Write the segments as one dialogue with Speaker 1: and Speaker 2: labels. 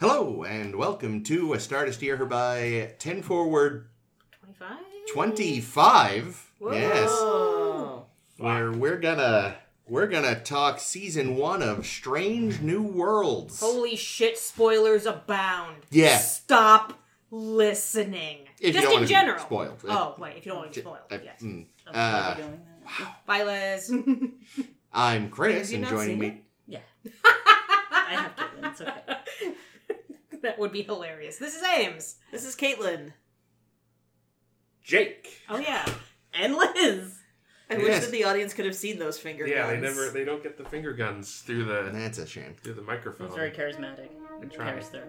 Speaker 1: Hello and welcome to A Start to Steer Her by 10 Forward
Speaker 2: 25?
Speaker 1: 25.
Speaker 2: Whoa.
Speaker 1: Yes.
Speaker 2: Oh.
Speaker 1: Where we're gonna we're gonna talk season one of Strange New Worlds.
Speaker 2: Holy shit, spoilers abound.
Speaker 1: Yeah.
Speaker 2: Stop listening.
Speaker 1: If you
Speaker 2: Just
Speaker 1: don't
Speaker 2: in
Speaker 1: wanna be
Speaker 2: general.
Speaker 1: spoiled.
Speaker 2: Oh, wait, if you don't want to be spoiled.
Speaker 1: I-
Speaker 2: yes.
Speaker 1: mm.
Speaker 2: Okay.
Speaker 1: Uh,
Speaker 2: Bye, Liz.
Speaker 1: I'm Chris
Speaker 3: Have you
Speaker 1: and
Speaker 3: not
Speaker 1: joining
Speaker 3: seen
Speaker 1: me
Speaker 3: it? I have to. It's okay.
Speaker 2: that would be hilarious. This is Ames.
Speaker 3: This is Caitlin
Speaker 4: Jake.
Speaker 2: Oh, yeah.
Speaker 3: and Liz. I wish
Speaker 1: Yes.
Speaker 3: that the audience could have seen those finger
Speaker 4: Yeah, they
Speaker 3: guns.
Speaker 4: never they don't get the finger guns through the
Speaker 1: That's a shame.
Speaker 4: through the microphone.
Speaker 5: He's very charismatic.
Speaker 4: They try.
Speaker 5: Carries through.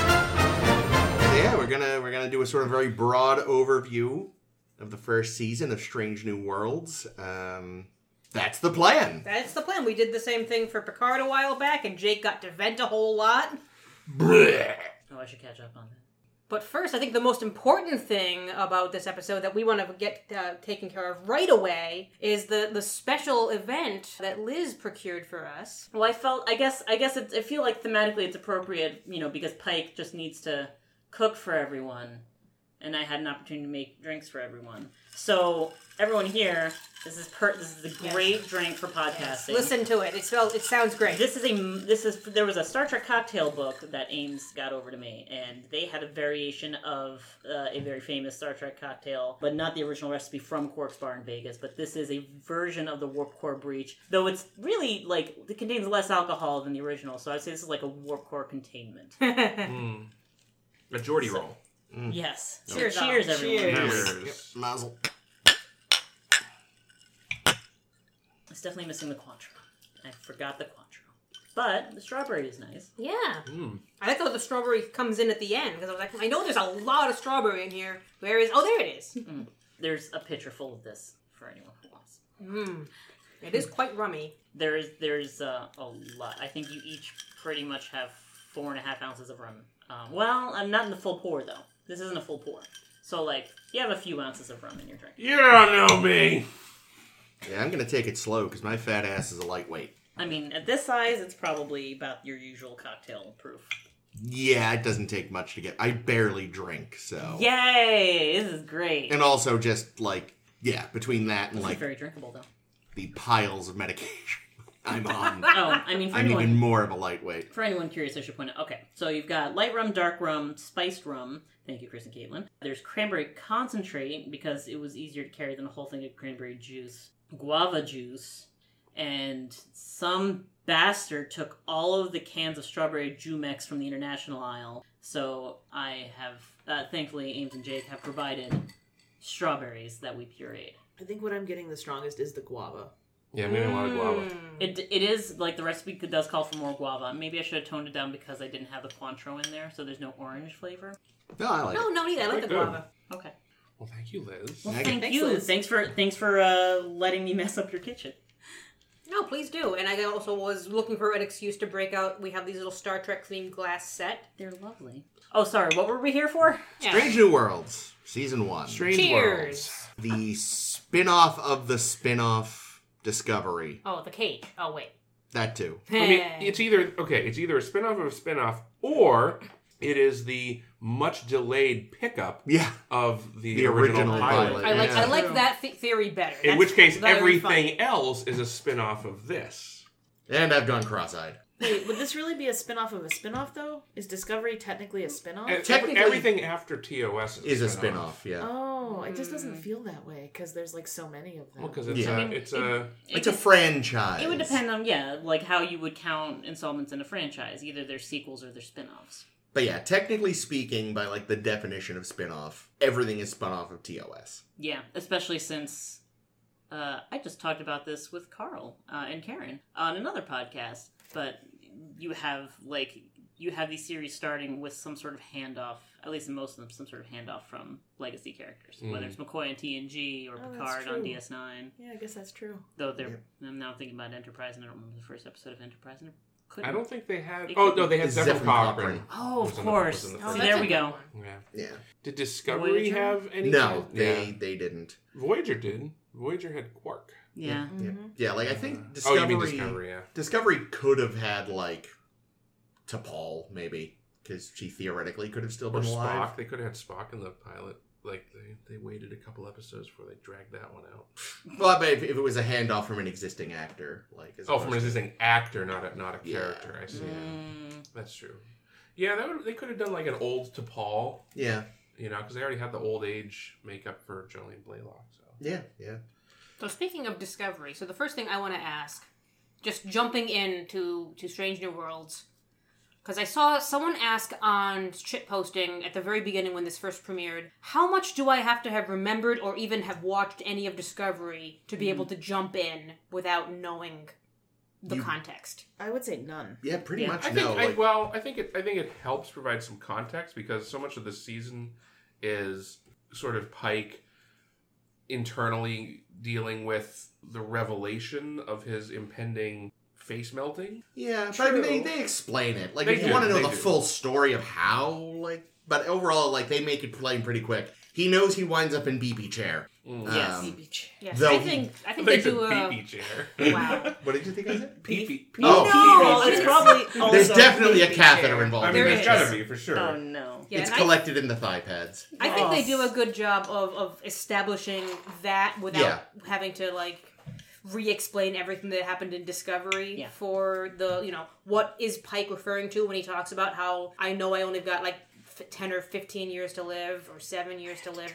Speaker 1: So yeah, we're gonna we're gonna do a sort of very broad overview of the first season of Strange New Worlds. Um that's the plan.
Speaker 2: That's the plan. We did the same thing for Picard a while back, and Jake got to vent a whole lot.
Speaker 1: Blech.
Speaker 5: Oh, I should catch up on that.
Speaker 2: But first, I think the most important thing about this episode that we want to get uh, taken care of right away is the the special event that Liz procured for us.
Speaker 5: Well, I felt. I guess. I guess. It, I feel like thematically it's appropriate. You know, because Pike just needs to cook for everyone, and I had an opportunity to make drinks for everyone. So everyone here, this is per. This is a great drink for podcasting.
Speaker 2: Listen to it. It smells. It sounds great.
Speaker 5: This is a this is there was a Star Trek cocktail book that Ames got over to me, and they had a variation of uh, a very famous Star Trek cocktail, but not the original recipe from Quark's Bar in Vegas. But this is a version of the Warp Core Breach, though it's really like it contains less alcohol than the original. So I'd say this is like a Warp Core containment.
Speaker 4: Mm. A Geordie roll.
Speaker 5: yes.
Speaker 2: Cheers,
Speaker 5: So cheers,
Speaker 2: all.
Speaker 5: everyone.
Speaker 2: Cheers.
Speaker 1: Yep,
Speaker 4: Cheers.
Speaker 1: mazel.
Speaker 5: It's definitely missing the Cointreau. I forgot the Cointreau, but the strawberry is nice.
Speaker 2: Yeah,
Speaker 4: Mm.
Speaker 2: I like how the strawberry comes in at the end because I was like, I know there's a lot of strawberry in here. Where is? Oh, there it is.
Speaker 5: There's a pitcher full of this for anyone who wants.
Speaker 2: Mm. It is quite rummy.
Speaker 5: There is there's uh, a lot. I think you each pretty much have four and a half ounces of rum. Um, well, I'm not in the full pour though. This isn't a full pour. So like you have a few ounces of rum in your drink.
Speaker 4: You don't know me.
Speaker 1: Yeah, I'm gonna take it slow because my fat ass is a lightweight.
Speaker 5: I mean, at this size, it's probably about your usual cocktail proof.
Speaker 1: Yeah, it doesn't take much to get. I barely drink, so
Speaker 5: Yay! This is great.
Speaker 1: Oh. And also just like yeah, between that and
Speaker 5: This is
Speaker 1: like
Speaker 5: very drinkable though.
Speaker 1: the piles of medication I'm on,
Speaker 5: Oh, I mean, for
Speaker 1: I'm
Speaker 5: anyone
Speaker 1: even more of a lightweight.
Speaker 5: For anyone curious, I should point out. Okay, so you've got light rum, dark rum, spiced rum. Thank you, Chris and Caitlin. There's cranberry concentrate because it was easier to carry than a whole thing of cranberry juice, guava juice, and some bastard took all of the cans of strawberry Jumex from the international aisle. So I have, uh, thankfully, Ames and Jake have provided strawberries that we pureed.
Speaker 3: I think what I'm getting the strongest is the guava.
Speaker 4: Yeah, maybe a lot of guava.
Speaker 2: Mm.
Speaker 5: It, it is like the recipe does call for more guava. Maybe I should have toned it down because I didn't have the Cointreau in there, so there's no orange flavor.
Speaker 1: No, I like
Speaker 2: No,
Speaker 1: it.
Speaker 2: no, neither. I like the
Speaker 4: Quite good.
Speaker 2: guava.
Speaker 5: Okay.
Speaker 4: Well, thank you, Liz.
Speaker 5: Well,
Speaker 1: Maggie.
Speaker 5: thank
Speaker 3: Thanks,
Speaker 5: you.
Speaker 3: Liz.
Speaker 5: Thanks for thanks for uh, letting me mess up your kitchen.
Speaker 2: No, please do. And I also was looking for an excuse to break out. We have these little Star Trek themed glass set.
Speaker 5: They're lovely. Oh, sorry. What were we here for?
Speaker 2: Yeah.
Speaker 1: Strange New Worlds, season one.
Speaker 4: Strange
Speaker 2: Cheers.
Speaker 4: worlds.
Speaker 1: The spin-off of the spin-off Discovery.
Speaker 2: Oh, the cage. Oh, wait.
Speaker 1: That too.
Speaker 4: I mean, it's either okay. It's either a spinoff of a spinoff, or it is the much delayed pickup
Speaker 1: Yeah.
Speaker 4: of the,
Speaker 1: The
Speaker 4: original,
Speaker 1: original
Speaker 4: pilot.
Speaker 1: pilot.
Speaker 2: I like
Speaker 1: Yeah.
Speaker 2: I like that th- theory better. That's
Speaker 4: In which case,
Speaker 2: very funny.
Speaker 4: everything else is a spinoff of this.
Speaker 1: And I've gone cross-eyed.
Speaker 3: Wait, would this really be a spin-off of a spin-off though? Is Discovery technically a spin-off?
Speaker 4: And
Speaker 1: Technically-
Speaker 4: E- everything after TOS
Speaker 1: Is a
Speaker 4: spin-off.
Speaker 1: spin-off, yeah.
Speaker 3: oh, it just doesn't feel that way because there's like so many of them.
Speaker 4: Well, because it's
Speaker 1: Yeah.
Speaker 4: a, it's a
Speaker 1: It's a franchise.
Speaker 5: Oh, It would depend on yeah, like how you would count installments in a franchise. Either they're sequels or they're spin-offs.
Speaker 1: But yeah, technically speaking, by like the definition of spin-off, everything is spun off of TOS.
Speaker 5: Yeah, especially since uh, I just talked about this with Carl uh, and Karen on another podcast. but you have like you have these series starting with some sort of handoff. At least in most of them, some sort of handoff from legacy characters,
Speaker 4: Mm.
Speaker 5: whether it's McCoy on TNG or
Speaker 3: Oh, that's
Speaker 5: Picard on
Speaker 3: true.
Speaker 5: DS9.
Speaker 3: Yeah, I guess that's true.
Speaker 5: Though they're I'm now thinking about Enterprise, and I don't remember the first episode of Enterprise. And I couldn't.
Speaker 4: I don't think they had.
Speaker 5: It
Speaker 4: Oh
Speaker 5: could
Speaker 4: no,
Speaker 5: be-
Speaker 4: they had
Speaker 1: It's
Speaker 4: Zephyr
Speaker 1: Zephyr
Speaker 4: Cochrane.
Speaker 1: Cochrane.
Speaker 5: Oh,
Speaker 4: Was
Speaker 5: of
Speaker 4: in the- was
Speaker 5: course.
Speaker 4: in the
Speaker 5: See,
Speaker 4: first
Speaker 5: there
Speaker 3: that's
Speaker 5: we
Speaker 3: a
Speaker 5: go.
Speaker 3: good one.
Speaker 4: Yeah.
Speaker 1: Yeah.
Speaker 4: Did Discovery
Speaker 5: Voyager?
Speaker 4: have any?
Speaker 1: No, they
Speaker 4: Yeah.
Speaker 1: they didn't.
Speaker 4: Voyager did. Voyager had Quark.
Speaker 5: Yeah.
Speaker 1: Yeah.
Speaker 3: Mhm.
Speaker 1: Yeah, like I think
Speaker 4: Mm-hmm. Oh,
Speaker 1: Discovery
Speaker 4: you mean Discovery? Yeah.
Speaker 1: Discovery could have had like T'Pol maybe because she theoretically could have still
Speaker 4: Or
Speaker 1: been alive.
Speaker 4: Spock. They could have had Spock in the pilot. Like they, they waited a couple episodes before they dragged that one out.
Speaker 1: Well, but if, if it was a handoff from an existing actor, like as
Speaker 4: Oh, from an
Speaker 1: opposed to-
Speaker 4: existing actor, not a, not a
Speaker 1: Yeah.
Speaker 4: character. I see.
Speaker 5: Mm.
Speaker 4: That's true. Yeah, that would, they could have done like an old to Paul,
Speaker 1: Yeah,
Speaker 4: you know, because they already had the old age makeup for Jolene Blaylock. So
Speaker 1: yeah, yeah.
Speaker 2: So speaking of discovery, so the first thing I want to ask, just jumping into to Strange New Worlds, because I saw someone ask on shit posting at the very beginning when this first premiered, how much do I have to have remembered or even have watched any of Discovery to be
Speaker 1: Hmm.
Speaker 2: able to jump in without knowing the
Speaker 1: You-
Speaker 2: context?
Speaker 3: I would say none.
Speaker 1: Yeah, pretty
Speaker 5: Yeah.
Speaker 1: much
Speaker 4: I think,
Speaker 1: no.
Speaker 4: I,
Speaker 1: like,
Speaker 4: well, I think it, I think it helps provide some context because so much of the season is sort of Pike internally dealing with the revelation of his impending face melting.
Speaker 1: yeah, but I mean, they,
Speaker 3: True.
Speaker 1: they explain it. Like,
Speaker 4: They
Speaker 1: if you
Speaker 4: do,
Speaker 1: want to know
Speaker 4: they
Speaker 1: the
Speaker 4: do.
Speaker 1: full story of how, like, but overall, like, they make it plain pretty quick. He knows he winds up in BB chair.
Speaker 5: Yes.
Speaker 1: Um,
Speaker 2: Yes,
Speaker 1: Though
Speaker 2: I
Speaker 1: he-
Speaker 2: think I think they
Speaker 4: Mm. Like the
Speaker 2: do a
Speaker 4: peepee chair.
Speaker 2: Wow.
Speaker 1: what did you think I said?
Speaker 4: Peepee.
Speaker 1: Oh,
Speaker 5: No,
Speaker 4: pee-pee
Speaker 5: it's
Speaker 4: chair.
Speaker 5: probably also
Speaker 1: There's definitely a
Speaker 5: pee-pee
Speaker 1: catheter
Speaker 5: chair.
Speaker 1: involved.
Speaker 4: Oh, I
Speaker 1: in
Speaker 4: mean,
Speaker 1: that.
Speaker 4: there's
Speaker 5: There
Speaker 4: gotta be for sure.
Speaker 5: Oh no.
Speaker 2: yeah,
Speaker 1: it's
Speaker 2: and I-
Speaker 1: collected in the thigh pads.
Speaker 2: I think they
Speaker 5: Yes.
Speaker 2: do a good job of, of establishing that without
Speaker 1: Yeah.
Speaker 2: having to like re-explain everything that happened in Discovery
Speaker 5: Yeah.
Speaker 2: for the you know what is Pike referring to when he talks about how I know I only got like f- ten or fifteen years to live or seven years to live.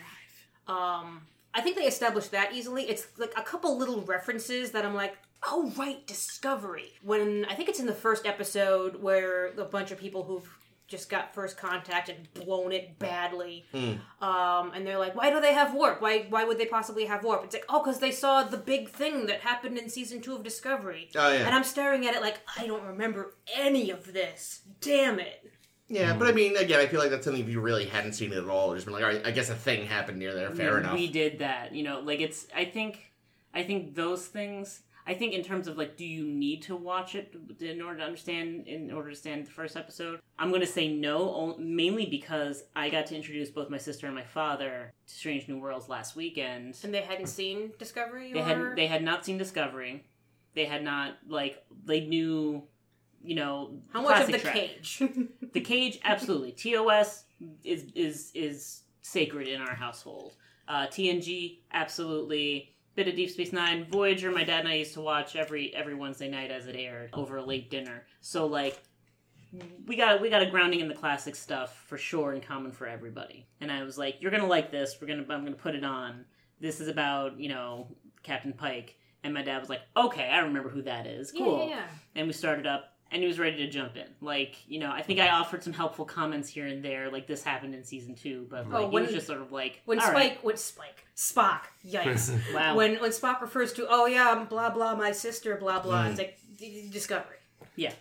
Speaker 2: Um, I think they established that easily. It's like a couple little references that I'm like, oh right, Discovery. When I think it's in the first episode where a bunch of people who've just got first contact and blown it badly
Speaker 1: Hmm.
Speaker 2: um, and they're like, "Why do they have warp? Why why would they possibly have warp?" It's like, "Oh, because they saw the big thing that happened in season two of Discovery."
Speaker 1: Oh yeah,
Speaker 2: And I'm staring at it like, "I don't remember any of this. Damn it!"
Speaker 1: yeah. But I mean, again, I feel like that's something if you really hadn't seen it at all, just been like, all right, I guess a thing happened near there. Fair
Speaker 5: we,
Speaker 1: enough.
Speaker 5: We did that. You know, like it's. I think. I think those things. I think in terms of like, do you need to watch it in order to understand? In order to understand the first episode, I'm going to say no, o- mainly because I got to introduce both my sister and my father to Strange New Worlds last weekend.
Speaker 2: And they hadn't seen Discovery.
Speaker 5: They
Speaker 2: or...
Speaker 5: had they had not seen Discovery. They had not like they knew, you know,
Speaker 2: how much of the
Speaker 5: classic track.
Speaker 2: cage?
Speaker 5: The cage, absolutely. TOS is is is sacred in our household. Uh, TNG, absolutely. Bit of Deep Space Nine, Voyager. My dad and I used to watch every every Wednesday night as it aired over a late dinner. So like, we got we got a grounding in the classic stuff for sure, and common for everybody. And I was like, you're gonna like this. We're gonna I'm gonna put it on. This is about you know Captain Pike. And my dad was like, okay, I remember who that is. Cool
Speaker 2: Yeah, yeah, yeah.
Speaker 5: and we started up and he was ready to jump in like you know i think i offered some helpful comments here and there like this happened in season two but like
Speaker 2: Oh,
Speaker 5: he was
Speaker 2: when-
Speaker 5: just sort of like
Speaker 2: When
Speaker 5: "All
Speaker 2: Spike,
Speaker 5: right,
Speaker 2: when Spike, Spock, yikes.
Speaker 5: wow
Speaker 2: When when Spock refers to, oh yeah, I'm blah blah, my sister, blah blah.
Speaker 1: Mm.
Speaker 2: It's like D- D- Discovery.
Speaker 4: Yeah.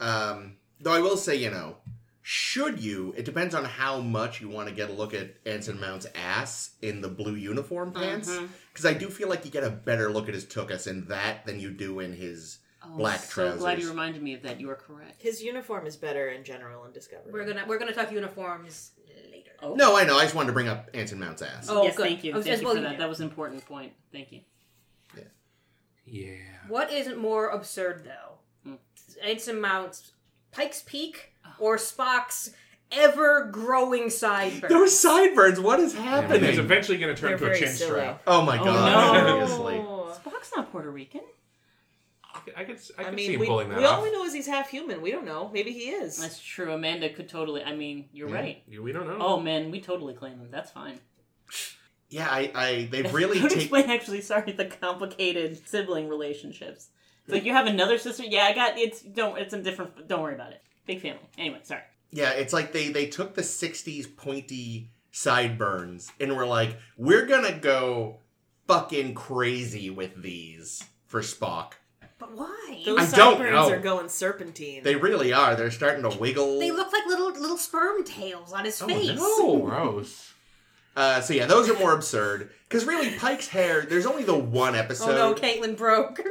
Speaker 1: Um, though I will say, you know, should you? It depends on how much you want to get a look at Anson Mount's ass in the blue uniform pants, because I do feel like you get a better look at his tuchus in that than you do in his.
Speaker 5: oh,
Speaker 1: black
Speaker 5: so glad
Speaker 1: trousers.
Speaker 5: you reminded me of that you are correct
Speaker 3: His uniform is better in general in Discovery.
Speaker 2: We're gonna we're gonna talk uniforms later.
Speaker 5: oh,
Speaker 1: No, I know. I just wanted to bring up Anson Mount's ass.
Speaker 2: Oh,
Speaker 5: yes
Speaker 2: good.
Speaker 5: thank you
Speaker 2: I was
Speaker 5: thank
Speaker 2: just-
Speaker 5: you
Speaker 2: well,
Speaker 5: for
Speaker 2: you
Speaker 5: that
Speaker 2: knew.
Speaker 5: that was an important point thank you
Speaker 4: Yeah.
Speaker 2: What isn't more absurd though?
Speaker 5: Hmm. Oh.
Speaker 2: Anson Mount's Pike's Peak or Spock's ever growing sideburns?
Speaker 1: Those sideburns. What is
Speaker 4: And he's
Speaker 1: happening?
Speaker 4: eventually going to
Speaker 3: They're
Speaker 4: turn into a
Speaker 3: very
Speaker 4: chin
Speaker 3: silly.
Speaker 4: strap.
Speaker 1: oh my
Speaker 5: Oh,
Speaker 1: god!
Speaker 5: no.
Speaker 1: Seriously.
Speaker 5: spock's not puerto rican
Speaker 4: I could, I could, I
Speaker 3: I
Speaker 4: could
Speaker 3: mean,
Speaker 4: see him
Speaker 3: we,
Speaker 4: pulling that
Speaker 3: we
Speaker 4: off.
Speaker 3: all we know is he's half human. We don't know. Maybe he is.
Speaker 5: that's true amanda could totally i mean you're
Speaker 1: Yeah.
Speaker 5: right
Speaker 4: Yeah, We don't know.
Speaker 5: oh man we totally claim him that's fine
Speaker 1: Yeah, I, I they really
Speaker 5: Don't
Speaker 1: take.
Speaker 5: explain actually sorry the complicated sibling relationships it's like you have another sister yeah i got it's don't it's a different don't worry about it big family anyway sorry
Speaker 1: Yeah, it's like they they took the '60s pointy sideburns and were like, we're gonna go fucking crazy with these for Spock.
Speaker 2: But why?
Speaker 3: Those
Speaker 1: I don't
Speaker 3: sideburns
Speaker 1: know.
Speaker 3: are going serpentine.
Speaker 1: They really are. They're starting to wiggle.
Speaker 2: They look like little little sperm tails on his
Speaker 1: Oh,
Speaker 2: face.
Speaker 1: no.
Speaker 4: Gross.
Speaker 1: Uh, so yeah, those are more absurd. Because really, Pike's hair. There's only the one episode.
Speaker 2: Oh no, Caitlin broke.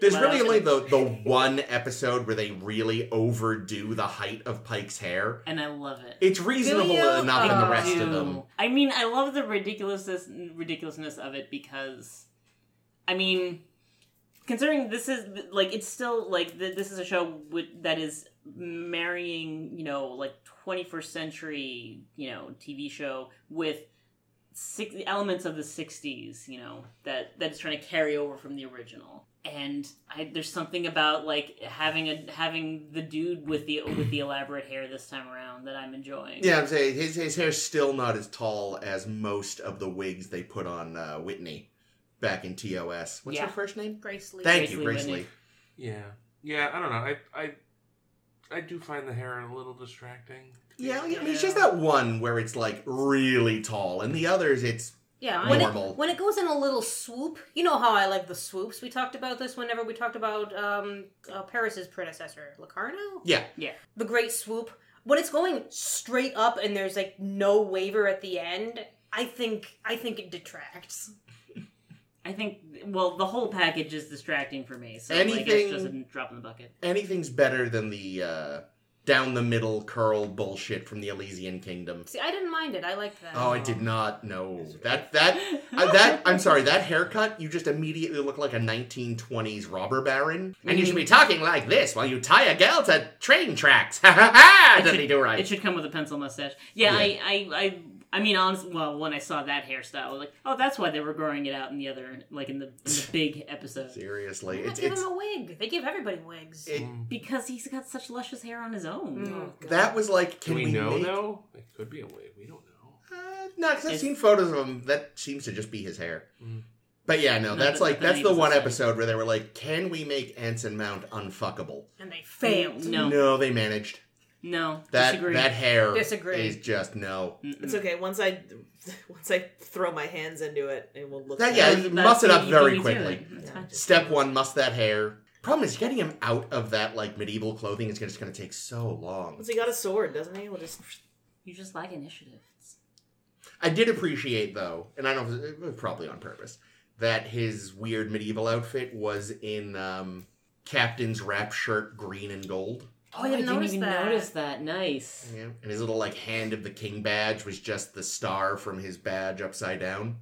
Speaker 1: There's
Speaker 5: Well,
Speaker 1: really
Speaker 5: that's
Speaker 1: only the the one episode where they really overdo the height of Pike's hair.
Speaker 5: and I love it.
Speaker 1: It's reasonable
Speaker 2: you?
Speaker 1: enough in the
Speaker 2: Oh.
Speaker 1: rest
Speaker 5: do.
Speaker 1: of them.
Speaker 5: I mean, I love the ridiculousness ridiculousness of it because, I mean, considering this is like it's still like th- this is a show with, that is marrying you know like 21st century you know TV show with six elements of the 60s you know that that's trying to carry over from the original and I, there's something about like having a having the dude with the with the elaborate hair this time around that I'm enjoying.
Speaker 1: Yeah, I'm saying his his hair's still not as tall as most of the wigs they put on uh, Whitney back in TOS. What's
Speaker 5: Yeah.
Speaker 1: her first name?
Speaker 2: Grace Lee.
Speaker 1: Thank
Speaker 5: Grace
Speaker 1: you,
Speaker 5: Lee
Speaker 1: Grace
Speaker 5: Whitney.
Speaker 1: Lee.
Speaker 4: Yeah. Yeah, I don't know. I I I do find the hair a little distracting.
Speaker 1: Yeah, I mean, it's
Speaker 5: Yeah.
Speaker 1: just that one where it's like really tall, and the others it's
Speaker 2: Yeah, when it,
Speaker 1: normal.
Speaker 2: when it goes in a little swoop, you know how I like the swoops. We talked about this whenever we talked about um, uh, Paris's predecessor, Locarno.
Speaker 1: yeah,
Speaker 2: The Great Swoop. When it's going straight up and there's like no waiver at the end, I think I think it detracts.
Speaker 5: I think well, the whole package is distracting for me. So like,
Speaker 1: Anything-
Speaker 5: it's just a drop in the bucket.
Speaker 1: anything's better than the uh, down the middle curl bullshit from the Elysian Kingdom.
Speaker 2: See, I didn't mind it. I liked that.
Speaker 1: Oh, I
Speaker 5: Oh.
Speaker 1: did not know that. That uh, that I'm sorry. That haircut, you just immediately look like a 1920s robber baron, and you should be talking like this while you tie a gal to train tracks. Ha ha ha!
Speaker 5: It
Speaker 1: Did
Speaker 5: should-
Speaker 1: he do
Speaker 5: It
Speaker 1: right?
Speaker 5: should come with a pencil mustache. Yeah,
Speaker 1: Yeah.
Speaker 5: I, I, I, I mean, honestly, well, when I saw that hairstyle, I was like, oh, that's why they were growing it out in the other, like in the, in the big episode,
Speaker 1: Seriously,
Speaker 2: Why not
Speaker 1: it's
Speaker 2: give
Speaker 1: it's
Speaker 2: him a wig. They give everybody wigs.
Speaker 1: it,
Speaker 4: Mm.
Speaker 5: because he's got such luscious hair on his own. Oh,
Speaker 2: Mm.
Speaker 1: that was like.
Speaker 4: Do
Speaker 1: Can
Speaker 4: we, know
Speaker 1: make-
Speaker 4: though? It could be a way. We don't know.
Speaker 1: Uh, no, because I've
Speaker 5: It's-
Speaker 1: seen photos of him. That seems to just be his hair.
Speaker 4: Mm.
Speaker 1: But yeah, no,
Speaker 5: No,
Speaker 1: that's
Speaker 5: but-
Speaker 1: like
Speaker 5: but
Speaker 1: that's
Speaker 5: he
Speaker 1: the
Speaker 5: was
Speaker 1: one
Speaker 5: insane.
Speaker 1: episode where they were like, "Can we make Anson Mount unfuckable?"
Speaker 2: and
Speaker 5: Mm.
Speaker 2: they failed.
Speaker 5: No.
Speaker 1: no, they managed.
Speaker 5: No,
Speaker 1: That
Speaker 5: disagree.
Speaker 1: that hair
Speaker 2: Disagree.
Speaker 1: is just no.
Speaker 5: Mm-mm.
Speaker 3: It's okay. Once I once I throw my hands into it, it will look.
Speaker 1: That-
Speaker 3: at
Speaker 1: yeah,
Speaker 3: it.
Speaker 5: That's-
Speaker 1: muss it
Speaker 5: you-
Speaker 1: up
Speaker 5: you
Speaker 1: very
Speaker 5: can do
Speaker 1: quickly.
Speaker 5: it. It's fine.
Speaker 1: Step one, must that hair. Problem is, getting him out of that like medieval clothing is just going to take so long.
Speaker 3: Once he got a sword, doesn't he? We'll just.
Speaker 5: You just like initiative. It's-
Speaker 1: I did appreciate though, and I don't know, if it was probably on purpose, that his weird medieval outfit was in um, Captain's wrap shirt, green and gold.
Speaker 2: Oh, I didn't notice that.
Speaker 5: notice that. Nice.
Speaker 1: Yeah, and his little like hand of the king badge was just the star from his badge upside down.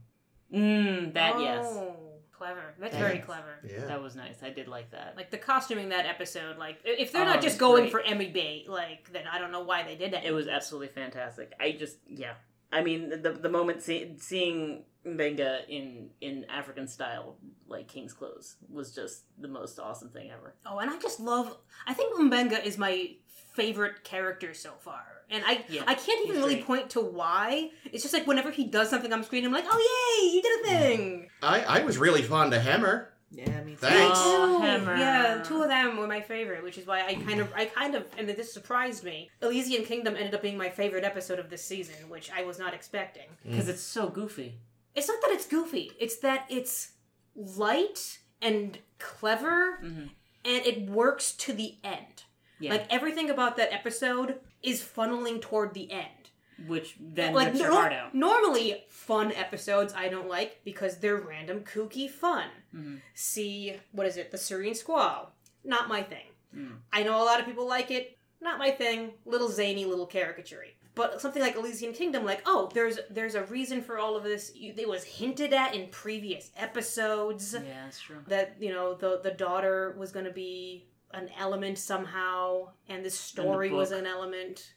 Speaker 5: Mm, that yes,
Speaker 2: Oh, Clever. That's
Speaker 1: That-
Speaker 2: very clever.
Speaker 1: Yeah,
Speaker 5: that was nice. I did like that.
Speaker 2: Like the costuming that episode, like i- if they're
Speaker 5: Oh,
Speaker 2: not
Speaker 5: it
Speaker 2: just
Speaker 5: was
Speaker 2: going
Speaker 5: great.
Speaker 2: for Emmy bait, like then I don't know why they did it.
Speaker 5: It was absolutely fantastic. I just yeah. I mean the the moment see, seeing Mbenga in in African style like king's clothes was just the most awesome thing ever.
Speaker 2: Oh, and I just love. I think Mbenga is my favorite character so far, and I
Speaker 5: Yeah,
Speaker 2: I can't even
Speaker 5: he's
Speaker 2: really
Speaker 5: great.
Speaker 2: point to why. It's just like whenever he does something on screen, I'm like, oh yay, you did
Speaker 5: Hmm.
Speaker 2: a thing.
Speaker 1: I I was really fond of Hammer.
Speaker 3: Yeah, me too.
Speaker 1: Thanks.
Speaker 5: Oh,
Speaker 2: Two.
Speaker 5: Hammer.
Speaker 2: Yeah, two of them were my favorite, which is why I kind of I kind of and this surprised me. Elysian Kingdom ended up being my favorite episode of this season, which I was not expecting.
Speaker 4: Mm.
Speaker 5: Because it's so goofy.
Speaker 2: It's not that it's goofy; it's that it's light and clever,
Speaker 5: Mhm.
Speaker 2: and it works to the end.
Speaker 5: Yeah.
Speaker 2: Like everything about that episode is funneling toward the end.
Speaker 5: Which then
Speaker 2: like
Speaker 5: rips your
Speaker 2: nor-
Speaker 5: heart out.
Speaker 2: normally fun episodes I don't like because they're random kooky fun.
Speaker 5: Mhm.
Speaker 2: See what is it? The Serene Squall. Not my thing.
Speaker 5: Mm.
Speaker 2: I know a lot of people like it. Not my thing. Little zany, little caricaturey. But something like Elysian Kingdom, like oh, there's there's a reason for all of this. You- It was hinted at in previous episodes
Speaker 5: Yeah, that's true.
Speaker 2: that you know the the daughter was going to be an element somehow and this story was
Speaker 5: book.
Speaker 2: an element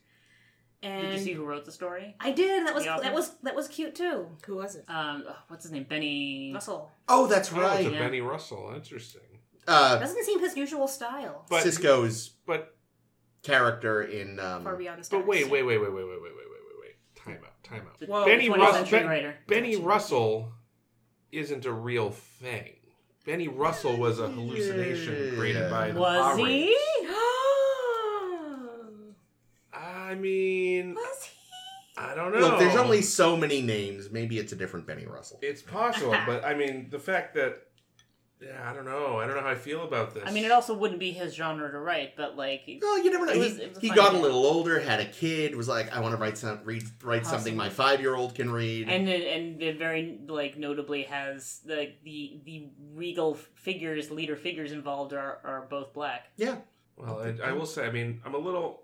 Speaker 2: and
Speaker 5: Did you see who wrote the story?
Speaker 2: i did and that was
Speaker 5: The author?
Speaker 2: that was that was cute too
Speaker 3: Who was it?
Speaker 5: Um, oh, what's his name?
Speaker 4: Mm.
Speaker 5: Benny.
Speaker 2: russell
Speaker 1: Oh, that's
Speaker 4: Oh, it's a
Speaker 1: right.
Speaker 5: Yeah.
Speaker 4: Benny Russell. Interesting.
Speaker 1: Uh,
Speaker 2: doesn't seem his usual style
Speaker 4: But
Speaker 1: Cisco's
Speaker 4: but
Speaker 1: character in um,
Speaker 2: far beyond the stars.
Speaker 4: but wait wait wait wait wait wait wait wait wait wait wait. Time out. Time out.
Speaker 5: The
Speaker 3: Whoa.
Speaker 4: Benny
Speaker 5: 20th
Speaker 4: Russell-
Speaker 5: century
Speaker 4: Ben-
Speaker 5: writer.
Speaker 4: Benny Russell isn't a real thing. Benny Russell was a hallucination created by the
Speaker 5: Was
Speaker 4: Power
Speaker 5: he?
Speaker 4: Rangers. I mean,
Speaker 2: was he
Speaker 4: I don't know.
Speaker 1: Look, there's only so many names. Maybe it's a different Benny Russell.
Speaker 4: It's possible, but I mean, the fact that Yeah, I don't know. I don't know how I feel about this.
Speaker 5: I mean, it also wouldn't be his genre to write, but like,
Speaker 1: Well, you never know.
Speaker 5: It was-
Speaker 1: he
Speaker 5: it was a
Speaker 1: he
Speaker 5: fun
Speaker 1: got a
Speaker 5: game.
Speaker 1: little older, had a kid, was like, I want to write some, read, write something
Speaker 5: Awesome.
Speaker 1: my five year old can read.
Speaker 5: and it, and it very like notably has the the the regal figures, leader figures involved are are both black.
Speaker 4: well, I, I will say, I mean, I'm a little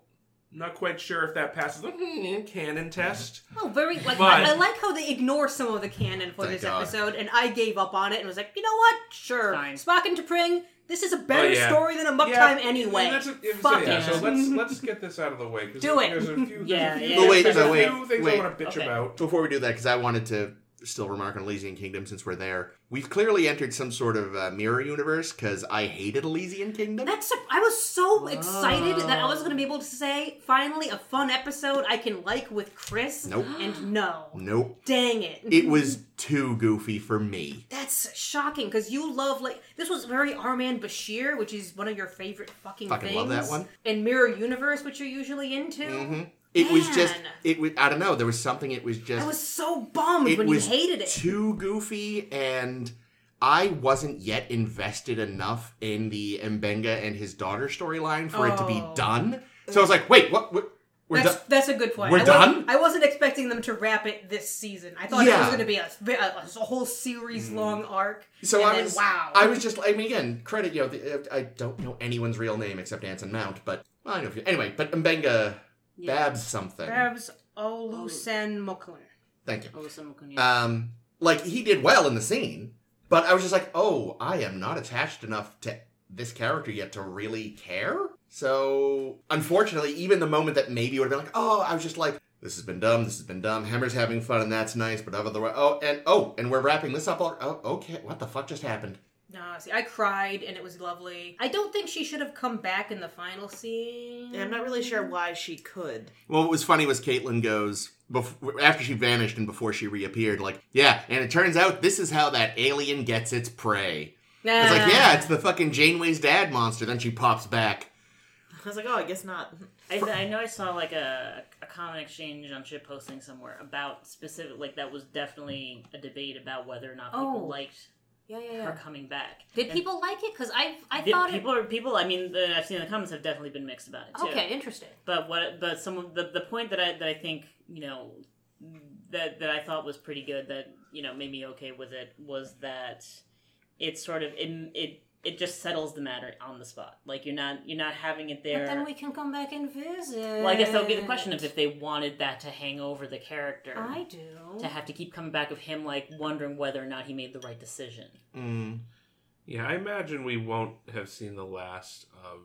Speaker 4: not quite sure if that passes the hmm, canon test.
Speaker 2: Oh, very like
Speaker 4: But-
Speaker 2: I, I like how they ignore some of the canon for
Speaker 1: Thank
Speaker 2: this
Speaker 1: God.
Speaker 2: episode, and I gave up on it and was like, you know what? Sure,
Speaker 5: Fine.
Speaker 2: Spock and T'Pring. This is a better
Speaker 4: Oh, yeah.
Speaker 2: story than a Muck
Speaker 4: Yeah,
Speaker 2: Time
Speaker 4: and
Speaker 2: anyway.
Speaker 4: that's a- if-
Speaker 2: Fuck
Speaker 4: so, yeah,
Speaker 5: it.
Speaker 4: so let's let's get this out of the way. 'cause
Speaker 2: Do it.
Speaker 4: There's a few, there's
Speaker 5: Yeah,
Speaker 4: a few,
Speaker 5: yeah.
Speaker 1: But wait,
Speaker 4: there's
Speaker 1: no,
Speaker 4: a
Speaker 1: wait,
Speaker 4: few things
Speaker 1: wait.
Speaker 4: I want to bitch
Speaker 5: Okay.
Speaker 4: about.
Speaker 1: Before we do that, because I wanted to still remark on Elysian Kingdom since we're there, we've clearly entered some sort of uh, mirror universe because I hated Elysian Kingdom.
Speaker 2: That's a- I was so excited that I was
Speaker 5: Wow.
Speaker 2: going to be able to say finally a fun episode I can like with Chris.
Speaker 1: Nope.
Speaker 2: And no,
Speaker 1: Nope.
Speaker 2: dang it.
Speaker 1: It was too goofy for me.
Speaker 2: That's shocking because you love like this was very Armand Bashir, which is one of your favorite fucking,
Speaker 1: Fucking
Speaker 2: things.
Speaker 1: love that one.
Speaker 2: And Mirror Universe, which you're usually into.
Speaker 1: hmm It was just,
Speaker 2: Man.
Speaker 1: it was, I don't know, there was something, it was just.
Speaker 2: I was so bummed
Speaker 1: it
Speaker 2: when
Speaker 1: was
Speaker 2: you hated it.
Speaker 1: too goofy and I wasn't yet invested enough in the Mbenga and his daughter storyline for it to be
Speaker 2: Oh.
Speaker 1: done. So I was like, wait, what? what we're
Speaker 2: that's,
Speaker 1: done.
Speaker 2: that's a good point.
Speaker 1: We're
Speaker 2: I wasn't-
Speaker 1: done?
Speaker 2: I wasn't expecting them to wrap it this season. I thought it was
Speaker 1: Yeah. Mm.
Speaker 2: going to be a, a, a whole series long arc.
Speaker 1: So
Speaker 2: and
Speaker 1: I
Speaker 2: then,
Speaker 1: was,
Speaker 2: wow.
Speaker 1: I was just, I mean, again, credit, you know, the, uh, I don't know anyone's real name except Anson Mount, but well, I know a few. Anyway, but Mbenga Babs something.
Speaker 2: Babs Olusen Mokler.
Speaker 1: Thank
Speaker 2: Oh,
Speaker 1: you.
Speaker 5: Awesome.
Speaker 1: Um, like he did well in the scene, but I was just like, oh, I am not attached enough to this character yet to really care. So unfortunately, even the moment that maybe would have been like, oh, I was just like, this has been dumb. This has been dumb. Hammer's having fun, and that's nice. But otherwise, oh, and oh, and we're wrapping this up. All, oh, okay. What the fuck just happened?
Speaker 2: No, see, I cried and it was lovely. I don't think she should have come back in the final scene.
Speaker 3: Yeah, I'm not really sure why she could.
Speaker 1: Well, what was funny was Caitlin goes before, after she vanished and before she reappeared. Like, yeah, and it turns out this is how that alien gets its prey. It's
Speaker 2: Uh.
Speaker 1: like, yeah, it's the fucking Janeway's dad monster. Then she pops back.
Speaker 3: I was like, oh, I guess not.
Speaker 5: I, I know I saw like a, a comment exchange on shit posting somewhere about specific like that was definitely a debate about whether or not people
Speaker 2: Oh.
Speaker 5: liked
Speaker 2: yeah, yeah,
Speaker 5: her coming back.
Speaker 2: Did
Speaker 5: And
Speaker 2: people like it? Because I, I
Speaker 5: did-
Speaker 2: thought
Speaker 5: people are people. I mean, the, I've seen the comments have definitely been mixed about it
Speaker 2: it.
Speaker 5: too.
Speaker 2: Okay, interesting.
Speaker 5: But what? But some of the the point that I that I think you know that that I thought was pretty good that you know made me okay with it was that it sort of it it, it just settles the matter on the spot. Like you're not you're not having it there.
Speaker 2: But then we can come back and visit.
Speaker 5: well, I guess that would be the question of if they wanted that to hang over the character.
Speaker 2: I do.
Speaker 5: to have to keep coming back of him like wondering whether or not he made the right decision.
Speaker 1: Mm.
Speaker 4: Yeah, I imagine we won't have seen the last of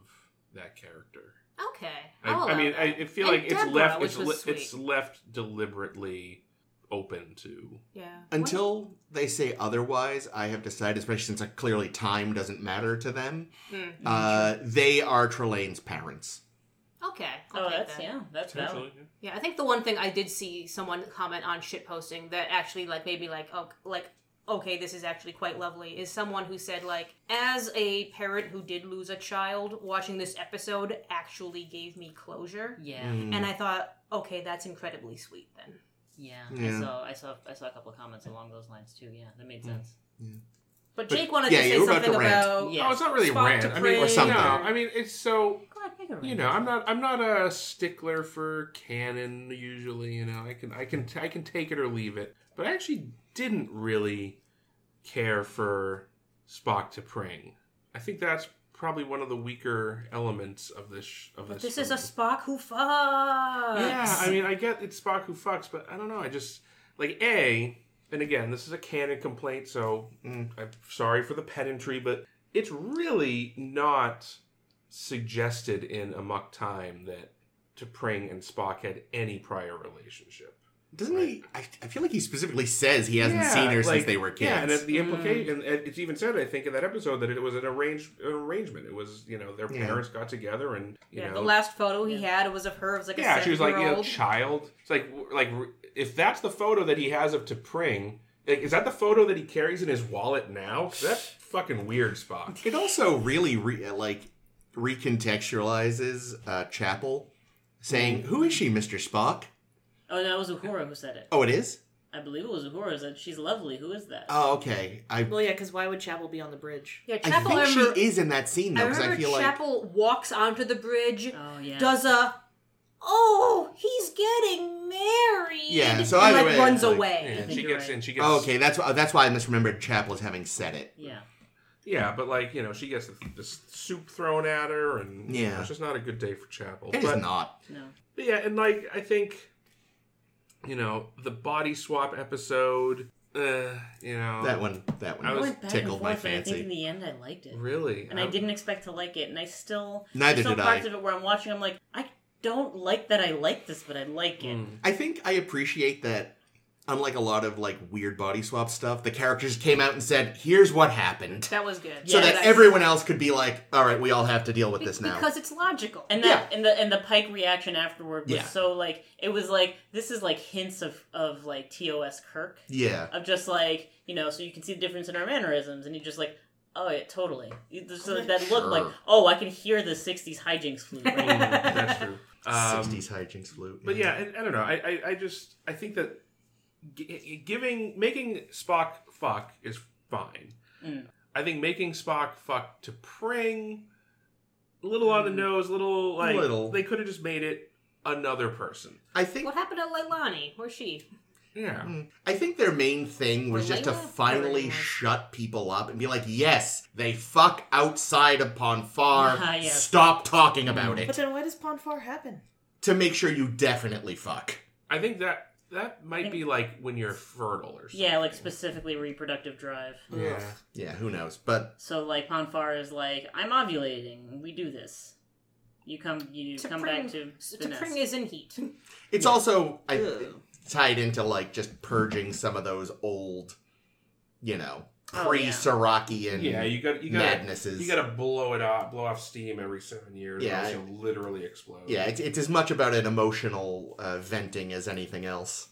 Speaker 4: that character.
Speaker 2: Okay.
Speaker 4: I,
Speaker 2: I'll
Speaker 4: I mean,
Speaker 2: allow
Speaker 4: I
Speaker 2: that.
Speaker 4: I feel
Speaker 2: Oh, And
Speaker 4: like it's
Speaker 2: Deborah,
Speaker 4: left.
Speaker 2: which
Speaker 4: It's,
Speaker 2: was
Speaker 4: le-
Speaker 2: sweet.
Speaker 4: it's left deliberately open to.
Speaker 2: yeah.
Speaker 1: Until they say otherwise, I have decided, especially since like, clearly time doesn't matter to them,
Speaker 2: Mm.
Speaker 1: uh, they are Trelane's parents.
Speaker 2: Okay. I'll
Speaker 5: oh,
Speaker 2: take
Speaker 5: that's
Speaker 2: that.
Speaker 5: yeah, that's valid.
Speaker 4: Potentially, yeah.
Speaker 2: Yeah, I think the one thing I did see someone comment on shitposting that actually like made me like oh like okay this is actually quite lovely is someone who said like as a parent who did lose a child watching this episode actually gave me closure
Speaker 5: Yeah,
Speaker 1: Mm.
Speaker 2: and I thought okay that's incredibly sweet then
Speaker 5: yeah.
Speaker 1: Yeah.
Speaker 5: I saw, I saw, I saw a couple of comments along those lines too. Yeah, that
Speaker 4: Mm.
Speaker 5: made sense.
Speaker 1: But-
Speaker 2: but Jake wanted
Speaker 1: yeah,
Speaker 2: to
Speaker 1: you
Speaker 2: say
Speaker 1: were about to
Speaker 2: something
Speaker 1: rant.
Speaker 2: about
Speaker 5: Yeah.
Speaker 4: Oh, it's not really
Speaker 2: Spock
Speaker 4: rant.
Speaker 2: to
Speaker 4: I mean,
Speaker 1: Or something.
Speaker 4: No, I mean, it's so
Speaker 5: Glad I could
Speaker 4: you know i'm not i'm not a stickler for canon usually you know i can i can i can take it or leave it but i actually didn't really care for spock to pring i think that's probably one of the weaker elements of this sh- of this
Speaker 2: "Oh, this
Speaker 4: for
Speaker 2: is a
Speaker 4: me.
Speaker 2: Spock who fucks
Speaker 4: yeah i mean i get it's spock who fucks but i don't know i just like a and again this is a canon complaint so
Speaker 1: Mm.
Speaker 4: i'm sorry for the pedantry but it's really not suggested in Amok Time that T'Pring and Spock had any prior relationship.
Speaker 1: Doesn't he? I, I feel like he specifically says he hasn't
Speaker 4: Yeah,
Speaker 1: seen her since
Speaker 4: like-
Speaker 1: they were kids.
Speaker 4: Yeah, and it- the
Speaker 5: Mm.
Speaker 2: Mm-hmm.
Speaker 4: implication, and it's even said, I think, in that episode that it was an arranged an arrangement. It was, you know, their
Speaker 1: Yeah.
Speaker 4: parents got together and, you
Speaker 2: yeah
Speaker 4: know.
Speaker 2: the last photo he had was of her as like a
Speaker 4: yeah, she was like, you
Speaker 2: seven-year-old.
Speaker 4: know, child. It's like, like if that's the photo that he has of T'Pring, like, is that the photo that he carries in his wallet now? That's fucking weird, Spock.
Speaker 1: It also really re- uh, like recontextualizes uh,
Speaker 4: Mm.
Speaker 1: Chapel saying, "Who is she, Mister Spock?"
Speaker 5: Oh, that was Uhura who said it.
Speaker 1: Oh, it is.
Speaker 5: I believe it was Uhura that she's lovely. Who is that?
Speaker 1: Oh, okay. I
Speaker 3: Well, yeah, because why would Chapel be on the bridge?
Speaker 2: Yeah,
Speaker 1: I
Speaker 2: Chapel.
Speaker 1: think
Speaker 2: I remember,
Speaker 1: she is in that scene
Speaker 2: I
Speaker 1: though, because I,
Speaker 2: remember
Speaker 1: feel like
Speaker 2: Chapel walks onto the bridge,
Speaker 5: Oh, yeah.
Speaker 2: does a, oh, he's getting married.
Speaker 1: Yeah, so
Speaker 2: and
Speaker 1: either
Speaker 2: like
Speaker 1: way,
Speaker 2: runs
Speaker 1: it's like-
Speaker 2: away.
Speaker 5: I
Speaker 4: And
Speaker 5: think
Speaker 4: she
Speaker 5: you're
Speaker 4: gets
Speaker 5: right.
Speaker 4: and she gets
Speaker 1: oh, okay, that's why- that's why I misremembered Chapel as having said it.
Speaker 5: Yeah.
Speaker 4: Yeah, but like you know, she gets the, the soup thrown at her, and you know,
Speaker 1: Yeah.
Speaker 4: it's just not a good day for Chapel.
Speaker 1: It
Speaker 4: but,
Speaker 1: is not.
Speaker 5: No.
Speaker 4: but yeah, and like I think, you know, the body swap episode. Uh, you know
Speaker 1: That one. That one.
Speaker 4: I
Speaker 5: I
Speaker 4: was
Speaker 5: went back and
Speaker 1: tickled my
Speaker 5: forth, and I think in
Speaker 1: fancy.
Speaker 5: the end I liked it.
Speaker 4: Really,
Speaker 5: And I
Speaker 4: I'm-
Speaker 5: didn't expect to like it, and I still
Speaker 1: Neither
Speaker 5: there's some
Speaker 1: did I.
Speaker 5: parts of it where I'm watching, I'm like, I don't like that I like this, but I like it.
Speaker 4: Mm.
Speaker 1: I think I appreciate that. Unlike a lot of like weird body swap stuff, the characters came out and said, "Here's what happened,"
Speaker 2: That was good.
Speaker 1: so
Speaker 5: Yeah,
Speaker 1: that
Speaker 5: that's-
Speaker 1: everyone else could be like, "All right, we all have to deal with
Speaker 2: Be-
Speaker 1: this now."
Speaker 2: because it's logical.
Speaker 5: And that and the and the Pike reaction afterward was
Speaker 1: Yeah.
Speaker 5: so like it was like this is like hints of of like TOS Kirk
Speaker 1: yeah,
Speaker 5: of just like you know so you can see the difference in our mannerisms and you just like oh yeah totally You- there's like that look like
Speaker 1: Sure.
Speaker 5: oh I can hear the '60s hijinks flute right
Speaker 4: Mm,
Speaker 5: now.
Speaker 4: that's true. Um,
Speaker 1: '60s hijinks flute.
Speaker 4: But yeah, I, I don't know. I, I, I just I think that gi- giving making Spock fuck is fine.
Speaker 5: Mm.
Speaker 4: I think making Spock fuck to Pring, a little on the
Speaker 5: Mm.
Speaker 4: nose, little like
Speaker 1: Little.
Speaker 4: they could have just made it another person.
Speaker 1: I think
Speaker 2: What happened to Leilani? Where's she?
Speaker 4: Yeah.
Speaker 1: Mm. I think their main thing was just to
Speaker 2: Layla?
Speaker 1: finally
Speaker 2: Everyone.
Speaker 1: shut people up and be like, yes, they fuck outside of Ponfar.
Speaker 5: Ah, yes. Mm-hmm.
Speaker 1: Stop talking about
Speaker 3: But
Speaker 1: it.
Speaker 3: then why does Pond Far happen?
Speaker 1: To make sure you definitely fuck.
Speaker 4: I think that that might
Speaker 5: think-
Speaker 4: be like when you're fertile or something.
Speaker 5: yeah, like specifically reproductive drive.
Speaker 4: Yeah.
Speaker 1: Yeah, who knows? But
Speaker 5: So like Ponfar is like, I'm ovulating. We do this. You come, you
Speaker 2: To
Speaker 5: come
Speaker 2: bring-
Speaker 5: back to
Speaker 2: To
Speaker 5: Vanessa.
Speaker 2: Pring is in heat.
Speaker 1: it's also I,
Speaker 3: Ugh.
Speaker 1: tied into like just purging some of those old, you know,
Speaker 5: Oh,
Speaker 1: pre Serakian
Speaker 4: Yeah, you got you got
Speaker 1: madnesses.
Speaker 4: you got to blow it off, blow off steam every seven years,
Speaker 1: Yeah,
Speaker 4: or else
Speaker 1: I-
Speaker 4: you'll literally explode.
Speaker 1: yeah, it's, it's as much about an emotional uh, venting as anything else.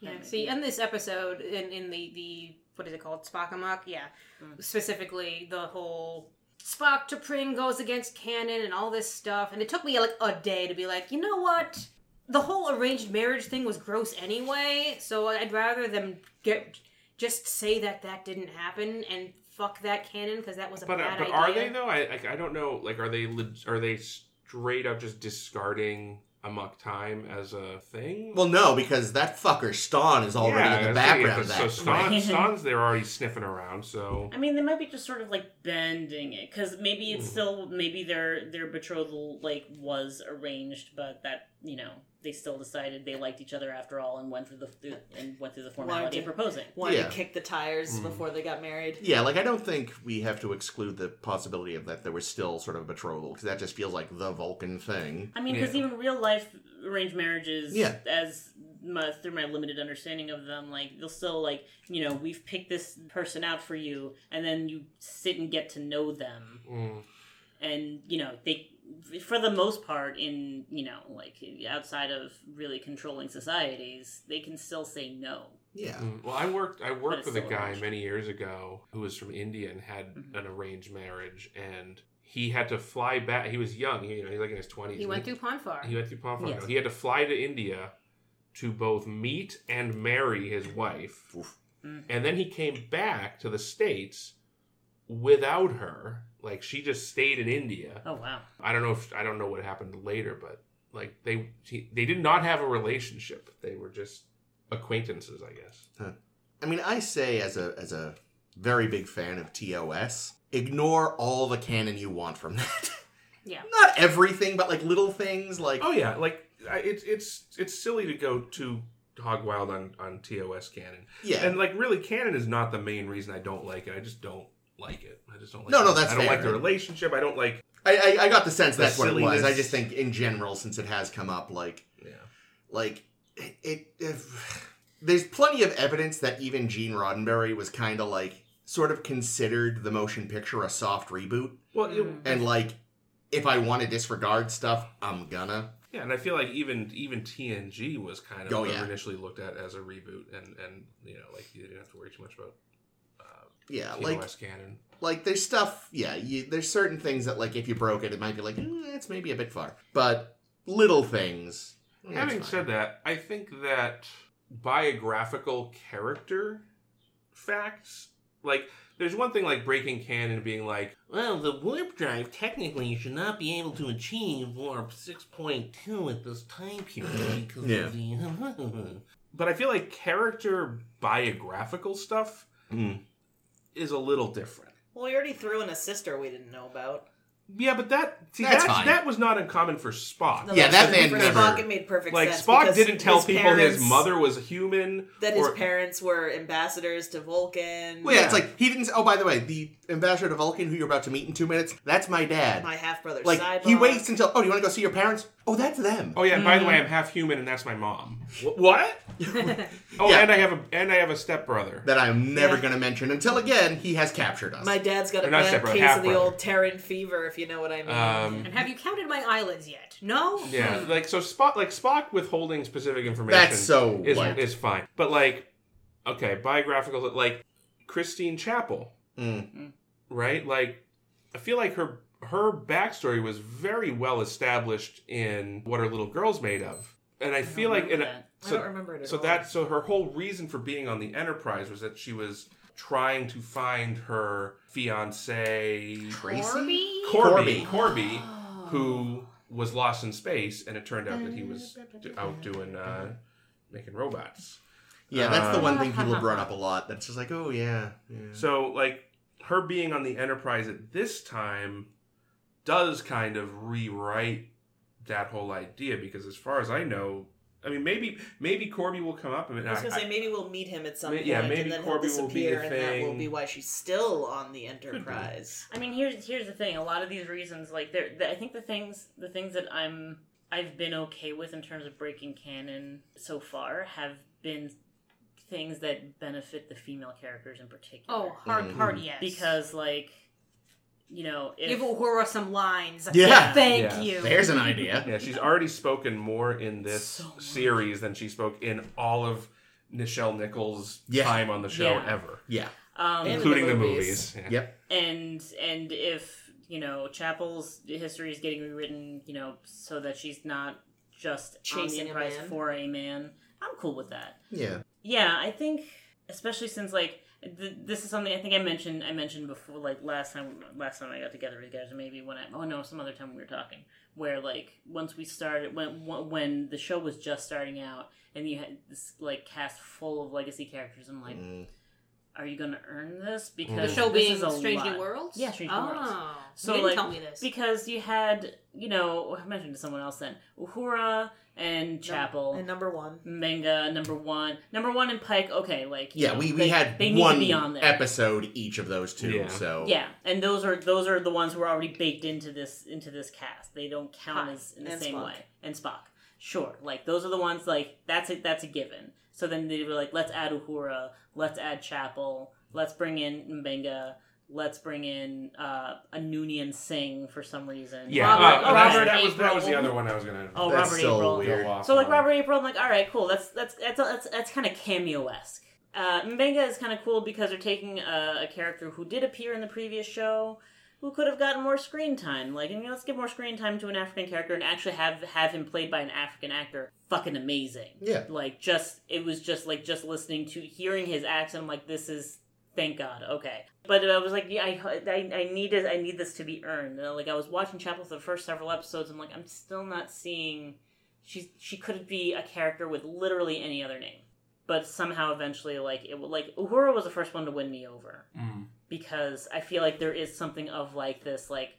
Speaker 2: Yeah, see, in this episode, in, in the, the, what is it called? Spock Amok? Yeah.
Speaker 5: Mm.
Speaker 2: Specifically, the whole Spock to Pring goes against canon and all this stuff. And it took me like a day to be like, you know what? The whole arranged marriage thing was gross anyway. So I'd rather them get, just say that that didn't happen and fuck that canon because that was a
Speaker 4: But, uh,
Speaker 2: bad
Speaker 4: but
Speaker 2: idea.
Speaker 4: are they though? I like, I don't know. Like, are they leg- are they straight up just discarding amok time as a thing?
Speaker 1: Well, no, because that fucker Ston is already
Speaker 4: Yeah,
Speaker 1: in the
Speaker 4: that's what-
Speaker 1: background. of
Speaker 4: yeah,
Speaker 1: that.
Speaker 4: So Stan,
Speaker 5: Right.
Speaker 4: Stan's there already sniffing around. So
Speaker 5: I mean, they might be just sort of like bending it because maybe it's
Speaker 4: Mm.
Speaker 5: still maybe their their betrothal like was arranged, but that you know they still decided they liked each other after all and went through the through, and went through the formality of
Speaker 3: did-
Speaker 5: proposing.
Speaker 3: Wanted
Speaker 1: Yeah.
Speaker 3: to kick the tires
Speaker 4: Mm.
Speaker 3: before they got married.
Speaker 1: Yeah, like I don't think we have to exclude the possibility of that there was still sort of a betrothal because that just feels like the Vulcan thing.
Speaker 5: I mean, because
Speaker 4: Yeah.
Speaker 5: even real life arranged marriages,
Speaker 1: Yeah.
Speaker 5: as my, through my limited understanding of them, like they'll still like you know we've picked this person out for you, and then you sit and get to know them,
Speaker 4: mm,
Speaker 5: and you know they for the most part in you know like outside of really controlling societies, they can still say no.
Speaker 1: Yeah,
Speaker 4: mm. well, I worked I worked
Speaker 5: But it's
Speaker 4: with a
Speaker 5: still
Speaker 4: guy
Speaker 5: arranged.
Speaker 4: many years ago who was from India and had
Speaker 2: Mm-hmm.
Speaker 5: Mhm.
Speaker 4: an arranged marriage, and he had to fly back. He was young. He, you know, he's like in his twenties.
Speaker 2: He went through Ponfar.
Speaker 4: He went through Pomfret.
Speaker 5: Yes.
Speaker 4: He had to fly to India to both meet and marry his wife.
Speaker 1: Oof.
Speaker 5: Mm.
Speaker 4: And then he came back to the States without her. Like she just stayed in India.
Speaker 5: Oh wow,
Speaker 4: I don't know if I don't know what happened later, but like they he, they did not have a relationship. They were just acquaintances, I guess.
Speaker 1: I mean, I say as a as a very big fan of TOS, ignore all the canon you want from that.
Speaker 2: Yeah.
Speaker 1: not everything, but like little things like
Speaker 4: Oh yeah, like I- it's it's it's silly to go too hog wild on on TOS canon.
Speaker 1: yeah,
Speaker 4: And like really canon is not the main reason I don't like it. I just don't like it. I just don't like
Speaker 1: No,
Speaker 4: it.
Speaker 1: no, that's
Speaker 4: I don't
Speaker 1: fair.
Speaker 4: like the relationship. I don't like
Speaker 1: I, I I got the sense
Speaker 4: The
Speaker 1: that's what it was. I
Speaker 4: silliness.
Speaker 1: just think in general, since it has come up, like
Speaker 4: yeah.
Speaker 1: like it, it if, there's plenty of evidence that even Gene Roddenberry was kind of like sort of considered the motion picture a soft reboot
Speaker 4: Well, it-
Speaker 5: Mm.
Speaker 1: and like if I want to disregard stuff, I'm gonna.
Speaker 4: yeah, and I feel like even even TNG was kind of
Speaker 1: Oh, yeah.
Speaker 4: initially looked at as a reboot, and and you know like you didn't have to worry too much about uh,
Speaker 1: Yeah,
Speaker 4: TOS
Speaker 1: like
Speaker 4: canon.
Speaker 1: like there's stuff, yeah, you, there's certain things that like if you broke it it might be like mm, it's maybe a bit far. But little things. eh, it's
Speaker 4: Having
Speaker 1: fine.
Speaker 4: said that, I think that biographical character facts. Like, there's one thing like breaking canon and being like, well, the warp drive technically should not be able to achieve warp 6.2 at this time period because
Speaker 1: Yeah.
Speaker 4: of the. but I feel like character biographical stuff
Speaker 1: Mm.
Speaker 4: is a little different.
Speaker 6: Well, we already threw in a sister we didn't know about.
Speaker 4: Yeah, but that see,
Speaker 1: That's
Speaker 4: that's
Speaker 1: fine.
Speaker 4: that was not uncommon for Spock.
Speaker 1: Yeah, that man
Speaker 6: for
Speaker 1: never-
Speaker 6: Spock, it made perfect
Speaker 4: Like
Speaker 6: sense.
Speaker 4: Spock
Speaker 6: because
Speaker 4: didn't tell
Speaker 6: his
Speaker 4: people
Speaker 6: parents,
Speaker 4: his mother was a human.
Speaker 6: that his
Speaker 4: or-
Speaker 6: parents were ambassadors to Vulcan.
Speaker 1: Well, yeah, it's like he didn't. s- Oh, by the way, the ambassador to Vulcan, who you're about to meet in two minutes, that's my dad.
Speaker 6: my half brother.
Speaker 1: like
Speaker 6: Cybok.
Speaker 1: he waits until. Oh, you want to go see your parents? Oh, that's them.
Speaker 4: Oh yeah, and by
Speaker 6: Mm-hmm.
Speaker 4: the way, I'm half human and that's my mom. Wh- What? oh,
Speaker 1: Yeah.
Speaker 4: and I have a and I have a stepbrother.
Speaker 1: That I'm never
Speaker 6: Yeah.
Speaker 1: going to mention until again he has captured us.
Speaker 6: My dad's got a
Speaker 4: Or not
Speaker 6: bad
Speaker 4: stepbrother,
Speaker 6: case of the
Speaker 4: half-brother.
Speaker 6: old Terran fever, if you know what I mean. Hmm.
Speaker 4: Um,
Speaker 2: And have you counted my eyelids yet? No?
Speaker 4: yeah, like so Spock like Spock withholding specific information
Speaker 1: that's so
Speaker 4: is
Speaker 1: like.
Speaker 4: is fine. But like okay, biographical like Christine Chapel,
Speaker 1: mm.
Speaker 4: right? Like I feel like her her backstory was very well established in what her little girl's made of. And I,
Speaker 5: don't
Speaker 4: feel like and
Speaker 5: remember that.
Speaker 6: I don't remember it at
Speaker 4: so
Speaker 6: all.
Speaker 4: that so her whole reason for being on the enterprise was that she was trying to find her fiance
Speaker 1: Tracy. Corby.
Speaker 4: corby corby, who was lost in space and it turned out that he was d- out doing uh making robots
Speaker 1: Yeah, that's the
Speaker 4: Uh,
Speaker 5: Ah.
Speaker 1: one thing people brought up a lot. That's just like, oh yeah, yeah.
Speaker 4: so like her being on the enterprise at this time does kind of rewrite that whole idea because as far as i know i mean maybe maybe corby will come up and
Speaker 6: I was
Speaker 4: I-
Speaker 6: gonna say maybe we'll meet him at some
Speaker 4: May-
Speaker 6: point,
Speaker 4: yeah, maybe
Speaker 6: and then
Speaker 4: Corby
Speaker 6: he'll
Speaker 4: will be
Speaker 6: disappear,
Speaker 4: the
Speaker 6: and that will
Speaker 4: thing.
Speaker 6: be why she's still on the Enterprise.
Speaker 5: I mean, here's here's the thing. A lot of these reasons, like there, the, I think the things the things that I'm I've been okay with in terms of breaking canon so far have been things that benefit the female characters in particular.
Speaker 2: Oh, hard
Speaker 1: Mm.
Speaker 2: part, yes.
Speaker 5: because like, you know, if
Speaker 2: Give Uhura some lines.
Speaker 1: Yeah.
Speaker 2: Thank
Speaker 4: Yeah.
Speaker 2: you.
Speaker 1: There's an idea.
Speaker 4: Yeah, she's already spoken more in this
Speaker 5: So much.
Speaker 4: series than she spoke in all of Nichelle Nichols'
Speaker 1: Yeah.
Speaker 4: time on the show
Speaker 5: Yeah.
Speaker 4: ever,
Speaker 1: Yeah.
Speaker 5: um,
Speaker 6: And-
Speaker 4: including the
Speaker 6: the movies.
Speaker 4: movies. Yeah.
Speaker 1: Yep.
Speaker 5: and and if you know Chapel's history is getting rewritten, you know, so that she's not just
Speaker 6: Chasing a
Speaker 5: on the Enterprise
Speaker 6: man.
Speaker 5: for a man. I'm cool with that.
Speaker 1: Yeah.
Speaker 5: Yeah, I think especially since like th- this is something I think I mentioned I mentioned before like last time last time I got together with you guys or maybe when I oh no some other time we were talking where like once we started when when the show was just starting out and you had this like cast full of legacy characters I'm like
Speaker 1: Mm.
Speaker 5: are you gonna earn this
Speaker 2: The
Speaker 5: because
Speaker 2: show
Speaker 5: this
Speaker 2: being
Speaker 5: is a
Speaker 2: Strange
Speaker 5: lot.
Speaker 2: New Worlds?
Speaker 5: Yeah, Strange New
Speaker 2: oh.
Speaker 5: Worlds. So,
Speaker 2: So, you didn't
Speaker 5: like,
Speaker 2: tell me this.
Speaker 5: because you had you know I mentioned to someone else then Uhura and Chapel
Speaker 6: And number one,
Speaker 5: Manga number one, number one and Pike. Okay, like you
Speaker 1: Yeah,
Speaker 5: know,
Speaker 1: we, we
Speaker 5: they-
Speaker 1: had
Speaker 5: they
Speaker 1: one
Speaker 5: need to be on there.
Speaker 1: episode each of those two,
Speaker 4: Yeah.
Speaker 1: so
Speaker 5: Yeah, and those are those are the ones who are already baked into this into this cast. They don't count
Speaker 2: Pike
Speaker 5: as in the
Speaker 6: and
Speaker 5: same
Speaker 6: Spock.
Speaker 5: way. And Spock, sure, like those are the ones like that's a, that's a given. So then they were like, let's add Uhura, let's add Chapel, let's bring in Mbenga, let's bring in uh, a Noonian Singh for some reason.
Speaker 4: Yeah,
Speaker 2: Robert-
Speaker 4: uh,
Speaker 2: oh,
Speaker 4: Robert.
Speaker 2: Robert
Speaker 4: That was that was the
Speaker 2: April.
Speaker 4: other one I was gonna.
Speaker 5: Oh,
Speaker 1: that's
Speaker 5: Robert
Speaker 1: so
Speaker 5: April.
Speaker 1: weird.
Speaker 4: go off
Speaker 5: So like
Speaker 4: on.
Speaker 5: Robert April, I'm like, all right, cool. That's that's that's that's, that's kind of cameo esque. Uh, Mbenga is kind of cool because they're taking a, a character who did appear in the previous show, who could have gotten more screen time. Like, you know, let's give more screen time to an African character and actually have have him played by an African actor. Fucking amazing.
Speaker 1: Yeah.
Speaker 5: Like, just it was just like just listening to hearing his accent. I'm like, this is thank God. Okay. But I was like, yeah, I, I, I need it. I need this to be earned. And, like I was watching Chapel for the first several episodes. I'm like, I'm still not seeing. She she could be a character with literally any other name, but somehow eventually, like it will- like Uhura was the first one to win me over
Speaker 4: Mm.
Speaker 5: because I feel like there is something of like this like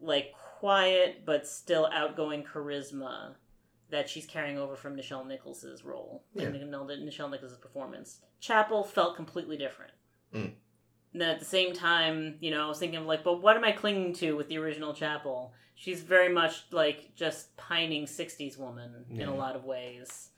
Speaker 5: like quiet but still outgoing charisma that she's carrying over from Nichelle Nichols' role
Speaker 1: Yeah.
Speaker 5: and Nichelle Nichols' performance. Chapel felt completely different.
Speaker 1: Mm.
Speaker 5: And then at the same time, you know, I was thinking of like, but what am I clinging to with the original Chapel? She's very much like just pining '60s woman in
Speaker 4: Yeah.
Speaker 5: a lot of ways,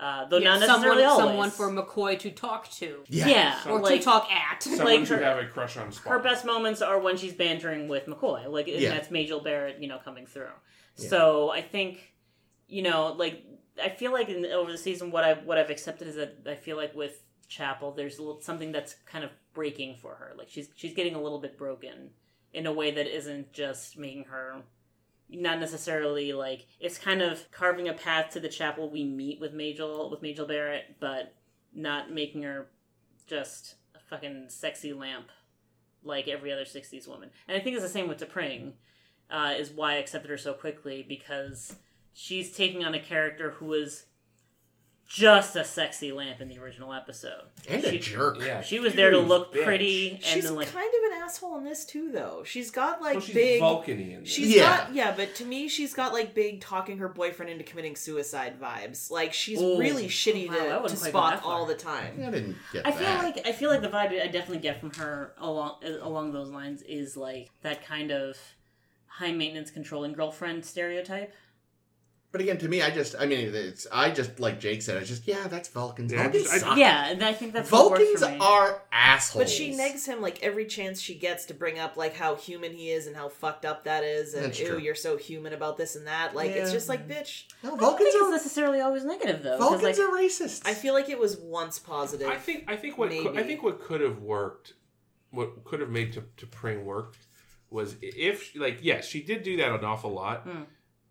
Speaker 5: uh, though
Speaker 2: Yeah,
Speaker 5: not necessarily
Speaker 2: someone,
Speaker 5: always.
Speaker 2: someone for McCoy to talk to.
Speaker 1: Yeah.
Speaker 5: yeah,
Speaker 4: Some-
Speaker 2: Or
Speaker 5: like-
Speaker 2: to talk at.
Speaker 4: Someone
Speaker 5: like
Speaker 4: should
Speaker 5: her-
Speaker 4: have a crush on Spock.
Speaker 5: her best moments are when she's bantering with McCoy. Like and
Speaker 1: Yeah.
Speaker 5: that's Majel Barrett, you know, coming through.
Speaker 1: Yeah.
Speaker 5: So I think, you know, like I feel like in, over the season, what I what I've accepted is that I feel like with Chapel, there's a little, something that's kind of breaking for her. Like she's she's getting a little bit broken in a way that isn't just making her, not necessarily like it's kind of carving a path to the chapel we meet with Majel with Majel Barrett, but not making her just a fucking sexy lamp like every other '60s woman. And I think it's the same with Depring, uh, is why I accepted her so quickly because she's taking on a character who is just a sexy lamp in the original episode.
Speaker 1: And
Speaker 5: She-
Speaker 1: a jerk.
Speaker 4: Yeah.
Speaker 5: She was there to
Speaker 4: Huge
Speaker 5: look
Speaker 4: bitch.
Speaker 5: pretty and
Speaker 3: She's
Speaker 5: then like
Speaker 3: kind of an asshole in this too, though. She's got like
Speaker 4: Well, she's
Speaker 3: big.
Speaker 4: Vulcan-y in this.
Speaker 3: She's
Speaker 1: Yeah.
Speaker 3: got yeah, but to me, she's got like big talking her boyfriend into committing suicide vibes. Like she's
Speaker 5: Ooh.
Speaker 3: really shitty
Speaker 5: Wow, I
Speaker 3: to, to
Speaker 5: wouldn't quite go that
Speaker 3: Spock
Speaker 5: far.
Speaker 3: all the
Speaker 1: I
Speaker 3: time.
Speaker 1: didn't get
Speaker 5: I
Speaker 1: that.
Speaker 5: feel like I feel like the vibe I definitely get from her along along those lines is like that kind of high maintenance controlling girlfriend stereotype.
Speaker 1: but again, to me, I just, I mean, it's, I just, like Jake said, I just, yeah, that's Vulcans.
Speaker 4: Yeah, I
Speaker 1: Vulcans
Speaker 4: just- I-
Speaker 1: suck.
Speaker 5: Yeah, and I think that's what works
Speaker 1: Vulcans
Speaker 5: for me.
Speaker 1: are assholes.
Speaker 3: But she negs him like every chance she gets to bring up like how human he is and how fucked up that is, and
Speaker 1: That's
Speaker 3: ew,
Speaker 1: true.
Speaker 3: you're so human about this and that. Like it's
Speaker 1: Yeah.
Speaker 3: just like bitch.
Speaker 1: No,
Speaker 5: I don't think
Speaker 1: Vulcans
Speaker 5: it's
Speaker 1: are
Speaker 5: necessarily always negative though. 'cause,
Speaker 1: Vulcans
Speaker 5: like,
Speaker 1: are racists.
Speaker 3: I feel like it was once positive.
Speaker 4: I think I think what could, I
Speaker 3: Maybe.
Speaker 4: think what could have worked, what could have made to to Pring work, was if like yes, she did do that an awful lot.
Speaker 5: Hmm.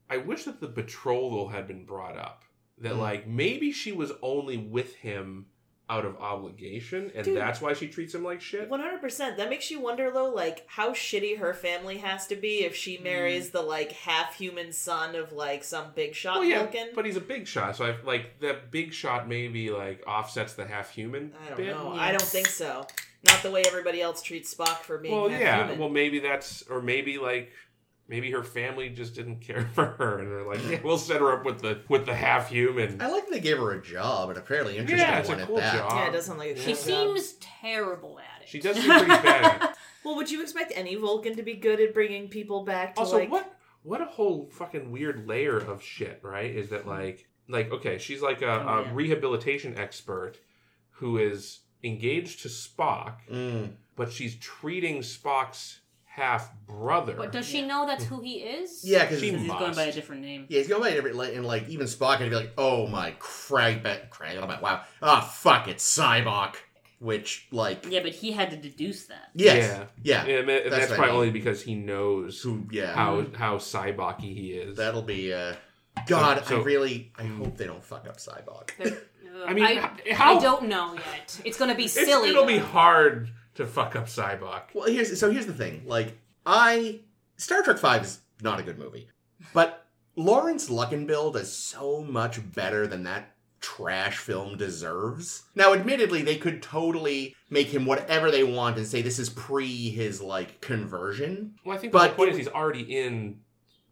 Speaker 4: I wish that the betrothal had been brought up. That
Speaker 1: Hmm.
Speaker 4: like maybe she was only with him out of obligation, and
Speaker 3: Dude.
Speaker 4: that's why she treats him like shit.
Speaker 3: One hundred percent. That makes you wonder, though, like how shitty her family has to be if she marries
Speaker 1: Mm.
Speaker 3: the like half human son of like some big shot
Speaker 4: Well, yeah,
Speaker 3: Vulcan.
Speaker 4: but he's a big shot, so I like that big shot maybe like offsets the half human.
Speaker 3: I don't
Speaker 4: bit.
Speaker 3: know.
Speaker 5: Yeah.
Speaker 3: I don't think so. Not the way everybody else treats Spock for being.
Speaker 4: Well,
Speaker 3: half
Speaker 4: yeah.
Speaker 3: Human.
Speaker 4: Well, maybe that's, or maybe like, maybe her family just didn't care for her, and they're like, yeah, we'll set her up with the with the half human.
Speaker 1: I like they gave her a job and a fairly interesting
Speaker 4: Yeah, it's
Speaker 1: one
Speaker 4: a
Speaker 1: at
Speaker 4: cool
Speaker 1: that.
Speaker 4: job.
Speaker 3: yeah, it does sound like a
Speaker 2: She
Speaker 3: good job.
Speaker 2: seems terrible at it.
Speaker 4: She does seem pretty bad.
Speaker 3: Well, would you expect any Vulcan to be good at bringing people back? To
Speaker 4: Also,
Speaker 3: like,
Speaker 4: what what a whole fucking weird layer of shit, right? Is that like like okay, she's like a,
Speaker 5: Oh,
Speaker 4: a
Speaker 5: yeah.
Speaker 4: rehabilitation expert who is engaged to Spock,
Speaker 1: Mm.
Speaker 4: but she's treating Spock's half brother.
Speaker 2: But does she know that's who he is?
Speaker 1: Yeah, because yeah,
Speaker 4: She-
Speaker 5: Because he's going by a
Speaker 4: must.
Speaker 5: different name.
Speaker 1: he's going by every like, and like even Spock and be like, oh my crag, crag, wow, ah fuck it, Cybok, which like,
Speaker 5: Yeah, but he had to deduce that.
Speaker 1: yes, yeah,
Speaker 4: And that's,
Speaker 1: That's what I
Speaker 4: probably
Speaker 1: mean.
Speaker 4: only because he knows
Speaker 1: who, Mm-hmm. yeah,
Speaker 4: how how Cybaki he is.
Speaker 1: that'll be. uh God,
Speaker 4: So- Mm.
Speaker 1: I really, I hope they don't fuck up Cybok.
Speaker 2: They're- uh,
Speaker 4: I mean,
Speaker 2: I,
Speaker 4: h- how
Speaker 2: I don't know yet. It's gonna be
Speaker 4: It's-
Speaker 2: silly.
Speaker 4: It'll be
Speaker 2: though.
Speaker 4: hard to fuck up Cybok.
Speaker 1: Well, here's so here's the thing. Like, I Star Trek Five is not a good movie, but Lawrence Luckenbill does so much better than that trash film deserves. Now, admittedly, they could totally make him whatever they want and say this is pre his like conversion.
Speaker 4: Well, I think
Speaker 1: But
Speaker 4: the point
Speaker 1: it
Speaker 4: is he's already in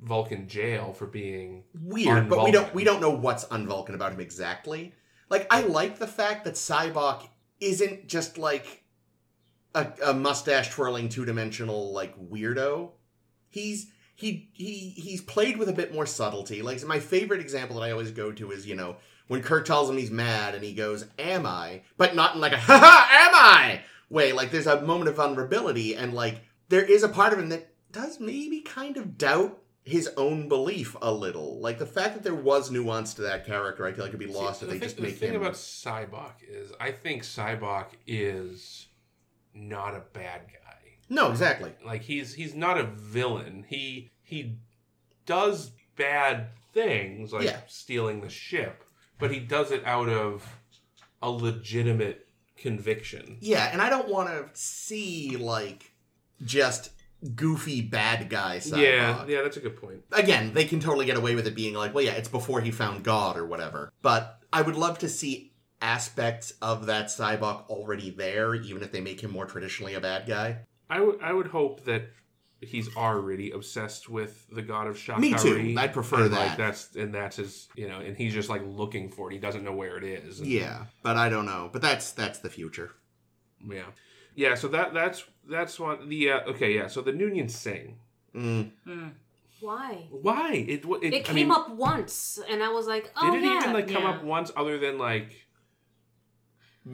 Speaker 4: Vulcan jail for being.
Speaker 1: Weird, but we don't
Speaker 4: Unvulcan.
Speaker 1: we don't know what's unvulcan about him exactly. Like, I like the fact that Cybok isn't just like a, a mustache twirling two dimensional like weirdo. He's he he he's played with a bit more subtlety. Like my favorite example that I always go to is you know when Kirk tells him he's mad and he goes, "Am I?" But not in like a "Ha ha, am I?" way. Like there's a moment of vulnerability and like there is a part of him that does maybe kind of doubt his own belief a little. Like the fact that there was nuance to that character, I feel like could be lost
Speaker 4: See,
Speaker 1: if
Speaker 4: the
Speaker 1: they
Speaker 4: thing-
Speaker 1: just make
Speaker 4: The thing
Speaker 1: him.
Speaker 4: about Cybok is, I think Cybok is not a bad guy.
Speaker 1: No, exactly.
Speaker 4: Like he's he's not a villain. He he does bad things, like
Speaker 1: Yeah.
Speaker 4: stealing the ship, but he does it out of a legitimate conviction.
Speaker 1: Yeah, and I don't want to see like just goofy bad guy. Cyborg.
Speaker 4: Yeah, yeah, that's a good point.
Speaker 1: again, they can totally get away with it being like, well, yeah, it's before he found God or whatever. But I would love to see aspects of that Cybok already there, even if they make him more traditionally a bad guy.
Speaker 4: I would I would hope that he's already obsessed with the god of Shakari.
Speaker 1: Me too. I'd prefer
Speaker 4: And, Like
Speaker 1: that.
Speaker 4: that's and that's his you know, and he's just like looking for it. He doesn't know where it is. And-
Speaker 1: Yeah, but I don't know. But that's that's the future.
Speaker 4: yeah, yeah. So that that's that's one. The uh, okay, yeah. So the Noonien sing.
Speaker 1: Mm.
Speaker 5: Mm.
Speaker 2: Why?
Speaker 4: Why it wa- it,
Speaker 2: It
Speaker 4: I
Speaker 2: came
Speaker 4: mean,
Speaker 2: up once, and I was like, "Oh
Speaker 4: Did it
Speaker 2: yeah."
Speaker 4: even like come
Speaker 5: yeah.
Speaker 4: up once other than like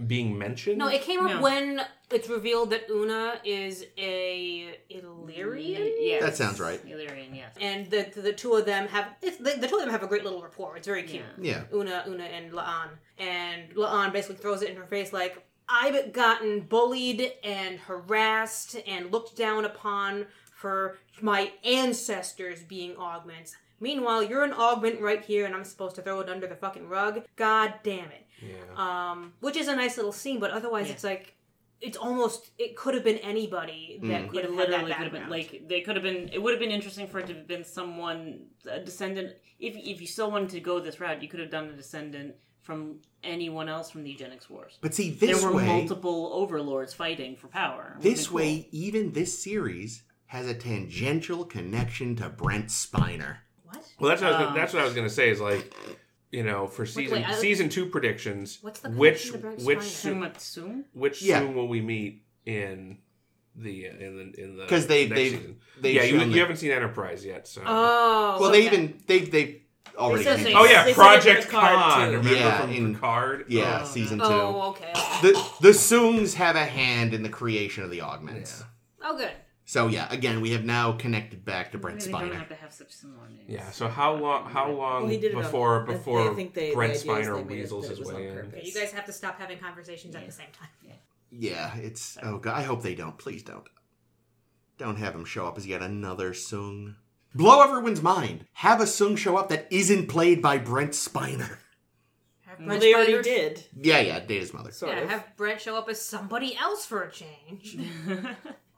Speaker 4: being mentioned?
Speaker 2: no, it came up
Speaker 5: No.
Speaker 2: when it's revealed that Una is a Illyrian.
Speaker 5: Yes.
Speaker 1: That sounds right.
Speaker 5: Illyrian, yes.
Speaker 2: And the the two of them have it's, the, the two of them have a great little rapport. It's very cute.
Speaker 5: Yeah.
Speaker 1: Yeah.
Speaker 2: Una, Una, and Laan. And Laan basically throws it in her face like, I've gotten bullied and harassed and looked down upon for my ancestors being augments. Meanwhile, you're an augment right here, and I'm supposed to throw it under the fucking rug. God damn it.
Speaker 4: Yeah.
Speaker 2: Um, which is a nice little scene, but otherwise,
Speaker 5: Yeah.
Speaker 2: it's like it's almost it could have been anybody that
Speaker 1: Mm.
Speaker 2: could
Speaker 5: It
Speaker 2: have had
Speaker 5: literally
Speaker 2: that
Speaker 5: could have been
Speaker 2: background.
Speaker 5: like they could have been. It would have been interesting for it to have been someone a descendant. If if you still wanted to go this route, you could have done a descendant from anyone else from the eugenics wars.
Speaker 1: But see, this
Speaker 5: there were
Speaker 1: way,
Speaker 5: multiple overlords fighting for power. It would've
Speaker 1: this
Speaker 5: been cool.
Speaker 1: way, even this series has a tangential connection to Brent Spiner.
Speaker 2: what?
Speaker 4: Well, that's what I was,
Speaker 5: Um,
Speaker 4: gonna, that's what I was gonna say is like, you know, for season
Speaker 2: I was-
Speaker 4: season two predictions,
Speaker 2: What's the
Speaker 4: which
Speaker 2: connection to Brent
Speaker 4: which
Speaker 2: Spiner?
Speaker 4: soon,
Speaker 5: Sumatsu?
Speaker 4: which
Speaker 1: Yeah.
Speaker 4: soon will we meet in the in the in the
Speaker 1: 'Cause they-
Speaker 4: next
Speaker 1: they've-
Speaker 4: season?
Speaker 1: they've
Speaker 4: yeah you,
Speaker 1: shown
Speaker 4: you
Speaker 1: that-
Speaker 4: haven't seen Enterprise yet so
Speaker 2: Oh,
Speaker 1: well, they
Speaker 2: okay.
Speaker 1: even they've they've already.
Speaker 6: said
Speaker 1: hinted
Speaker 6: they-
Speaker 1: at
Speaker 4: oh yeah
Speaker 6: they said it
Speaker 4: Project
Speaker 6: in Picard,
Speaker 4: Khan
Speaker 6: too.
Speaker 4: remember
Speaker 1: Yeah,
Speaker 4: from
Speaker 1: in-
Speaker 4: Picard
Speaker 1: Yeah,
Speaker 6: Oh,
Speaker 1: season two.
Speaker 2: Oh, okay.
Speaker 1: The the Soongs have a hand in the creation of the augments.
Speaker 4: Yeah.
Speaker 2: Oh, good.
Speaker 1: So yeah, again, we have now connected back to Brent
Speaker 5: Maybe They don't
Speaker 1: Spiner.
Speaker 5: have to have such similar names.
Speaker 4: yeah so how long how long
Speaker 6: Well, he did it on-
Speaker 4: before
Speaker 6: I- I
Speaker 4: before
Speaker 6: think they- the
Speaker 4: Brent
Speaker 6: idea is they
Speaker 4: Spiner
Speaker 6: made it
Speaker 4: weasels
Speaker 6: that it
Speaker 4: his
Speaker 6: was on
Speaker 4: way in
Speaker 6: purpose.
Speaker 2: You guys have to stop having conversations at the same time.
Speaker 1: Yeah, it's oh god. I hope they don't. Please don't. Don't have him show up as yet another Soong. Blow everyone's mind. Have a Soong show up that isn't played by Brent Spiner.
Speaker 2: Have
Speaker 6: Well,
Speaker 2: Brent
Speaker 6: they already
Speaker 2: Spiner-
Speaker 6: did.
Speaker 1: Yeah, yeah, Data's mother.
Speaker 6: Sort
Speaker 2: Yeah,
Speaker 6: of.
Speaker 2: have Brent show up as somebody else for a change.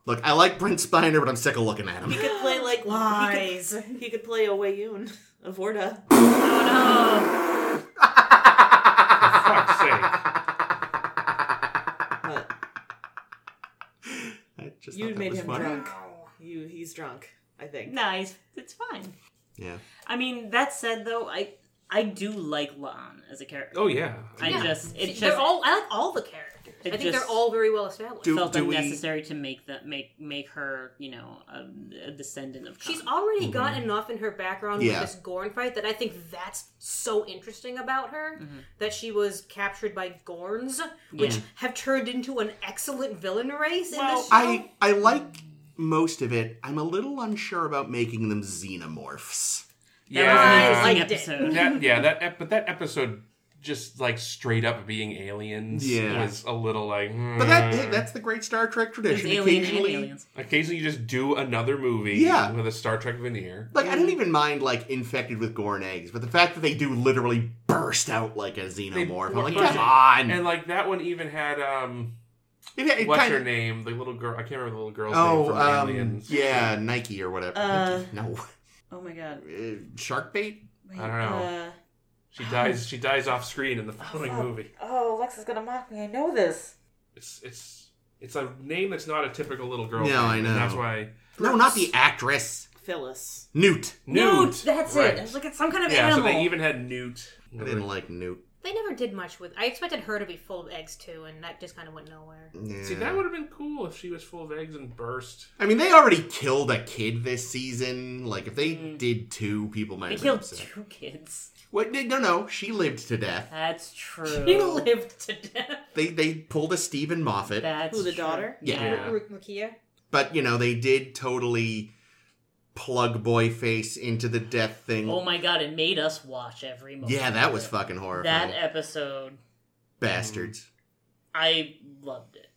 Speaker 1: Look, I like Brent Spiner, but I'm sick of looking at
Speaker 6: He
Speaker 1: him.
Speaker 6: could play like
Speaker 2: Lies.
Speaker 6: He could, he could play a Wayun of Vorta.
Speaker 5: Oh
Speaker 6: But
Speaker 1: I just
Speaker 6: You
Speaker 1: thought that
Speaker 6: made
Speaker 1: was
Speaker 6: him
Speaker 1: funny.
Speaker 6: drunk. You he's drunk. I think.
Speaker 5: no, nice. It's fine.
Speaker 1: Yeah.
Speaker 5: I mean, that said, though, I I do like Lan as a character.
Speaker 4: oh yeah
Speaker 5: I
Speaker 2: Yeah.
Speaker 5: just it
Speaker 2: they're
Speaker 5: just
Speaker 2: all. I like all the characters. I
Speaker 5: It
Speaker 2: think
Speaker 5: just-
Speaker 2: they're all very well established.
Speaker 1: Do-
Speaker 5: felt
Speaker 1: do we-
Speaker 5: unnecessary to make that make make her you know a, a descendant of. Khan.
Speaker 2: She's already got enough in her background
Speaker 1: Yeah.
Speaker 2: with this Gorn fight that I think that's so interesting about her that she was captured by Gorns, which
Speaker 5: Yeah.
Speaker 2: have turned into an excellent villain race in this show.
Speaker 1: I I like most of it. I'm a little unsure about making them xenomorphs.
Speaker 5: that was
Speaker 4: yeah
Speaker 5: an
Speaker 2: liked it.
Speaker 5: interesting episode.
Speaker 4: that, yeah that ep- but that episode just like straight up being aliens
Speaker 1: Yeah.
Speaker 4: was a little like
Speaker 1: But that
Speaker 4: hmm.
Speaker 1: hey, that's the great Star Trek
Speaker 5: There's
Speaker 1: tradition.
Speaker 5: alien and
Speaker 1: Occasionally,
Speaker 5: aliens.
Speaker 4: Occasionally, you just do another movie
Speaker 1: Yeah.
Speaker 4: with a Star Trek veneer.
Speaker 1: Like I don't even mind like infected with Gorn eggs, but the fact that they do literally burst out like a xenomorph, I'm like,
Speaker 4: Yeah.
Speaker 1: come on.
Speaker 4: And like that one even had um,
Speaker 1: It- Mm. it
Speaker 4: what's
Speaker 1: kinda-
Speaker 4: her name? The little girl. I can't remember the little girl's name
Speaker 1: Oh,
Speaker 4: from
Speaker 1: um,
Speaker 4: Aliens.
Speaker 1: yeah, Nike or whatever.
Speaker 5: Uh,
Speaker 1: no,
Speaker 5: Oh my god.
Speaker 1: Uh, shark bait.
Speaker 5: Wait,
Speaker 4: I don't know.
Speaker 5: Uh,
Speaker 4: She dies. She dies off screen in the following movie.
Speaker 5: oh, Lex is gonna mock me. I know this.
Speaker 4: It's it's it's a name that's not a typical little girl.
Speaker 1: No,
Speaker 4: name,
Speaker 1: I
Speaker 4: and
Speaker 1: know.
Speaker 4: That's why
Speaker 1: No, not the actress.
Speaker 6: Phyllis.
Speaker 1: Newt.
Speaker 5: Newt.
Speaker 4: Newt.
Speaker 5: That's
Speaker 4: right.
Speaker 5: it. I was like, it's some kind of
Speaker 4: yeah. So
Speaker 5: animal.
Speaker 4: they even had Newt.
Speaker 1: I didn't like Newt.
Speaker 2: They never did much with. I expected her to be full of eggs too, and that just kind of went nowhere.
Speaker 1: Yeah.
Speaker 4: See, that would have been cool if she was full of eggs and burst.
Speaker 1: I mean, they already killed a kid this season. Like, if they did two, people might.
Speaker 5: Mm. They
Speaker 1: have been
Speaker 5: killed
Speaker 1: upset.
Speaker 5: two Uh. kids.
Speaker 1: What? they- No, no, she lived to death.
Speaker 5: That's true.
Speaker 2: He lived to death.
Speaker 1: They they pulled a Stephen Moffat,
Speaker 5: That's
Speaker 6: Who, the
Speaker 5: true.
Speaker 6: daughter?
Speaker 1: Yeah.
Speaker 2: R- Rukia.
Speaker 1: but you know they did totally plug boy face into the death thing.
Speaker 5: Oh my god! It made us watch every moment.
Speaker 1: yeah, that was fucking horrifying.
Speaker 5: That episode,
Speaker 1: Bastards.
Speaker 5: I loved it.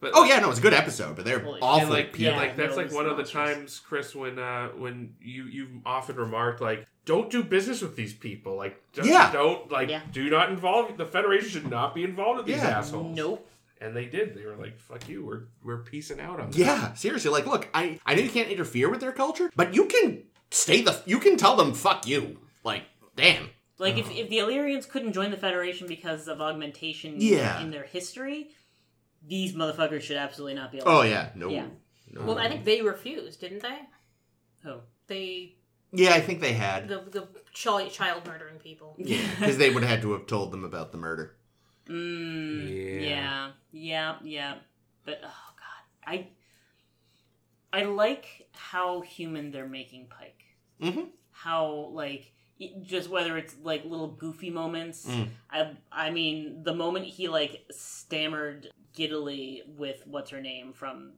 Speaker 4: But
Speaker 1: Oh yeah, no, it's a good episode, but they're
Speaker 5: Holy shit.
Speaker 1: awful
Speaker 4: And like,
Speaker 1: people.
Speaker 4: yeah, like that's
Speaker 5: no,
Speaker 4: like
Speaker 5: it's
Speaker 4: one of the
Speaker 5: not just-
Speaker 4: times, Chris, when uh when you you've often remarked like, don't do business with these people. Like, just
Speaker 1: Yeah.
Speaker 4: don't like,
Speaker 5: Yeah.
Speaker 4: do not involve the Federation should not be involved with these
Speaker 1: Yeah.
Speaker 4: assholes.
Speaker 5: Nope.
Speaker 4: And they did. They were like, "Fuck you. We're we're piecing out on." this."
Speaker 1: Yeah, seriously. Like, look, I I know you can't interfere with their culture, but you can stay the. You can tell them fuck you. Like, damn.
Speaker 5: Like
Speaker 1: Oh.
Speaker 5: if, if the Illyrians couldn't join the Federation because of augmentation
Speaker 1: Yeah.
Speaker 5: in their history, these motherfuckers should absolutely not be
Speaker 1: Oh
Speaker 5: allowed.
Speaker 1: yeah, no.
Speaker 5: Yeah.
Speaker 1: no.
Speaker 2: Well, I
Speaker 5: Um,
Speaker 2: think they refused, didn't they?
Speaker 5: Oh.
Speaker 2: They
Speaker 1: Yeah, I think they had
Speaker 2: the the child child murdering people.
Speaker 1: because they would have had to have told them about the murder.
Speaker 5: Mm,
Speaker 4: Yeah.
Speaker 5: yeah. Yeah. Yeah. But oh god, I I like how human they're making Pike.
Speaker 1: Mhm.
Speaker 5: How like it- just whether it's like little goofy moments.
Speaker 1: Mm.
Speaker 5: I I mean the moment he like stammered giddily with what's her name from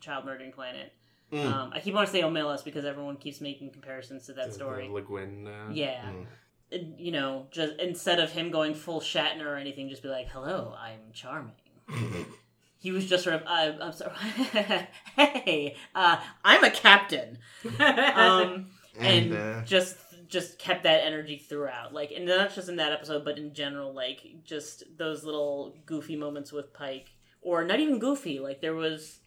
Speaker 5: Child Murdering Planet.
Speaker 1: Mm.
Speaker 5: Um, I keep wanting to say Omelas because everyone keeps making comparisons to that
Speaker 4: The-
Speaker 5: story.
Speaker 4: the Le Guin, uh,
Speaker 5: Yeah.
Speaker 1: Mm.
Speaker 5: And, You know, just instead of him going full Shatner or anything, just be like, "Hello, I'm charming." he was just sort of, uh, I'm sorry, hey, uh, I'm a captain. Um, and,
Speaker 1: uh,
Speaker 5: just just kept that energy throughout like and not just in that episode but in general like just those little goofy moments with pike or not even goofy like there was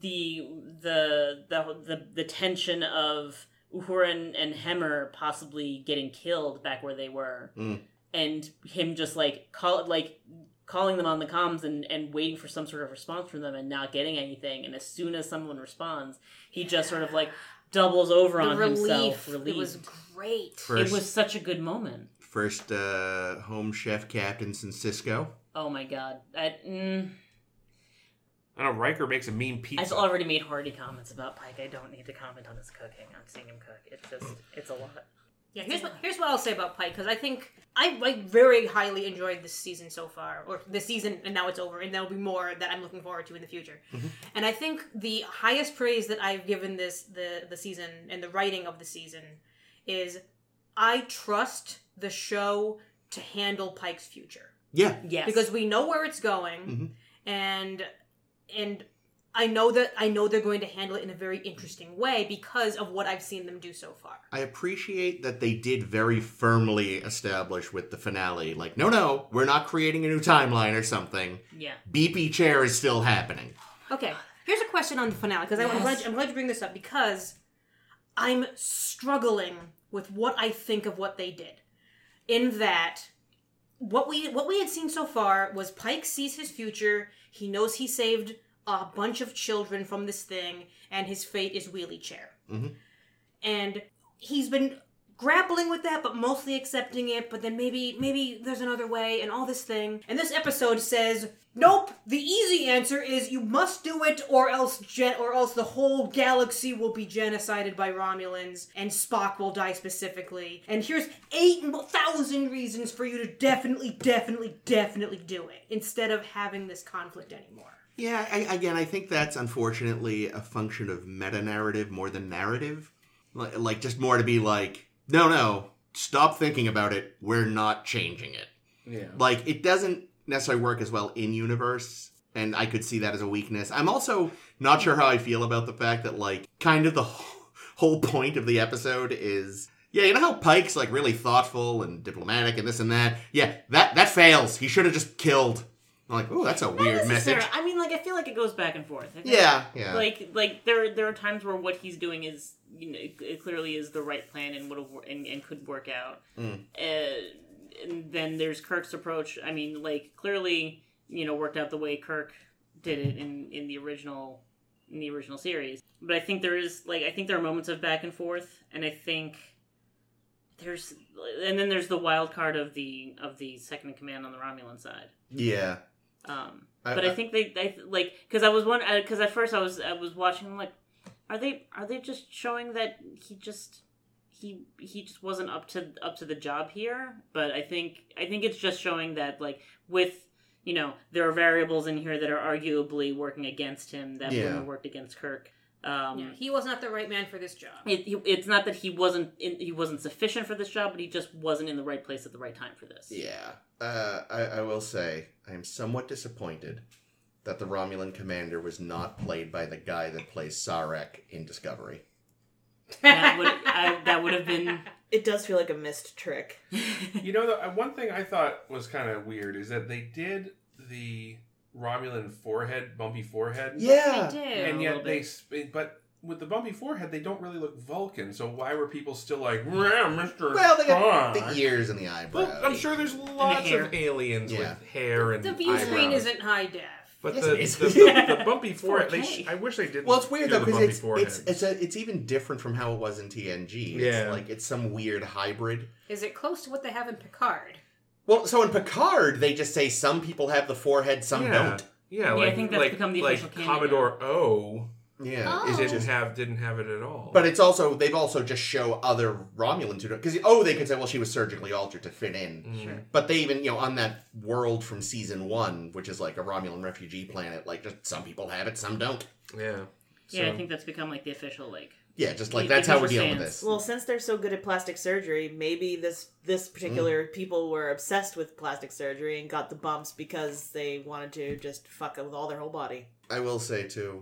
Speaker 5: the the the the, the tension of uhura and, and hemmer possibly getting killed back where they were
Speaker 1: Mm.
Speaker 5: and him just like call like calling them on the comms and and waiting for some sort of response from them and not getting anything and as soon as someone responds he just sort of like doubles over
Speaker 2: The
Speaker 5: on
Speaker 2: relief.
Speaker 5: himself
Speaker 2: It was
Speaker 5: relieved.
Speaker 2: great.
Speaker 1: first,
Speaker 5: it was such a good moment
Speaker 1: first uh, home chef captain since Cisco.
Speaker 5: oh my god I, mm,
Speaker 4: I don't know. Riker makes a mean
Speaker 5: i've
Speaker 4: pizza.
Speaker 5: already made hearty comments about pike i don't need to comment on his cooking i've seen him cook it's just it's a lot
Speaker 2: Yeah, here's what here's what I'll say about Pike because I think I, I very highly enjoyed this season so far, or this season, and now it's over, and there'll be more that I'm looking forward to in the future.
Speaker 5: Mm-hmm.
Speaker 2: And I think the highest praise that I've given this the the season and the writing of the season is I trust the show to handle Pike's future
Speaker 1: Yeah,
Speaker 5: yes
Speaker 2: because we know where it's going
Speaker 1: Mhm.
Speaker 2: and and I know that I know they're going to handle it in a very interesting way because of what I've seen them do so far.
Speaker 1: I appreciate that they did very firmly establish with the finale, like, no, no, we're not creating a new timeline or something.
Speaker 5: yeah
Speaker 1: BP chair is still happening.
Speaker 2: Okay, here's a question on the finale because I'm
Speaker 5: Yes.
Speaker 2: glad I'm glad you bring this up because I'm struggling with what I think of what they did. In that, what we what we had seen so far was Pike sees his future. He knows he saved a bunch of children from this thing, and his fate is wheelie chair.
Speaker 1: Mhm.
Speaker 2: And he's been grappling with that but mostly accepting it but then maybe maybe there's another way and all this thing and this episode says nope the easy answer is you must do it or else gen- or else the whole galaxy will be genocided by romulans and spock will die specifically and here's 8000 reasons for you to definitely definitely definitely do it instead of having this conflict anymore
Speaker 1: Yeah, I, again, I think that's unfortunately a function of meta narrative more than narrative. Like, like, just more to be like, no, no, stop thinking about it. We're not changing it.
Speaker 4: Yeah.
Speaker 1: Like, it doesn't necessarily work as well in universe, and I could see that as a weakness. I'm also not sure how I feel about the fact that, like, kind of the wh- whole point of the episode is. Yeah, you know how Pike's like really thoughtful and diplomatic and this and that. Yeah, that that fails. He should have just killed. I'm like, oh, that's a weird message.
Speaker 5: Necessarily- i mean like i feel like it goes back and forth I think-
Speaker 1: Yeah, yeah.
Speaker 5: like like there there are times where what he's doing is you know it clearly is the right plan and would have wor- and, and could work out
Speaker 1: Mm.
Speaker 5: uh, and then there's kirk's approach i mean like clearly you know worked out the way kirk did it in in the original in the original series but i think there is like i think there are moments of back and forth and i think there's and then there's the wild card of the of the second in command on the romulan side
Speaker 1: yeah.
Speaker 5: um,
Speaker 1: I-
Speaker 5: but I,
Speaker 1: I-
Speaker 5: think they, they like because I was one because at first I was I was watching I'm like, are they are they just showing that he just he he just wasn't up to up to the job here? But I think I think it's just showing that like with you know there are variables in here that are arguably working against him that
Speaker 1: Yeah.
Speaker 5: wouldn't have worked against Kirk. Um,
Speaker 2: yeah he was not the right man for this job
Speaker 5: it, he- it's not that he wasn't in, he wasn't sufficient for this job, but he just wasn't in the right place at the right time for this.
Speaker 1: Yeah. Uh, I, I will say, I am somewhat disappointed that the Romulan commander was not played by the guy that plays Sarek in Discovery.
Speaker 5: That would I, that would have been
Speaker 6: It does feel like a missed trick.
Speaker 4: You know, the, uh, one thing I thought was kind of weird is that they did the Romulan forehead, bumpy forehead.
Speaker 2: I
Speaker 1: Yeah.
Speaker 2: did.
Speaker 4: And
Speaker 5: Yeah, a
Speaker 4: yet
Speaker 5: little
Speaker 4: they,
Speaker 5: bit.
Speaker 4: sp- but with the bumpy forehead, they don't really look Vulcan. So why were people still like, "Meow, Mister?
Speaker 1: Well, they got
Speaker 4: Spock?"
Speaker 1: the ears and the eyebrows.
Speaker 4: Well, I'm sure there's lots
Speaker 5: hair.
Speaker 4: of aliens
Speaker 1: Yeah.
Speaker 4: with hair and
Speaker 2: the view screen
Speaker 4: eyebrows.
Speaker 2: isn't high def
Speaker 4: But
Speaker 1: Yes,
Speaker 4: the,
Speaker 1: it is.
Speaker 4: the, the, the bumpy forehead. They
Speaker 5: 4K.
Speaker 4: sh- I wish they didn't.
Speaker 1: Well, it's weird
Speaker 4: do
Speaker 1: though
Speaker 4: the
Speaker 1: because
Speaker 4: bumpy
Speaker 1: it's
Speaker 4: forehead.
Speaker 1: it's it's, a, it's even different from how it was in TNG.
Speaker 4: Yeah.
Speaker 1: It's like it's some weird hybrid.
Speaker 2: is it close to what they have in picard
Speaker 1: Well, so in Picard, they just say some people have the forehead, some
Speaker 4: yeah.
Speaker 1: don't.
Speaker 4: Yeah,
Speaker 5: Yeah, I
Speaker 4: like,
Speaker 5: think that's
Speaker 4: like,
Speaker 5: become the
Speaker 4: like
Speaker 5: official canon now.
Speaker 4: Commodore O
Speaker 1: Yeah.
Speaker 2: Oh.
Speaker 1: Is it
Speaker 4: didn't
Speaker 1: just
Speaker 4: have didn't have it at all.
Speaker 1: But it's also they've also just show other Romulans who don't because oh they could say well she was surgically altered to fit in,
Speaker 4: Mm.
Speaker 5: sure.
Speaker 1: but they even you know on that world from season one which is like a Romulan refugee planet like just some people have it some don't.
Speaker 4: yeah.
Speaker 5: Yeah, I
Speaker 4: So-
Speaker 5: think that's become like the official like
Speaker 1: Yeah, just like
Speaker 5: Like,
Speaker 1: that's
Speaker 5: like
Speaker 1: how we're
Speaker 5: rubber
Speaker 1: dealing with
Speaker 5: stands.
Speaker 1: this.
Speaker 3: Well, since they're so good at plastic surgery, maybe this this particular people were obsessed with plastic surgery and got the bumps because they wanted to just fuck with all their whole body.
Speaker 1: I will say too,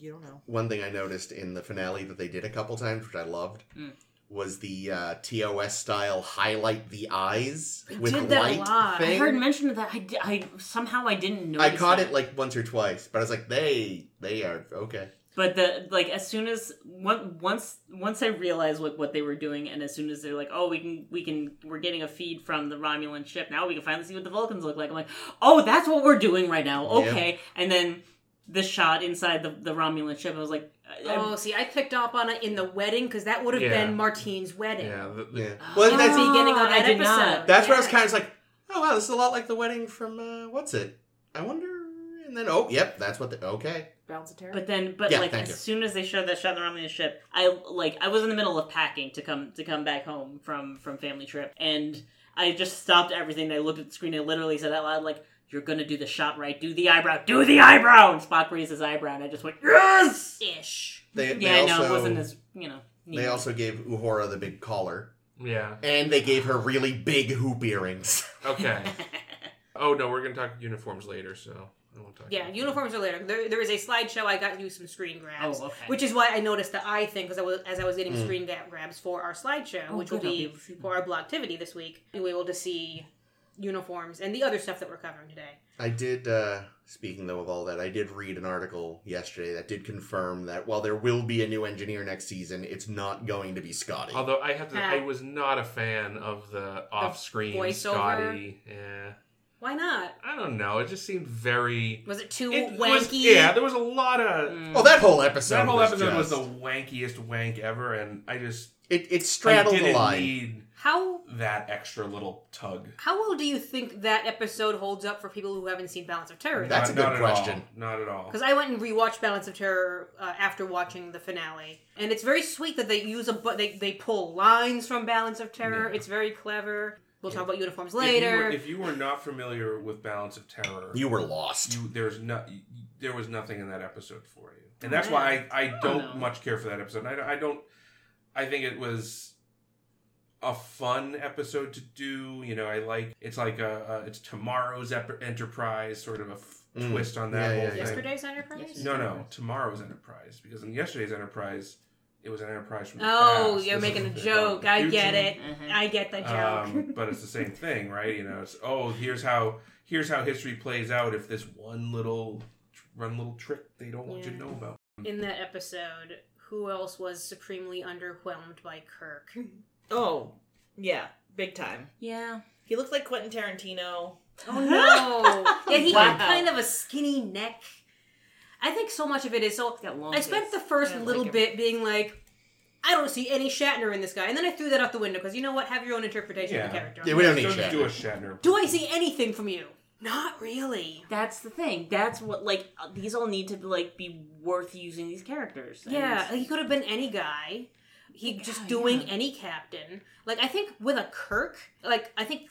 Speaker 3: You don't know.
Speaker 1: one thing I noticed in the finale that they did a couple times, which I loved,
Speaker 5: Mm.
Speaker 1: was the uh, TOS style highlight the eyes with
Speaker 5: did that a
Speaker 1: light
Speaker 2: lot. I
Speaker 1: thing.
Speaker 5: I heard mention of that. I, di- I somehow I didn't know.
Speaker 1: I caught it like once or twice, but I was like, they they are okay.
Speaker 5: But the like as soon as on- once once I realized like what they were doing, and as soon as they're like, oh, we can we can we're getting a feed from the Romulan ship now, we can finally see what the Vulcans look like. I'm like, oh, that's what we're doing right now.
Speaker 1: Yeah.
Speaker 5: Okay, and then the shot inside the the Romulan ship, I was like, I- I-
Speaker 2: Oh, see, I picked up on it in the wedding because that would have
Speaker 4: Yeah.
Speaker 2: been Martine's wedding.
Speaker 4: Yeah, the, the,
Speaker 1: Yeah. Well,
Speaker 2: In
Speaker 1: that's
Speaker 2: the beginning
Speaker 5: Ah,
Speaker 2: of that
Speaker 5: I did not.
Speaker 2: episode.
Speaker 1: that's where I
Speaker 2: Yeah.
Speaker 1: was kind of like, oh wow, this is a lot like the wedding from uh, what's it? I wonder. And then oh yep, that's what the okay.
Speaker 3: Balance of terror.
Speaker 5: But then, but
Speaker 1: Yeah,
Speaker 5: like
Speaker 1: thank
Speaker 5: as
Speaker 1: you.
Speaker 5: soon as they showed that shot in the Romulan ship, I like I was in the middle of packing to come to come back home from from family trip, and I just stopped everything. I looked at the screen. I literally said out loud, like, "You're gonna do the shot right. Do the eyebrow. Do the eyebrow." And Spock raised his eyebrow, and I just went, "Yes."
Speaker 2: Ish.
Speaker 1: They,
Speaker 5: yeah,
Speaker 1: they
Speaker 5: I know
Speaker 1: also,
Speaker 5: it wasn't as you know. neat.
Speaker 1: They also gave Uhura the big collar,
Speaker 4: yeah.
Speaker 1: and they gave her really big hoop earrings.
Speaker 4: Okay. oh no, we're gonna talk uniforms later, so I won't talk.
Speaker 2: Yeah,
Speaker 4: about
Speaker 2: uniforms are later. There, there is a slideshow. I got you some screen grabs,
Speaker 5: Oh, okay.
Speaker 2: which is why I noticed the eye thing because I was as I was getting screen ga- grabs for our slideshow,
Speaker 5: Oh,
Speaker 2: which
Speaker 5: good,
Speaker 2: will
Speaker 5: I'll be
Speaker 2: be
Speaker 5: able to see them.
Speaker 2: for our blocktivity this week. You'll be able to see uniforms and the other stuff that we're covering today.
Speaker 1: I did, uh, speaking though of all that, I did read an article yesterday that did confirm that while there will be a new engineer next season, it's not going to be Scotty.
Speaker 4: that. Although I have to,
Speaker 2: Ah.
Speaker 4: I was not a fan of the off-screen
Speaker 2: voiceover?
Speaker 4: Scotty. Yeah,
Speaker 2: Why not?
Speaker 4: I don't know. It just seemed very
Speaker 2: Was it too
Speaker 4: it
Speaker 2: wanky? Mm.
Speaker 4: Was, yeah, there was a lot of.
Speaker 1: oh, that whole episode.
Speaker 4: That whole
Speaker 1: was
Speaker 4: episode was
Speaker 1: just-
Speaker 4: the wankiest wank ever, and I just
Speaker 1: It, it
Speaker 4: I
Speaker 1: straddled the
Speaker 4: didn't
Speaker 1: line.
Speaker 4: need
Speaker 2: How
Speaker 4: that extra little tug.
Speaker 2: how well do you think that episode holds up for people who haven't seen Balance of Terror?
Speaker 1: That's a good
Speaker 4: Not at all.
Speaker 1: question.
Speaker 4: Not at all.
Speaker 2: Because I went and rewatched Balance of Terror uh, after watching the finale, and it's very sweet that they use a but they they pull lines from Balance of Terror.
Speaker 4: Yeah.
Speaker 2: It's very clever. We'll talk about uniforms
Speaker 4: If you,
Speaker 2: later.
Speaker 4: were, if you were not familiar with Balance of Terror,
Speaker 1: You were lost.
Speaker 4: you there's no you- there was nothing in that episode for you and that's why i, I
Speaker 2: Oh,
Speaker 5: know.
Speaker 4: don't much care for that episode I, don't- I don't i think it was a fun episode to do you know i like it's like a, a it's tomorrow's ep- enterprise sort of a f-
Speaker 1: Mm.
Speaker 4: twist on that
Speaker 1: Yeah,
Speaker 4: whole
Speaker 1: yeah,
Speaker 4: thing
Speaker 1: yeah.
Speaker 2: Yesterday's Enterprise.
Speaker 5: Yes.
Speaker 4: no no tomorrow's enterprise because in yesterday's enterprise it was an enterprise from the
Speaker 2: Oh,
Speaker 4: past.
Speaker 2: you're
Speaker 4: This
Speaker 2: making a
Speaker 4: is about
Speaker 2: joke.
Speaker 4: the
Speaker 2: I get
Speaker 4: future.
Speaker 2: it.
Speaker 5: Uh-huh.
Speaker 2: I get the joke.
Speaker 4: Um, but it's the same thing, right? You know, it's oh, here's how here's how history plays out if this one little one little trick they don't want you to
Speaker 2: Yeah.
Speaker 4: know about.
Speaker 2: In that episode, who else was supremely underwhelmed by Kirk?
Speaker 3: oh, yeah, big time.
Speaker 5: yeah.
Speaker 3: He looked like Quentin Tarantino.
Speaker 2: Oh no! yeah, he had
Speaker 5: Wow.
Speaker 2: kind of a skinny neck. I think so much of it is so.
Speaker 5: It's got long
Speaker 2: I spent the
Speaker 5: tits.
Speaker 2: first
Speaker 3: I like
Speaker 2: little
Speaker 3: him.
Speaker 2: bit being like, I don't see any Shatner in this guy, and then I threw that out the window because you know what? Have your own interpretation of the
Speaker 4: Yeah.
Speaker 2: character.
Speaker 1: Yeah, we don't need
Speaker 4: Don't
Speaker 1: Shatner.
Speaker 4: do a Shatner.
Speaker 2: Do I see anything from you? Not really.
Speaker 5: That's the thing. That's what like uh, these all need to like be worth using these characters. And-
Speaker 2: Yeah, he could have been any guy. He just doing any captain. Like I think with a Kirk, like I think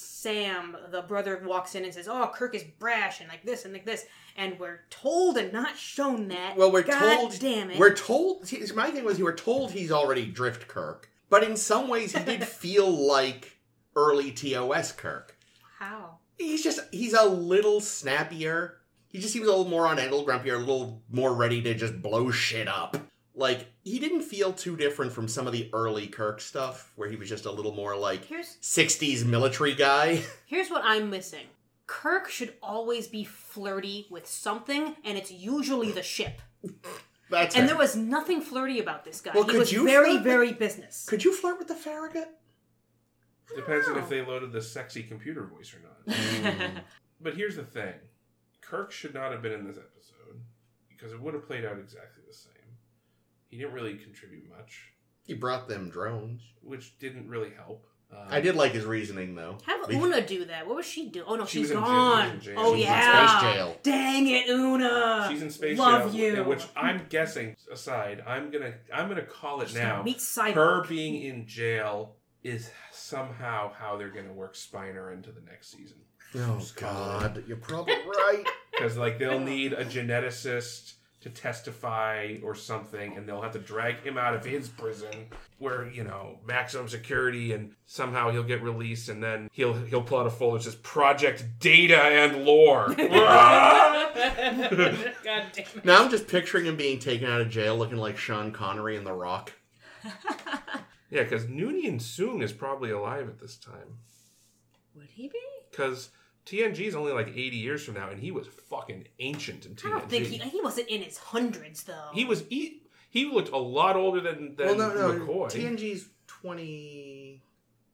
Speaker 2: Sam, the brother, walks in and says, "Oh, Kirk is brash and like this and like this," and we're told and not shown that.
Speaker 1: Well, we're
Speaker 2: God
Speaker 1: told.
Speaker 2: Damn it.
Speaker 1: We're told. see, My thing was, you were told he's already Drift Kirk, but in some ways, he did feel like early TOS Kirk.
Speaker 2: how.
Speaker 1: He's just he's a little snappier. He just seems a little more on edge, a little grumpier, a little more ready to just blow shit up. Like he didn't feel too different from some of the early Kirk stuff, where he was just a little more like
Speaker 2: Here's
Speaker 1: '60s military guy.
Speaker 2: Here's what I'm missing. Kirk should always be flirty with something, and it's usually the ship.
Speaker 1: That's
Speaker 2: And
Speaker 1: fair.
Speaker 2: there was nothing flirty about this guy.
Speaker 1: Well,
Speaker 2: he
Speaker 1: could
Speaker 2: was
Speaker 1: you
Speaker 2: very,
Speaker 1: flirt with-
Speaker 2: very business.
Speaker 1: Could you flirt with the Farragut?
Speaker 4: Depends on
Speaker 2: know.
Speaker 4: if they loaded the sexy computer voice or not. but here's the thing: Kirk should not have been in this episode because it would have played out exactly the same. He didn't really contribute much,
Speaker 1: He brought them drones.
Speaker 4: which didn't really help. Um,
Speaker 1: I did like his reasoning though.
Speaker 2: Have
Speaker 1: We-
Speaker 2: Una do that. What was she doing? Oh no,
Speaker 4: She
Speaker 2: she's
Speaker 4: was in jail. She was
Speaker 2: gone.
Speaker 4: in jail.
Speaker 2: Oh
Speaker 1: She's in
Speaker 2: yeah.
Speaker 1: space jail.
Speaker 2: Dang it, Una.
Speaker 4: She's in space
Speaker 2: Uh, Love
Speaker 4: now,
Speaker 2: you.
Speaker 4: which I'm guessing aside, I'm gonna I'm gonna call it
Speaker 2: She's gonna
Speaker 4: now.
Speaker 2: Meet Cyborg.
Speaker 4: Her being in jail is somehow how they're gonna work Spiner into the next season
Speaker 1: Oh
Speaker 4: Just call it.
Speaker 1: God, you're probably right.
Speaker 4: because like they'll need a geneticist to to testify or something, and they'll have to drag him out of his prison where you know maximum security, and somehow he'll get released, and then he'll he'll pull out a folder that says Project Data and Lore.
Speaker 5: God damn it.
Speaker 1: Now I'm just picturing him being taken out of jail looking like Sean Connery in The Rock.
Speaker 4: yeah, because Noonien Soon is probably alive at this time.
Speaker 5: Would he be?
Speaker 4: because TNG is only like 80 years from now, and he was fucking ancient in TNG.
Speaker 2: I don't think he he wasn't in his hundreds though.
Speaker 4: He was he, he looked a lot older than than
Speaker 1: well, no, no.
Speaker 4: McCoy.
Speaker 1: TNG's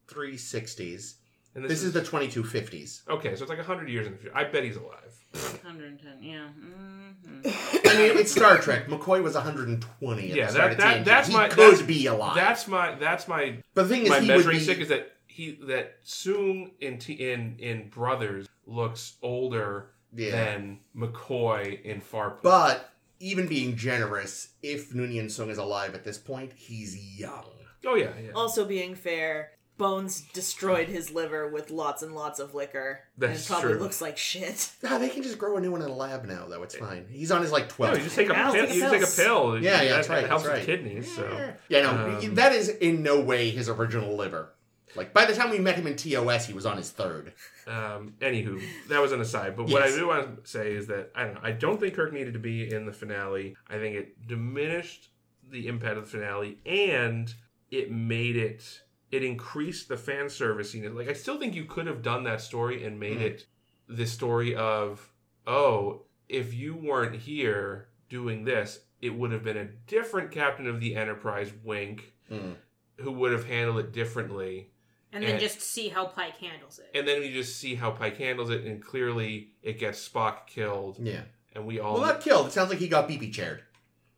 Speaker 1: 2360s.
Speaker 4: and
Speaker 1: This, is, the 2250s.
Speaker 4: okay, so it's like 100 years in the future. I bet he's alive.
Speaker 5: 110, yeah. hmm
Speaker 1: I mean, it's Star Trek. McCoy was 120 at
Speaker 4: Yeah,
Speaker 1: the
Speaker 4: that-
Speaker 1: start of
Speaker 4: that-
Speaker 1: TNG.
Speaker 4: that's
Speaker 1: he
Speaker 4: my-
Speaker 1: could
Speaker 4: that's-
Speaker 1: be alive.
Speaker 4: That's my that's my
Speaker 1: but the thing is,
Speaker 4: my
Speaker 1: he would
Speaker 4: measuring
Speaker 1: be-
Speaker 4: stick is that he that soon in T, in in Brothers looks older
Speaker 1: Yeah.
Speaker 4: than McCoy in Farpoint.
Speaker 1: But even being generous, if Noonien Sung is alive at this point, he's young.
Speaker 4: oh yeah, yeah.
Speaker 3: Also, being fair, Bones destroyed his liver with lots and lots of liquor.
Speaker 4: That's
Speaker 3: and it probably
Speaker 4: true.
Speaker 3: looks like shit.
Speaker 1: Nah, Ah, they can just grow a new one in a lab now, though. It's fine. He's on his like
Speaker 4: No,
Speaker 1: 12th.
Speaker 4: you just take a
Speaker 3: Wow,
Speaker 4: pill. You just take a
Speaker 3: cells.
Speaker 4: pill.
Speaker 1: Yeah, yeah,
Speaker 4: that,
Speaker 1: that's right,
Speaker 4: That helps
Speaker 1: that's
Speaker 4: with
Speaker 1: right.
Speaker 4: kidneys. So
Speaker 1: Yeah, no,
Speaker 4: Um,
Speaker 1: that is in no way his original liver. Like by the time we met him in TOS, he was on his third.
Speaker 4: Um, anywho, that was an aside. But what I
Speaker 1: Yes.
Speaker 4: do want to say is that I don't know. I don't think Kirk needed to be in the finale. I think it diminished the impact of the finale, and it made it. It increased the fan service. You know, like I still think you could have done that story and made
Speaker 1: Mhm.
Speaker 4: it the story of oh, if you weren't here doing this, it would have been a different captain of the Enterprise, Wink,
Speaker 1: Mm.
Speaker 4: who would have handled it differently
Speaker 2: and then
Speaker 4: and-
Speaker 2: just see how Pike handles it.
Speaker 4: and then we just see how Pike handles it, and clearly it gets Spock killed,
Speaker 1: Yeah.
Speaker 4: and we all
Speaker 1: Well, not killed. It sounds like he got BB chaired.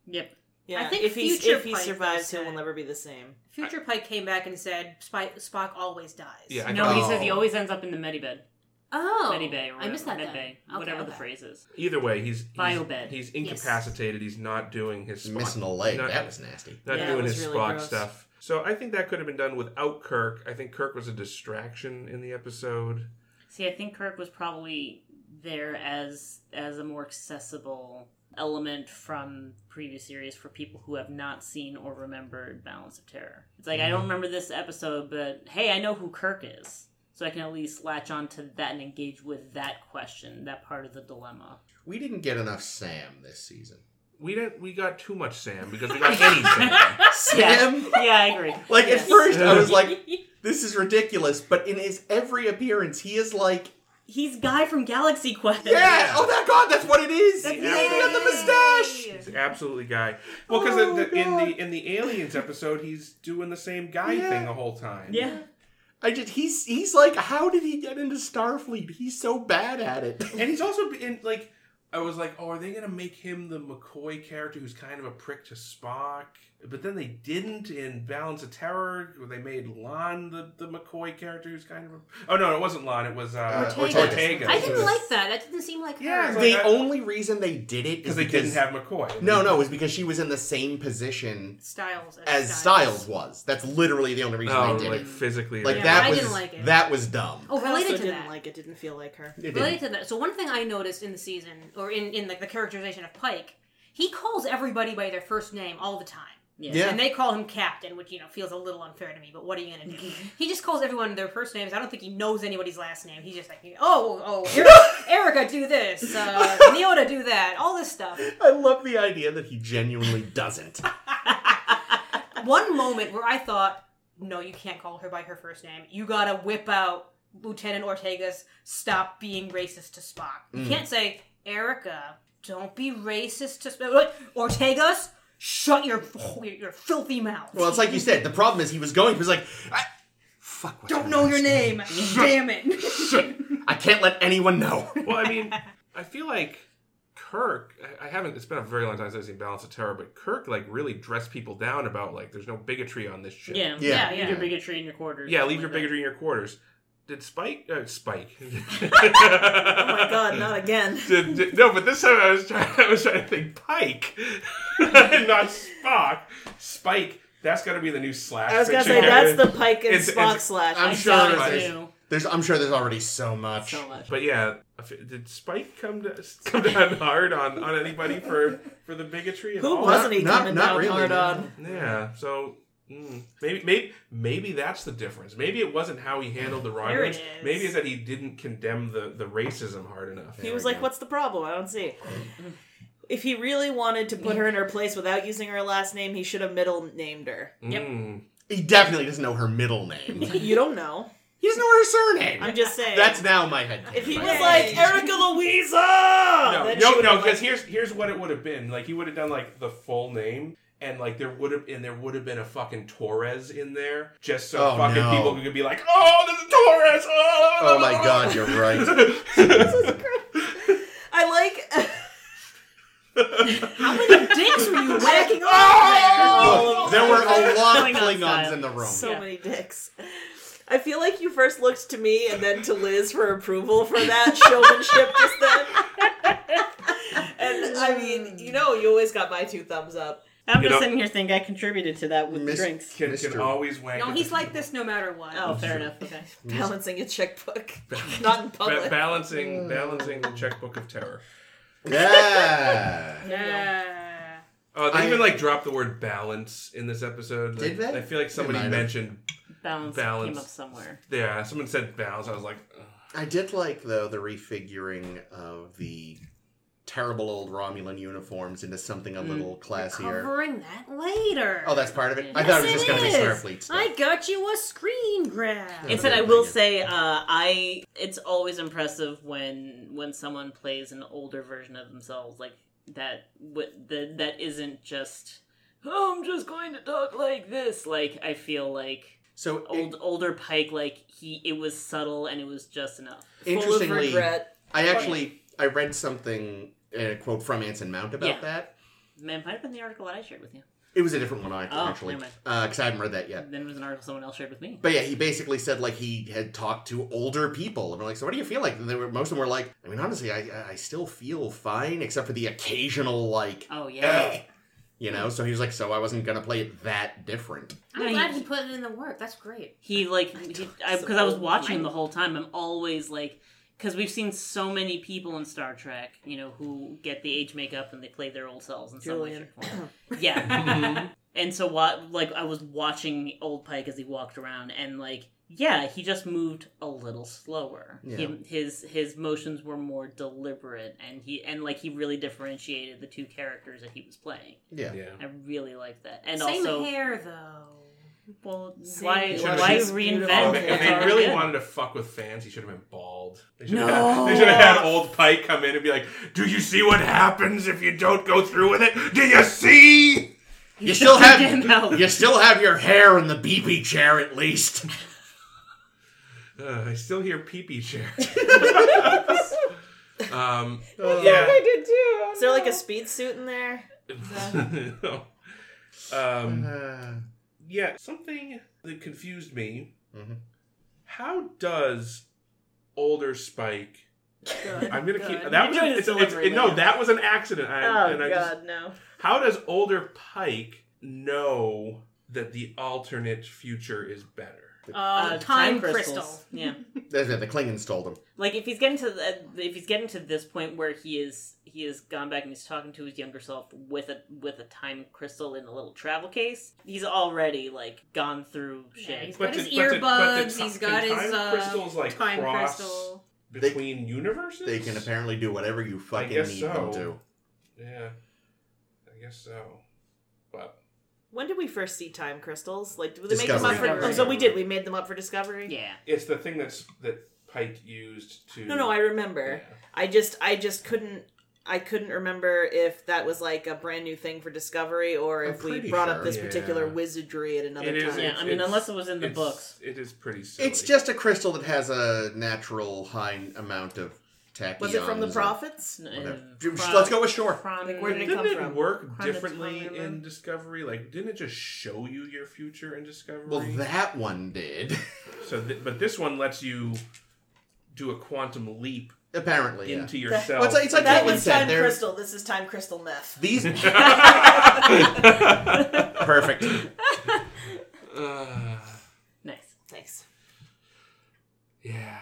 Speaker 5: Yep.
Speaker 3: Yeah,
Speaker 2: think
Speaker 3: if he
Speaker 2: future
Speaker 3: if he
Speaker 2: Pike
Speaker 3: survives,
Speaker 2: was
Speaker 3: he will
Speaker 2: dead.
Speaker 3: never be the same.
Speaker 2: Future Pike came back and said Spy- Spock always dies.
Speaker 4: Yeah, I
Speaker 5: No, he says he
Speaker 1: Oh.
Speaker 5: always ends up in the medibed.
Speaker 2: Oh,
Speaker 5: medibay or whatever.
Speaker 2: I missed that. then.
Speaker 5: Medbay,
Speaker 2: Okay,
Speaker 5: whatever the
Speaker 2: okay.
Speaker 5: phrase is.
Speaker 4: either way he's he's,
Speaker 5: Biobed.
Speaker 4: he's incapacitated. He's not doing his
Speaker 1: He's
Speaker 4: Spock,
Speaker 1: missing a leg.
Speaker 4: Not,
Speaker 1: that was nasty.
Speaker 4: not
Speaker 5: Yeah,
Speaker 4: doing
Speaker 5: it
Speaker 3: was
Speaker 4: his
Speaker 3: really
Speaker 4: Spock
Speaker 3: gross.
Speaker 4: stuff. So I think that could have been done without Kirk. I think Kirk was a distraction in the episode.
Speaker 5: See, I think Kirk was probably there as as a more accessible element from previous series for people who have not seen or remembered Balance of Terror. It's like I don't remember this episode, but hey, I know who Kirk is. So I can at least latch on to that and engage with that question, that part of the dilemma.
Speaker 1: We didn't get enough Sam this season.
Speaker 4: We didn't. We got too much Sam because we got any Sam.
Speaker 1: Sam?
Speaker 5: Yeah, I agree.
Speaker 1: Like
Speaker 5: Yes.
Speaker 1: at first, I was like, "This is ridiculous," but in his every appearance, he is like,
Speaker 5: He's guy from Galaxy Quest.
Speaker 1: "Yeah, oh my god, that's what it is."
Speaker 4: That's
Speaker 1: He's
Speaker 4: it.
Speaker 1: got the mustache.
Speaker 4: He's absolutely guy. Well, because
Speaker 1: Oh,
Speaker 4: in
Speaker 1: God.
Speaker 4: the in the Aliens episode, he's doing the same guy
Speaker 1: Yeah.
Speaker 4: thing the whole time.
Speaker 5: Yeah.
Speaker 1: I just he's he's like, "How did he get into Starfleet? He's so bad at it."
Speaker 4: And he's also in like I was like, oh, are they gonna make him the McCoy character who's kind of a prick to Spock? But then they didn't in Balance of Terror, where they made Lon the, the McCoy character who's kind of a Oh no, it wasn't Lon, it was uh,
Speaker 1: Uh,
Speaker 4: Ortega.
Speaker 1: Ortega.
Speaker 2: I
Speaker 1: It was-
Speaker 2: didn't like that. That didn't seem like
Speaker 4: Yeah,
Speaker 2: her.
Speaker 4: like-
Speaker 1: the
Speaker 4: I-
Speaker 1: only reason they did it is
Speaker 4: because they
Speaker 1: because
Speaker 4: didn't have McCoy.
Speaker 1: no, no, it was because she was in the same position
Speaker 2: Styles
Speaker 1: as Styles was. That's literally the only reason
Speaker 4: Oh,
Speaker 1: they did
Speaker 4: like
Speaker 1: it.
Speaker 4: physically.
Speaker 1: Like
Speaker 2: Yeah,
Speaker 1: that
Speaker 2: I
Speaker 1: was
Speaker 2: didn't like it.
Speaker 1: that was dumb.
Speaker 2: Oh,
Speaker 3: I also
Speaker 2: related to
Speaker 3: didn't
Speaker 2: that.
Speaker 3: like it. Didn't feel like her.
Speaker 1: It
Speaker 2: related
Speaker 1: didn't.
Speaker 2: to that. So one thing I noticed in the season, or in in like the characterization of Pike, he calls everybody by their first name all the time.
Speaker 1: Yeah.
Speaker 2: And they call him Captain, which you know feels a little unfair to me. But what are you gonna do? he just calls everyone their first names. I don't think he knows anybody's last name. He's just like, oh, oh, Erica, Erica do this, uh, Neota, do that, all this stuff.
Speaker 1: I love the idea that he genuinely doesn't.
Speaker 2: one moment where I thought, no, you can't call her by her first name. You gotta whip out Lieutenant Ortega's stop being racist to Spock. You
Speaker 1: Mm.
Speaker 2: can't say, Erica, don't be racist to Spock. Like, Ortega's, shut your, your, your filthy mouth.
Speaker 1: well, it's like you said. The problem is he was going. He was like, I, "Fuck, what's
Speaker 2: don't
Speaker 1: her
Speaker 2: know your
Speaker 1: last
Speaker 2: name. Damn it.
Speaker 1: I can't let anyone know."
Speaker 4: well, I mean, I feel like Kirk. I- I haven't. It's been a very long time since I've seen Balance of Terror, but Kirk like really dressed people down about like there's no bigotry on this shit.
Speaker 5: Yeah.
Speaker 1: Yeah.
Speaker 5: Leave your bigotry in your quarters.
Speaker 4: Yeah,
Speaker 5: something
Speaker 4: leave your
Speaker 5: like that.
Speaker 4: bigotry in your quarters. Did Spike? Uh, Spike.
Speaker 3: Oh my god, not again.
Speaker 4: Did- did- no, but this time I was trying. I was trying to think Pike, not Spock. Spike. That's got to be the new slash.
Speaker 3: I was gonna
Speaker 4: fiction
Speaker 3: say that's
Speaker 4: character.
Speaker 3: the Pike and
Speaker 4: It's-
Speaker 3: Spock
Speaker 4: it's-
Speaker 3: slash.
Speaker 1: I'm
Speaker 5: I
Speaker 1: sure
Speaker 5: doubt
Speaker 1: it
Speaker 5: it's
Speaker 1: is.
Speaker 5: new.
Speaker 1: There's, I'm sure there's already so much.
Speaker 5: so much.
Speaker 4: But yeah, if- did Spike come to, come down hard on, on anybody for for the bigotry? And
Speaker 3: Who
Speaker 4: all
Speaker 3: wasn't
Speaker 4: that?
Speaker 3: he
Speaker 1: Not-
Speaker 3: coming
Speaker 1: not
Speaker 3: down
Speaker 1: really,
Speaker 3: hard
Speaker 1: no.
Speaker 3: on?
Speaker 4: Yeah. So mm, maybe maybe maybe that's the difference. Maybe it wasn't how he handled the
Speaker 5: There it
Speaker 4: wrongdoings.
Speaker 5: is.
Speaker 4: Maybe it's that he didn't condemn the the racism hard enough.
Speaker 1: There
Speaker 3: He was
Speaker 1: we
Speaker 3: like,
Speaker 1: go.
Speaker 3: "What's the problem? I don't see." it." If he really wanted to put her in her place without using her last name, he should have middle named her.
Speaker 1: Mm-hmm.
Speaker 5: Yep.
Speaker 4: Mm.
Speaker 1: He definitely doesn't know her middle name. he
Speaker 3: You don't know.
Speaker 1: doesn't know her surname.
Speaker 3: I'm just saying.
Speaker 1: That's now my head.
Speaker 3: if he
Speaker 1: cannon.
Speaker 3: was like Erica Louisa,
Speaker 4: No,
Speaker 3: then
Speaker 4: no,
Speaker 3: she
Speaker 4: no.
Speaker 3: would've
Speaker 4: Because here's here's what it would have been. Like he would have done like the full name. And like there would have and there would have been a fucking Torres in there just so
Speaker 1: Oh,
Speaker 4: fucking
Speaker 1: no.
Speaker 4: people could be like, oh, there's a Torres. Oh,
Speaker 1: Oh my god, you're right.
Speaker 4: god.
Speaker 3: like- I like.
Speaker 5: How many dicks were you whacking
Speaker 1: Look,
Speaker 3: Oh!
Speaker 5: off?
Speaker 1: there were a lot of
Speaker 5: Klingon
Speaker 1: Klingons
Speaker 5: style.
Speaker 1: in the room.
Speaker 3: So
Speaker 5: Yeah.
Speaker 3: many dicks. I feel like you first looked to me and then to Liz for approval for that showmanship just then. and I mean, you know, you always got my two thumbs up.
Speaker 5: I'm
Speaker 4: You
Speaker 5: just
Speaker 4: know-
Speaker 5: sitting here thinking I contributed to that with
Speaker 1: Miss-
Speaker 5: the drinks.
Speaker 4: Can,
Speaker 1: Mr.
Speaker 4: can always wank.
Speaker 2: No,
Speaker 4: at
Speaker 2: he's
Speaker 4: the
Speaker 2: like
Speaker 4: people.
Speaker 2: this no matter what.
Speaker 5: Oh, fair enough. Okay.
Speaker 3: Balancing a checkbook, not in
Speaker 4: Mm. Ba-
Speaker 3: public.
Speaker 1: Mm.
Speaker 4: balancing balancing the checkbook of terror.
Speaker 1: Yeah.
Speaker 2: Yeah.
Speaker 4: Oh, they
Speaker 1: I-
Speaker 4: even like dropped the word balance in this episode.
Speaker 1: Did
Speaker 4: Like,
Speaker 1: they?
Speaker 4: I feel like somebody
Speaker 1: might have.
Speaker 4: mentioned.
Speaker 5: Balance,
Speaker 4: Balance.
Speaker 5: came up somewhere.
Speaker 4: Yeah, someone said balance. I was like, ugh.
Speaker 1: I did like though the refiguring of the terrible old Romulan uniforms into something a
Speaker 5: Mm.
Speaker 1: little classier.
Speaker 2: Covering that later.
Speaker 1: Oh, that's part of it. I
Speaker 5: Yes,
Speaker 1: thought it was just
Speaker 2: it
Speaker 1: going to be
Speaker 2: is.
Speaker 1: Starfleet stuff.
Speaker 2: I got you a screen grab.
Speaker 1: Yeah.
Speaker 5: Instead, I will say, uh, I it's always impressive when when someone plays an older version of themselves like that. What that that isn't just oh, I'm just going to talk like this. Like I feel like
Speaker 1: so it-
Speaker 5: old older Pike, like he it was subtle and it was just enough.
Speaker 3: Full of
Speaker 1: interestingly,
Speaker 3: regret.
Speaker 1: I actually I read something a quote from Anson Mount about
Speaker 5: Yeah.
Speaker 1: that.
Speaker 5: Man, might have been the article that I shared with you.
Speaker 1: It was a different one I
Speaker 5: Oh,
Speaker 1: actually
Speaker 5: never mind.
Speaker 1: because I haven't read that yet.
Speaker 5: Then it was an article someone else shared with me.
Speaker 1: But yeah, he basically said like he had talked to older people, and we're like, so what do you feel like? And they were, most of them were like, I mean, honestly, I I- I still feel fine, except for the occasional like,
Speaker 5: Oh yeah,
Speaker 1: eh, you know. So he was like, so I wasn't gonna play it that different.
Speaker 2: I'm
Speaker 5: No,
Speaker 2: glad
Speaker 5: he-
Speaker 2: he put it in the work. That's great.
Speaker 5: he like because I, 'cause I was watching him the whole time. I'm always like because we've seen so many people in Star Trek, you know, who get the age makeup and they play their old selves in some way.
Speaker 3: Julian.
Speaker 5: shape, or form. yeah, and so what? Like I was watching old Pike as he walked around, and like yeah, he just moved a little slower.
Speaker 1: Yeah.
Speaker 5: He, his his motions were more deliberate, and he and like he really differentiated the two characters that he was playing.
Speaker 1: Yeah.
Speaker 4: yeah.
Speaker 5: I really like that, and
Speaker 2: Same
Speaker 5: also
Speaker 2: hair though.
Speaker 5: well,
Speaker 3: Same
Speaker 5: why
Speaker 4: hair.
Speaker 5: why
Speaker 4: She's
Speaker 5: reinvent?
Speaker 3: beautiful.
Speaker 4: Oh,
Speaker 5: what's
Speaker 4: man, if they
Speaker 5: already
Speaker 4: really
Speaker 5: good?
Speaker 4: wanted to fuck with fans, he should have been bald. They should have had, they should have had old Pike come in and be like, "Do you see what happens if you don't go through with it? Do you see?"
Speaker 1: You still
Speaker 5: Goddamn hell.
Speaker 1: have you still have your hair in the BB chair at least.
Speaker 4: Uh, I still hear pee pee chair. um,
Speaker 1: Oh.
Speaker 4: yeah.
Speaker 3: did too. Is there like a speed suit in there?
Speaker 4: um,
Speaker 3: Uh-huh.
Speaker 1: Uh,
Speaker 4: yeah, something that confused me.
Speaker 1: Mhm.
Speaker 4: How does older Spike?
Speaker 3: Good,
Speaker 4: I'm gonna keep
Speaker 3: good.
Speaker 5: You're
Speaker 4: that was
Speaker 5: doing
Speaker 4: it's,
Speaker 5: this
Speaker 4: it's,
Speaker 5: deliberately.
Speaker 4: no, that was an accident. I,
Speaker 3: Oh
Speaker 4: and I
Speaker 3: god,
Speaker 4: just,
Speaker 3: no.
Speaker 4: how does older Pike know that the alternate future is better?
Speaker 2: Uh,
Speaker 5: Uh,
Speaker 2: time, crystal.
Speaker 5: crystals. Yeah,
Speaker 1: that's it. The Klingons told him.
Speaker 5: like if he's getting to the, uh, if he's getting to this point where he is he has gone back and he's talking to his younger self with a with a time crystal in a little travel case. He's already like gone through shit.
Speaker 2: Yeah, he's
Speaker 4: But
Speaker 2: got his
Speaker 4: the- but the- but the
Speaker 2: earbuds.
Speaker 4: ti-
Speaker 2: He's
Speaker 4: can
Speaker 2: got his
Speaker 4: time
Speaker 2: uh,
Speaker 4: crystals, like,
Speaker 2: time
Speaker 4: cross
Speaker 2: crystal.
Speaker 1: They-
Speaker 4: Between universes,
Speaker 1: They can apparently do whatever you fucking
Speaker 4: guess
Speaker 1: need them
Speaker 4: so.
Speaker 1: to.
Speaker 4: Yeah, I guess so. But
Speaker 3: When did we first see time crystals? Like, did they make them up
Speaker 1: Discovery.
Speaker 3: for? Oh, so we did. We made them up for discovery.
Speaker 5: Yeah,
Speaker 4: it's the thing that's that Pike used to.
Speaker 3: No, no, I remember.
Speaker 4: Yeah.
Speaker 3: I just I just couldn't I couldn't remember if that was like a brand new thing for Discovery or
Speaker 1: I'm
Speaker 3: if we
Speaker 1: pretty
Speaker 3: brought
Speaker 1: sure.
Speaker 3: up this
Speaker 4: Yeah.
Speaker 3: particular wizardry at another
Speaker 4: It is-
Speaker 3: time.
Speaker 5: yeah.
Speaker 4: It's-
Speaker 5: I mean,
Speaker 4: it's-
Speaker 5: unless it was in the
Speaker 4: It's-
Speaker 5: books.
Speaker 4: It is pretty silly.
Speaker 1: It's just a crystal that has a natural high amount of tachyons.
Speaker 3: Was it from the
Speaker 1: and-
Speaker 3: prophets?
Speaker 1: whatever.
Speaker 5: Uh,
Speaker 1: Just
Speaker 5: chron-
Speaker 1: Let's go with shore.
Speaker 5: chron-
Speaker 3: Like, where did it
Speaker 4: Didn't
Speaker 3: come
Speaker 4: it
Speaker 3: from?
Speaker 4: work
Speaker 5: Chronotype
Speaker 4: differently
Speaker 5: or-
Speaker 4: in Discovery? Like, didn't it just show you your future in Discovery?
Speaker 1: Well, that one did.
Speaker 4: so, th- but this one lets you do a quantum leap
Speaker 1: Apparently, yeah.
Speaker 4: into
Speaker 3: That-
Speaker 4: yourself.
Speaker 1: Well, it's like- it's like
Speaker 3: That
Speaker 1: Caitlin
Speaker 3: was
Speaker 1: said
Speaker 3: time
Speaker 1: there-
Speaker 3: crystal. This is time crystal meth.
Speaker 1: These perfect.
Speaker 4: Uh,
Speaker 5: Nice.
Speaker 3: Thanks.
Speaker 4: Yeah.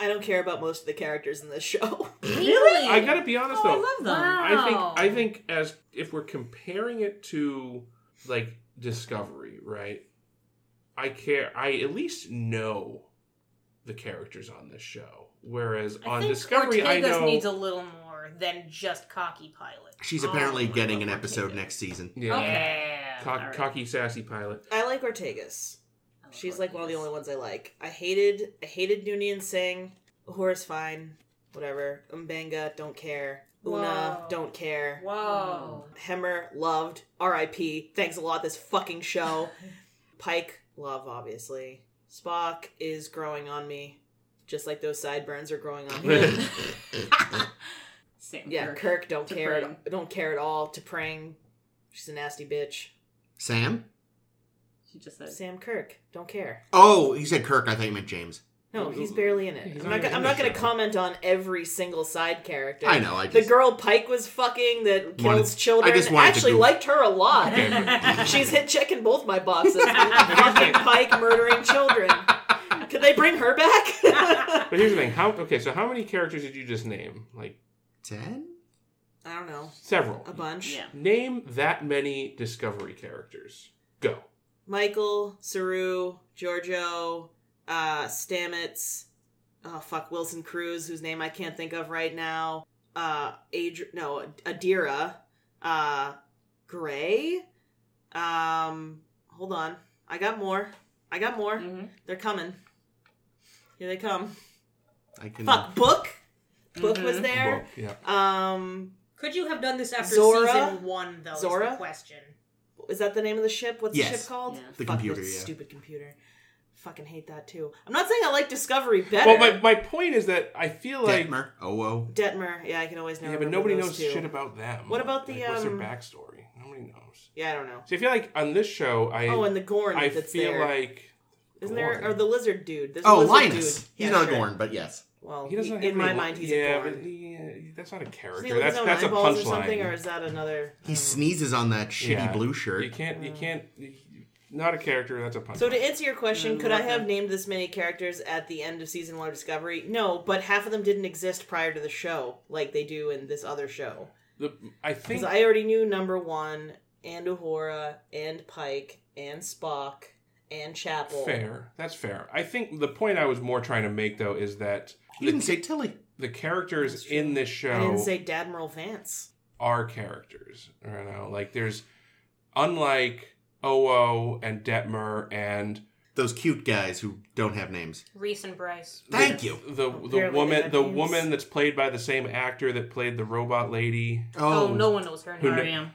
Speaker 3: I don't care about most of the characters in this show.
Speaker 5: Really?
Speaker 4: I gotta be honest
Speaker 5: Oh,
Speaker 4: though.
Speaker 5: I love them.
Speaker 2: Wow.
Speaker 4: I think
Speaker 2: Oh.
Speaker 4: I think as if we're comparing it to like Discovery, right? I care I at least know the characters on this show. Whereas
Speaker 2: I
Speaker 4: on
Speaker 2: think
Speaker 4: Discovery
Speaker 2: Ortega's
Speaker 4: I know
Speaker 2: needs a little more than just cocky pilot.
Speaker 1: She's
Speaker 5: Oh,
Speaker 1: apparently
Speaker 5: I love
Speaker 1: getting an
Speaker 5: Ortega.
Speaker 1: episode next season.
Speaker 4: yeah,
Speaker 5: Okay.
Speaker 4: cock,
Speaker 5: All right.
Speaker 4: cocky sassy pilot.
Speaker 3: I like Ortegas.
Speaker 5: I love
Speaker 3: She's like one of the
Speaker 5: Ortegas.
Speaker 3: only ones I like. I hated I hated Noonien Singh. Uhura's fine. Whatever. Umbanga, don't care. Una,
Speaker 2: Whoa.
Speaker 3: don't care.
Speaker 2: Whoa.
Speaker 3: Hemmer, loved. R.I.P. Thanks a lot, this fucking show. Pike, love, obviously. Spock is growing on me. Just like those sideburns are growing on me.
Speaker 5: Sam
Speaker 3: yeah,
Speaker 5: Kirk.
Speaker 3: Kirk, don't
Speaker 5: To
Speaker 3: care
Speaker 5: Prang.
Speaker 3: at, don't care at all. To Prang, she's a nasty bitch.
Speaker 1: Sam?
Speaker 5: She just said
Speaker 3: Sam Kirk, don't care.
Speaker 1: Oh, you said Kirk. I thought you meant James.
Speaker 3: No, he's barely in it.
Speaker 4: He's
Speaker 3: I'm
Speaker 4: not
Speaker 3: not. Gonna,
Speaker 4: even
Speaker 3: I'm
Speaker 4: in
Speaker 3: not
Speaker 4: the
Speaker 3: going to
Speaker 4: show.
Speaker 3: comment on every single side character.
Speaker 1: I know. I
Speaker 3: The
Speaker 1: just
Speaker 3: girl Pike was fucking that kills
Speaker 1: Wanted-
Speaker 3: children.
Speaker 1: I just wanted to
Speaker 3: actually
Speaker 1: goof.
Speaker 3: liked her a lot.
Speaker 4: Okay.
Speaker 3: She's hit checking both my boxes. fucking Pike murdering children. Could they bring her back?
Speaker 4: But here's the thing, how okay, so how many characters did you just name? Like
Speaker 1: ten.
Speaker 3: I don't know.
Speaker 4: several.
Speaker 3: A bunch.
Speaker 5: Yeah.
Speaker 4: Name that many Discovery characters. Go.
Speaker 3: Michael, Saru, Giorgio, uh, Stamets, oh fuck, Wilson Cruz, whose name I can't think of right now, uh, Adri- no, Adira, uh, Gray, um, hold on, I got more, I got more,
Speaker 5: Mhm.
Speaker 3: they're coming, here they come,
Speaker 1: I can.
Speaker 3: fuck, Book, Book was
Speaker 5: Mhm.
Speaker 3: there,
Speaker 4: Well, yeah.
Speaker 3: um,
Speaker 2: Could you have done this after
Speaker 3: Zora?
Speaker 2: season one, though? Is
Speaker 3: Zora?
Speaker 2: the question.
Speaker 3: is that the name of the ship? What's the
Speaker 1: Yes.
Speaker 3: ship called?
Speaker 5: Yeah.
Speaker 1: The
Speaker 3: Fuck,
Speaker 1: computer,
Speaker 3: this
Speaker 1: yeah.
Speaker 3: Stupid computer. Fucking hate that too. I'm not saying I like Discovery better.
Speaker 4: Well, my, my point is that I feel like
Speaker 1: Detmer. Oh, whoa.
Speaker 3: Detmer. Yeah, I can always know.
Speaker 4: yeah, but nobody knows shit about them.
Speaker 3: What about the,
Speaker 4: Like, what's their
Speaker 3: um,
Speaker 4: backstory? Nobody knows.
Speaker 3: Yeah, I don't know.
Speaker 4: So I feel like on this show, I
Speaker 3: Oh, and the Gorn
Speaker 4: I
Speaker 3: that's
Speaker 4: feel
Speaker 3: there.
Speaker 4: like
Speaker 3: Isn't there?
Speaker 4: Gorn.
Speaker 3: Or the lizard dude? There's a
Speaker 1: Oh,
Speaker 3: lizard
Speaker 1: Linus.
Speaker 3: dude.
Speaker 1: He's
Speaker 3: Yeah,
Speaker 1: not
Speaker 3: sure.
Speaker 1: a Gorn, but yes.
Speaker 3: Well,
Speaker 4: he
Speaker 3: he
Speaker 4: doesn't have
Speaker 3: in
Speaker 4: any
Speaker 3: my
Speaker 4: li-
Speaker 3: mind, he's
Speaker 4: yeah,
Speaker 3: a
Speaker 4: but
Speaker 3: Gorn.
Speaker 4: he, uh, that's not a
Speaker 3: Doesn't
Speaker 4: character.
Speaker 3: he lose
Speaker 4: That's
Speaker 3: his own
Speaker 4: that's a
Speaker 3: eyeballs or something, or
Speaker 4: punchline.
Speaker 3: is that another? I
Speaker 1: He
Speaker 3: don't know.
Speaker 1: sneezes on that shitty
Speaker 4: Yeah.
Speaker 1: blue shirt.
Speaker 4: You can't. You can't. you- Not a character. That's a punchline.
Speaker 3: So to answer your question,
Speaker 5: Mm,
Speaker 3: could I
Speaker 5: okay.
Speaker 3: have named this many characters at the end of season one of Discovery? No, but half of them didn't exist prior to the show, like they do in this other show.
Speaker 4: the, I think.
Speaker 3: Because I already knew number one and Uhura and Pike and Spock and Chapel.
Speaker 4: Fair. That's fair. I think the point I was more trying to make though is that
Speaker 1: You didn't say Tilly.
Speaker 4: the characters in this show
Speaker 3: I didn't say Dadmiral Vance.
Speaker 4: are characters. You know, like there's unlike Oo and Detmer and
Speaker 1: Those cute guys who don't have names.
Speaker 2: Reese and Bryce.
Speaker 1: Thank
Speaker 4: the,
Speaker 1: you.
Speaker 4: The the
Speaker 3: Apparently they
Speaker 4: woman
Speaker 3: had
Speaker 4: the
Speaker 3: names.
Speaker 4: woman that's played by the same actor that played the robot lady.
Speaker 2: Oh,
Speaker 1: Oh,
Speaker 2: no one knows her
Speaker 4: Who
Speaker 2: name.
Speaker 4: kn-
Speaker 5: Ariam.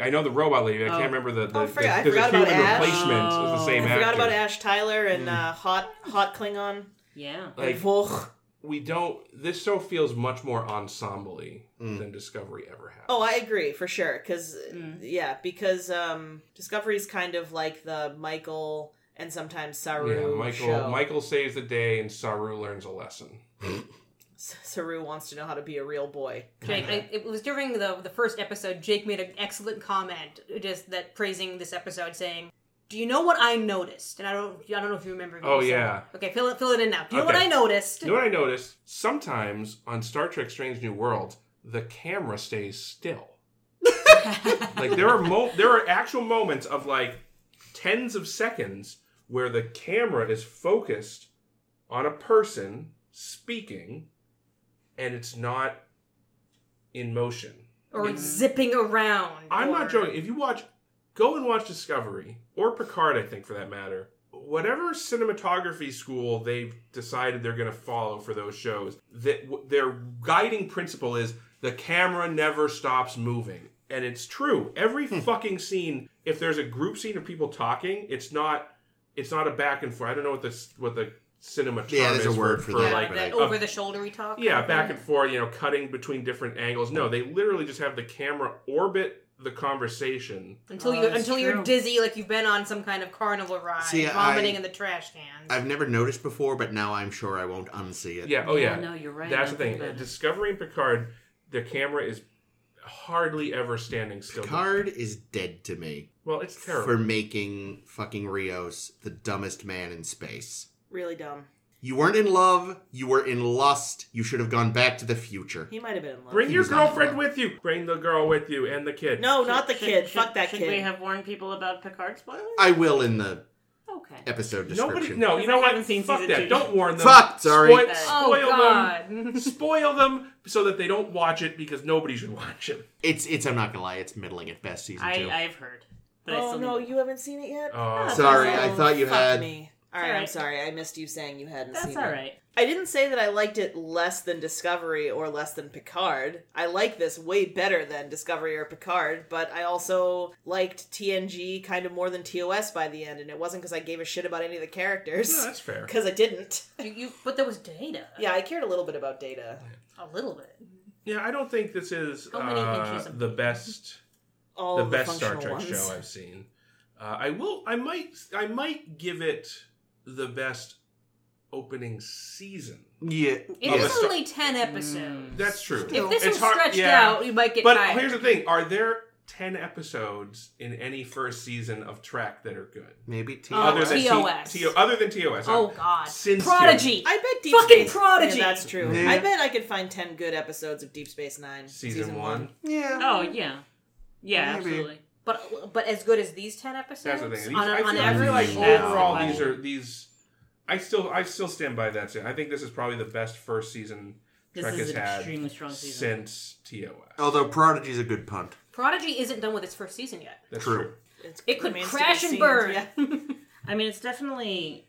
Speaker 4: I know the robot lady. I
Speaker 5: Oh.
Speaker 4: can't remember the the,
Speaker 3: Oh, I
Speaker 4: the,
Speaker 3: forgot- I
Speaker 4: there's a
Speaker 3: forgot about
Speaker 4: human
Speaker 3: Ash.
Speaker 4: replacement is the same
Speaker 3: I
Speaker 5: Oh.
Speaker 4: actor.
Speaker 3: forgot about Ash Tyler and
Speaker 4: Mm.
Speaker 3: uh, hot hot Klingon.
Speaker 5: Yeah.
Speaker 4: Like
Speaker 3: and Vulch.
Speaker 4: we don't. This show feels much more ensemble
Speaker 1: Mm.
Speaker 4: than Discovery ever had.
Speaker 3: Oh, I agree for sure. Because
Speaker 5: Mm.
Speaker 3: yeah, because um, Discovery's kind of like the Michael and sometimes
Speaker 4: yeah,
Speaker 3: Saru
Speaker 4: Michael.
Speaker 3: show.
Speaker 4: Michael saves the day, and Saru learns a lesson.
Speaker 3: S- Saru wants to know how to be a real boy.
Speaker 2: Jake, I, it was during the the first episode. Jake made an excellent comment, just that praising this episode, saying, "Do you know what I noticed?" And I don't, I don't know if you remember.
Speaker 4: Oh,
Speaker 2: so-
Speaker 4: yeah.
Speaker 2: Okay, fill it, fill it in now. Do you know
Speaker 4: Okay.
Speaker 2: what I noticed?
Speaker 4: You know what I noticed? Sometimes on Star Trek: Strange New Worlds, the camera stays still. like there are mo- there are actual moments of like tens of seconds where the camera is focused on a person speaking, and it's not in motion.
Speaker 2: or it's zipping around.
Speaker 4: I'm
Speaker 2: or-
Speaker 4: not joking. If you watch, go and watch Discovery or Picard, I think for that matter. Whatever cinematography school they've decided they're going to follow for those shows, that w- their guiding principle is the camera never stops moving, and it's true. Every
Speaker 1: Hmm.
Speaker 4: fucking scene, if there's a group scene of people talking, it's not, it's not a back and forth. I don't know what this what the cinema term
Speaker 1: Yeah, there's
Speaker 4: is
Speaker 1: a word
Speaker 4: for,
Speaker 1: for
Speaker 4: for
Speaker 1: that,
Speaker 2: Yeah,
Speaker 4: like
Speaker 2: that
Speaker 4: a-
Speaker 2: over the shoulder talk.
Speaker 4: yeah, back and forth, you know, cutting between different angles. No, they literally just have the camera orbit the conversation.
Speaker 2: until
Speaker 5: Oh,
Speaker 2: you
Speaker 5: that's
Speaker 2: until
Speaker 5: true.
Speaker 2: you're dizzy, like you've been on some kind of carnival ride,
Speaker 1: See, I-
Speaker 2: vomiting in the trash cans.
Speaker 1: I've never noticed before, but now I'm sure I won't unsee it.
Speaker 4: Yeah, oh yeah.
Speaker 5: No, you're right.
Speaker 4: That's
Speaker 5: I
Speaker 4: the
Speaker 5: think
Speaker 4: thing.
Speaker 5: about it.
Speaker 4: Discovery and Picard, the camera is hardly ever standing still.
Speaker 1: Picard is dead to me
Speaker 4: well, it's terrible.
Speaker 1: for making fucking Rios the dumbest man in space.
Speaker 3: Really dumb.
Speaker 1: You weren't in love. You were in lust. You should have gone back to the future.
Speaker 3: He might have been in love.
Speaker 4: Bring your
Speaker 1: was not in
Speaker 4: girlfriend
Speaker 1: love.
Speaker 4: with you. Bring the girl with you and the kid.
Speaker 3: no, not the
Speaker 5: Should-
Speaker 3: kid.
Speaker 5: should-
Speaker 3: Fuck that
Speaker 5: should
Speaker 3: kid.
Speaker 5: we have warned people about Picard spoilers?
Speaker 1: I will in the
Speaker 5: okay.
Speaker 1: episode
Speaker 4: Nobody.
Speaker 1: description.
Speaker 4: No, you
Speaker 5: Because
Speaker 4: know
Speaker 5: I
Speaker 4: what?
Speaker 5: haven't seen
Speaker 4: Fuck
Speaker 5: season
Speaker 4: that.
Speaker 5: two.
Speaker 4: Don't warn them.
Speaker 1: Fuck, sorry.
Speaker 4: Spoil,
Speaker 2: Oh
Speaker 4: spoil them.
Speaker 2: God.
Speaker 4: Spoil them so that they don't watch it because nobody should watch it.
Speaker 1: It's it's. I'm not gonna lie. It's middling at best. Season
Speaker 5: I,
Speaker 1: two.
Speaker 5: I've heard. But I
Speaker 3: oh
Speaker 5: still
Speaker 3: no,
Speaker 5: need-
Speaker 3: you haven't seen it yet.
Speaker 4: Oh.
Speaker 1: Sorry, I thought you
Speaker 3: fuck
Speaker 1: had-
Speaker 3: Me. All right,
Speaker 5: All
Speaker 3: I'm
Speaker 5: right.
Speaker 3: sorry. I missed you saying you hadn't
Speaker 5: That's
Speaker 3: seen
Speaker 5: all
Speaker 3: it.
Speaker 5: right.
Speaker 3: I didn't say that I liked it less than Discovery or less than Picard. I like this way better than Discovery or Picard, but I also liked TNG kind of more than TOS by the end, and it wasn't because I gave a shit about any of the
Speaker 4: Yeah,
Speaker 3: characters.
Speaker 4: that's fair.
Speaker 3: Because I didn't.
Speaker 2: You, you, but there was data.
Speaker 3: Yeah, I cared a little bit about Data.
Speaker 2: A little bit.
Speaker 4: Yeah, I don't think this is
Speaker 5: How many
Speaker 4: uh,
Speaker 5: inches of-
Speaker 4: the best
Speaker 3: All
Speaker 4: the
Speaker 3: of
Speaker 4: best
Speaker 3: the
Speaker 4: Star
Speaker 3: functional
Speaker 4: Trek
Speaker 3: ones.
Speaker 4: show I've seen. Uh, I will. I might. I might give it the best opening season.
Speaker 1: yeah.
Speaker 2: It
Speaker 4: Oh,
Speaker 2: was
Speaker 4: that's so-
Speaker 2: only ten episodes.
Speaker 4: That's true.
Speaker 2: if this
Speaker 4: It's
Speaker 2: was
Speaker 4: hard-
Speaker 2: stretched
Speaker 4: yeah.
Speaker 2: out, you might get
Speaker 4: But
Speaker 2: tired.
Speaker 4: here's the thing: Are there ten episodes in any first season of Trek that are good?
Speaker 1: Maybe T.
Speaker 2: Oh,
Speaker 4: other than T-
Speaker 2: TOS.
Speaker 4: T- other than TOS.
Speaker 2: oh
Speaker 4: I'm
Speaker 2: God.
Speaker 4: sincere.
Speaker 2: Prodigy.
Speaker 3: I bet Deep
Speaker 2: Fucking
Speaker 3: Space...
Speaker 2: Prodigy.
Speaker 3: Yeah, that's true.
Speaker 1: Yeah.
Speaker 3: I bet I could find 10 good episodes of Deep Space Nine.
Speaker 4: Season, one.
Speaker 1: yeah.
Speaker 5: Oh yeah, yeah,
Speaker 1: Maybe.
Speaker 5: absolutely.
Speaker 2: But but as good as these ten
Speaker 4: That's
Speaker 2: episodes
Speaker 4: the thing. These,
Speaker 2: on, a-
Speaker 4: I feel
Speaker 2: on
Speaker 4: like
Speaker 2: average.
Speaker 1: every,
Speaker 4: like,
Speaker 1: like,
Speaker 4: overall,
Speaker 1: Yeah.
Speaker 4: these are these. I still, I still stand by that. too. I think this is probably the best first season
Speaker 5: This
Speaker 4: Trek
Speaker 5: is
Speaker 4: has
Speaker 5: an
Speaker 4: had
Speaker 5: extremely strong season.
Speaker 4: since TOS.
Speaker 1: Although Prodigy's a good punt.
Speaker 2: Prodigy isn't done with its first season yet.
Speaker 4: That's
Speaker 1: True.
Speaker 3: It's-
Speaker 2: It could
Speaker 3: remains to be
Speaker 2: crash and
Speaker 3: seen.
Speaker 2: burn.
Speaker 3: Yeah.
Speaker 5: I mean, it's definitely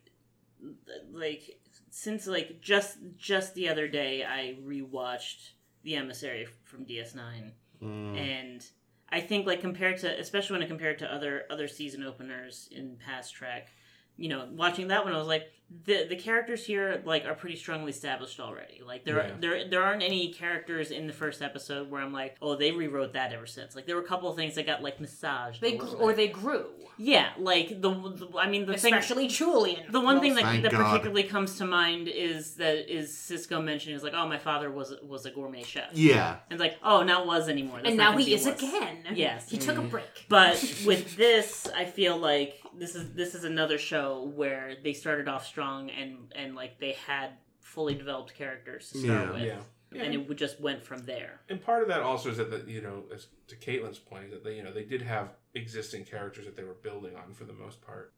Speaker 5: like since like just just the other day I rewatched The Emissary from DS9,
Speaker 1: Mm.
Speaker 5: and I think like compared to especially when I compare it to other other season openers in past track, you know, watching that one I was like the the characters here like are pretty strongly established already. Like there
Speaker 4: Yeah.
Speaker 5: there there aren't any characters in the first episode where I'm like, oh, they rewrote that ever since. Like there were a couple of things that got like massaged. a
Speaker 2: They
Speaker 5: little
Speaker 2: gr-
Speaker 5: bit.
Speaker 2: or they grew.
Speaker 5: yeah, like the, the I mean the thing
Speaker 2: Especially Julian.
Speaker 5: the one thing that,
Speaker 1: Thank
Speaker 5: that
Speaker 1: God.
Speaker 5: particularly comes to mind is that is Cisco mentioning is like, oh, my father was was a gourmet chef,
Speaker 1: Yeah.
Speaker 5: and it's like, oh, not was anymore, That's
Speaker 2: and
Speaker 5: not
Speaker 2: now
Speaker 5: gonna
Speaker 2: he
Speaker 5: be
Speaker 2: is
Speaker 5: was.
Speaker 2: again.
Speaker 5: Yes.
Speaker 2: He
Speaker 4: Mm.
Speaker 2: took a break.
Speaker 5: But with this, I feel like this is this is another show where they started off strong and and like they had fully developed characters to start
Speaker 1: Yeah.
Speaker 5: with,
Speaker 4: Yeah. Yeah.
Speaker 5: and it would- just went from there.
Speaker 4: And part of that also is that the, you know, as to Caitlin's point, is that they you know they did have existing characters that they were building on for the most part.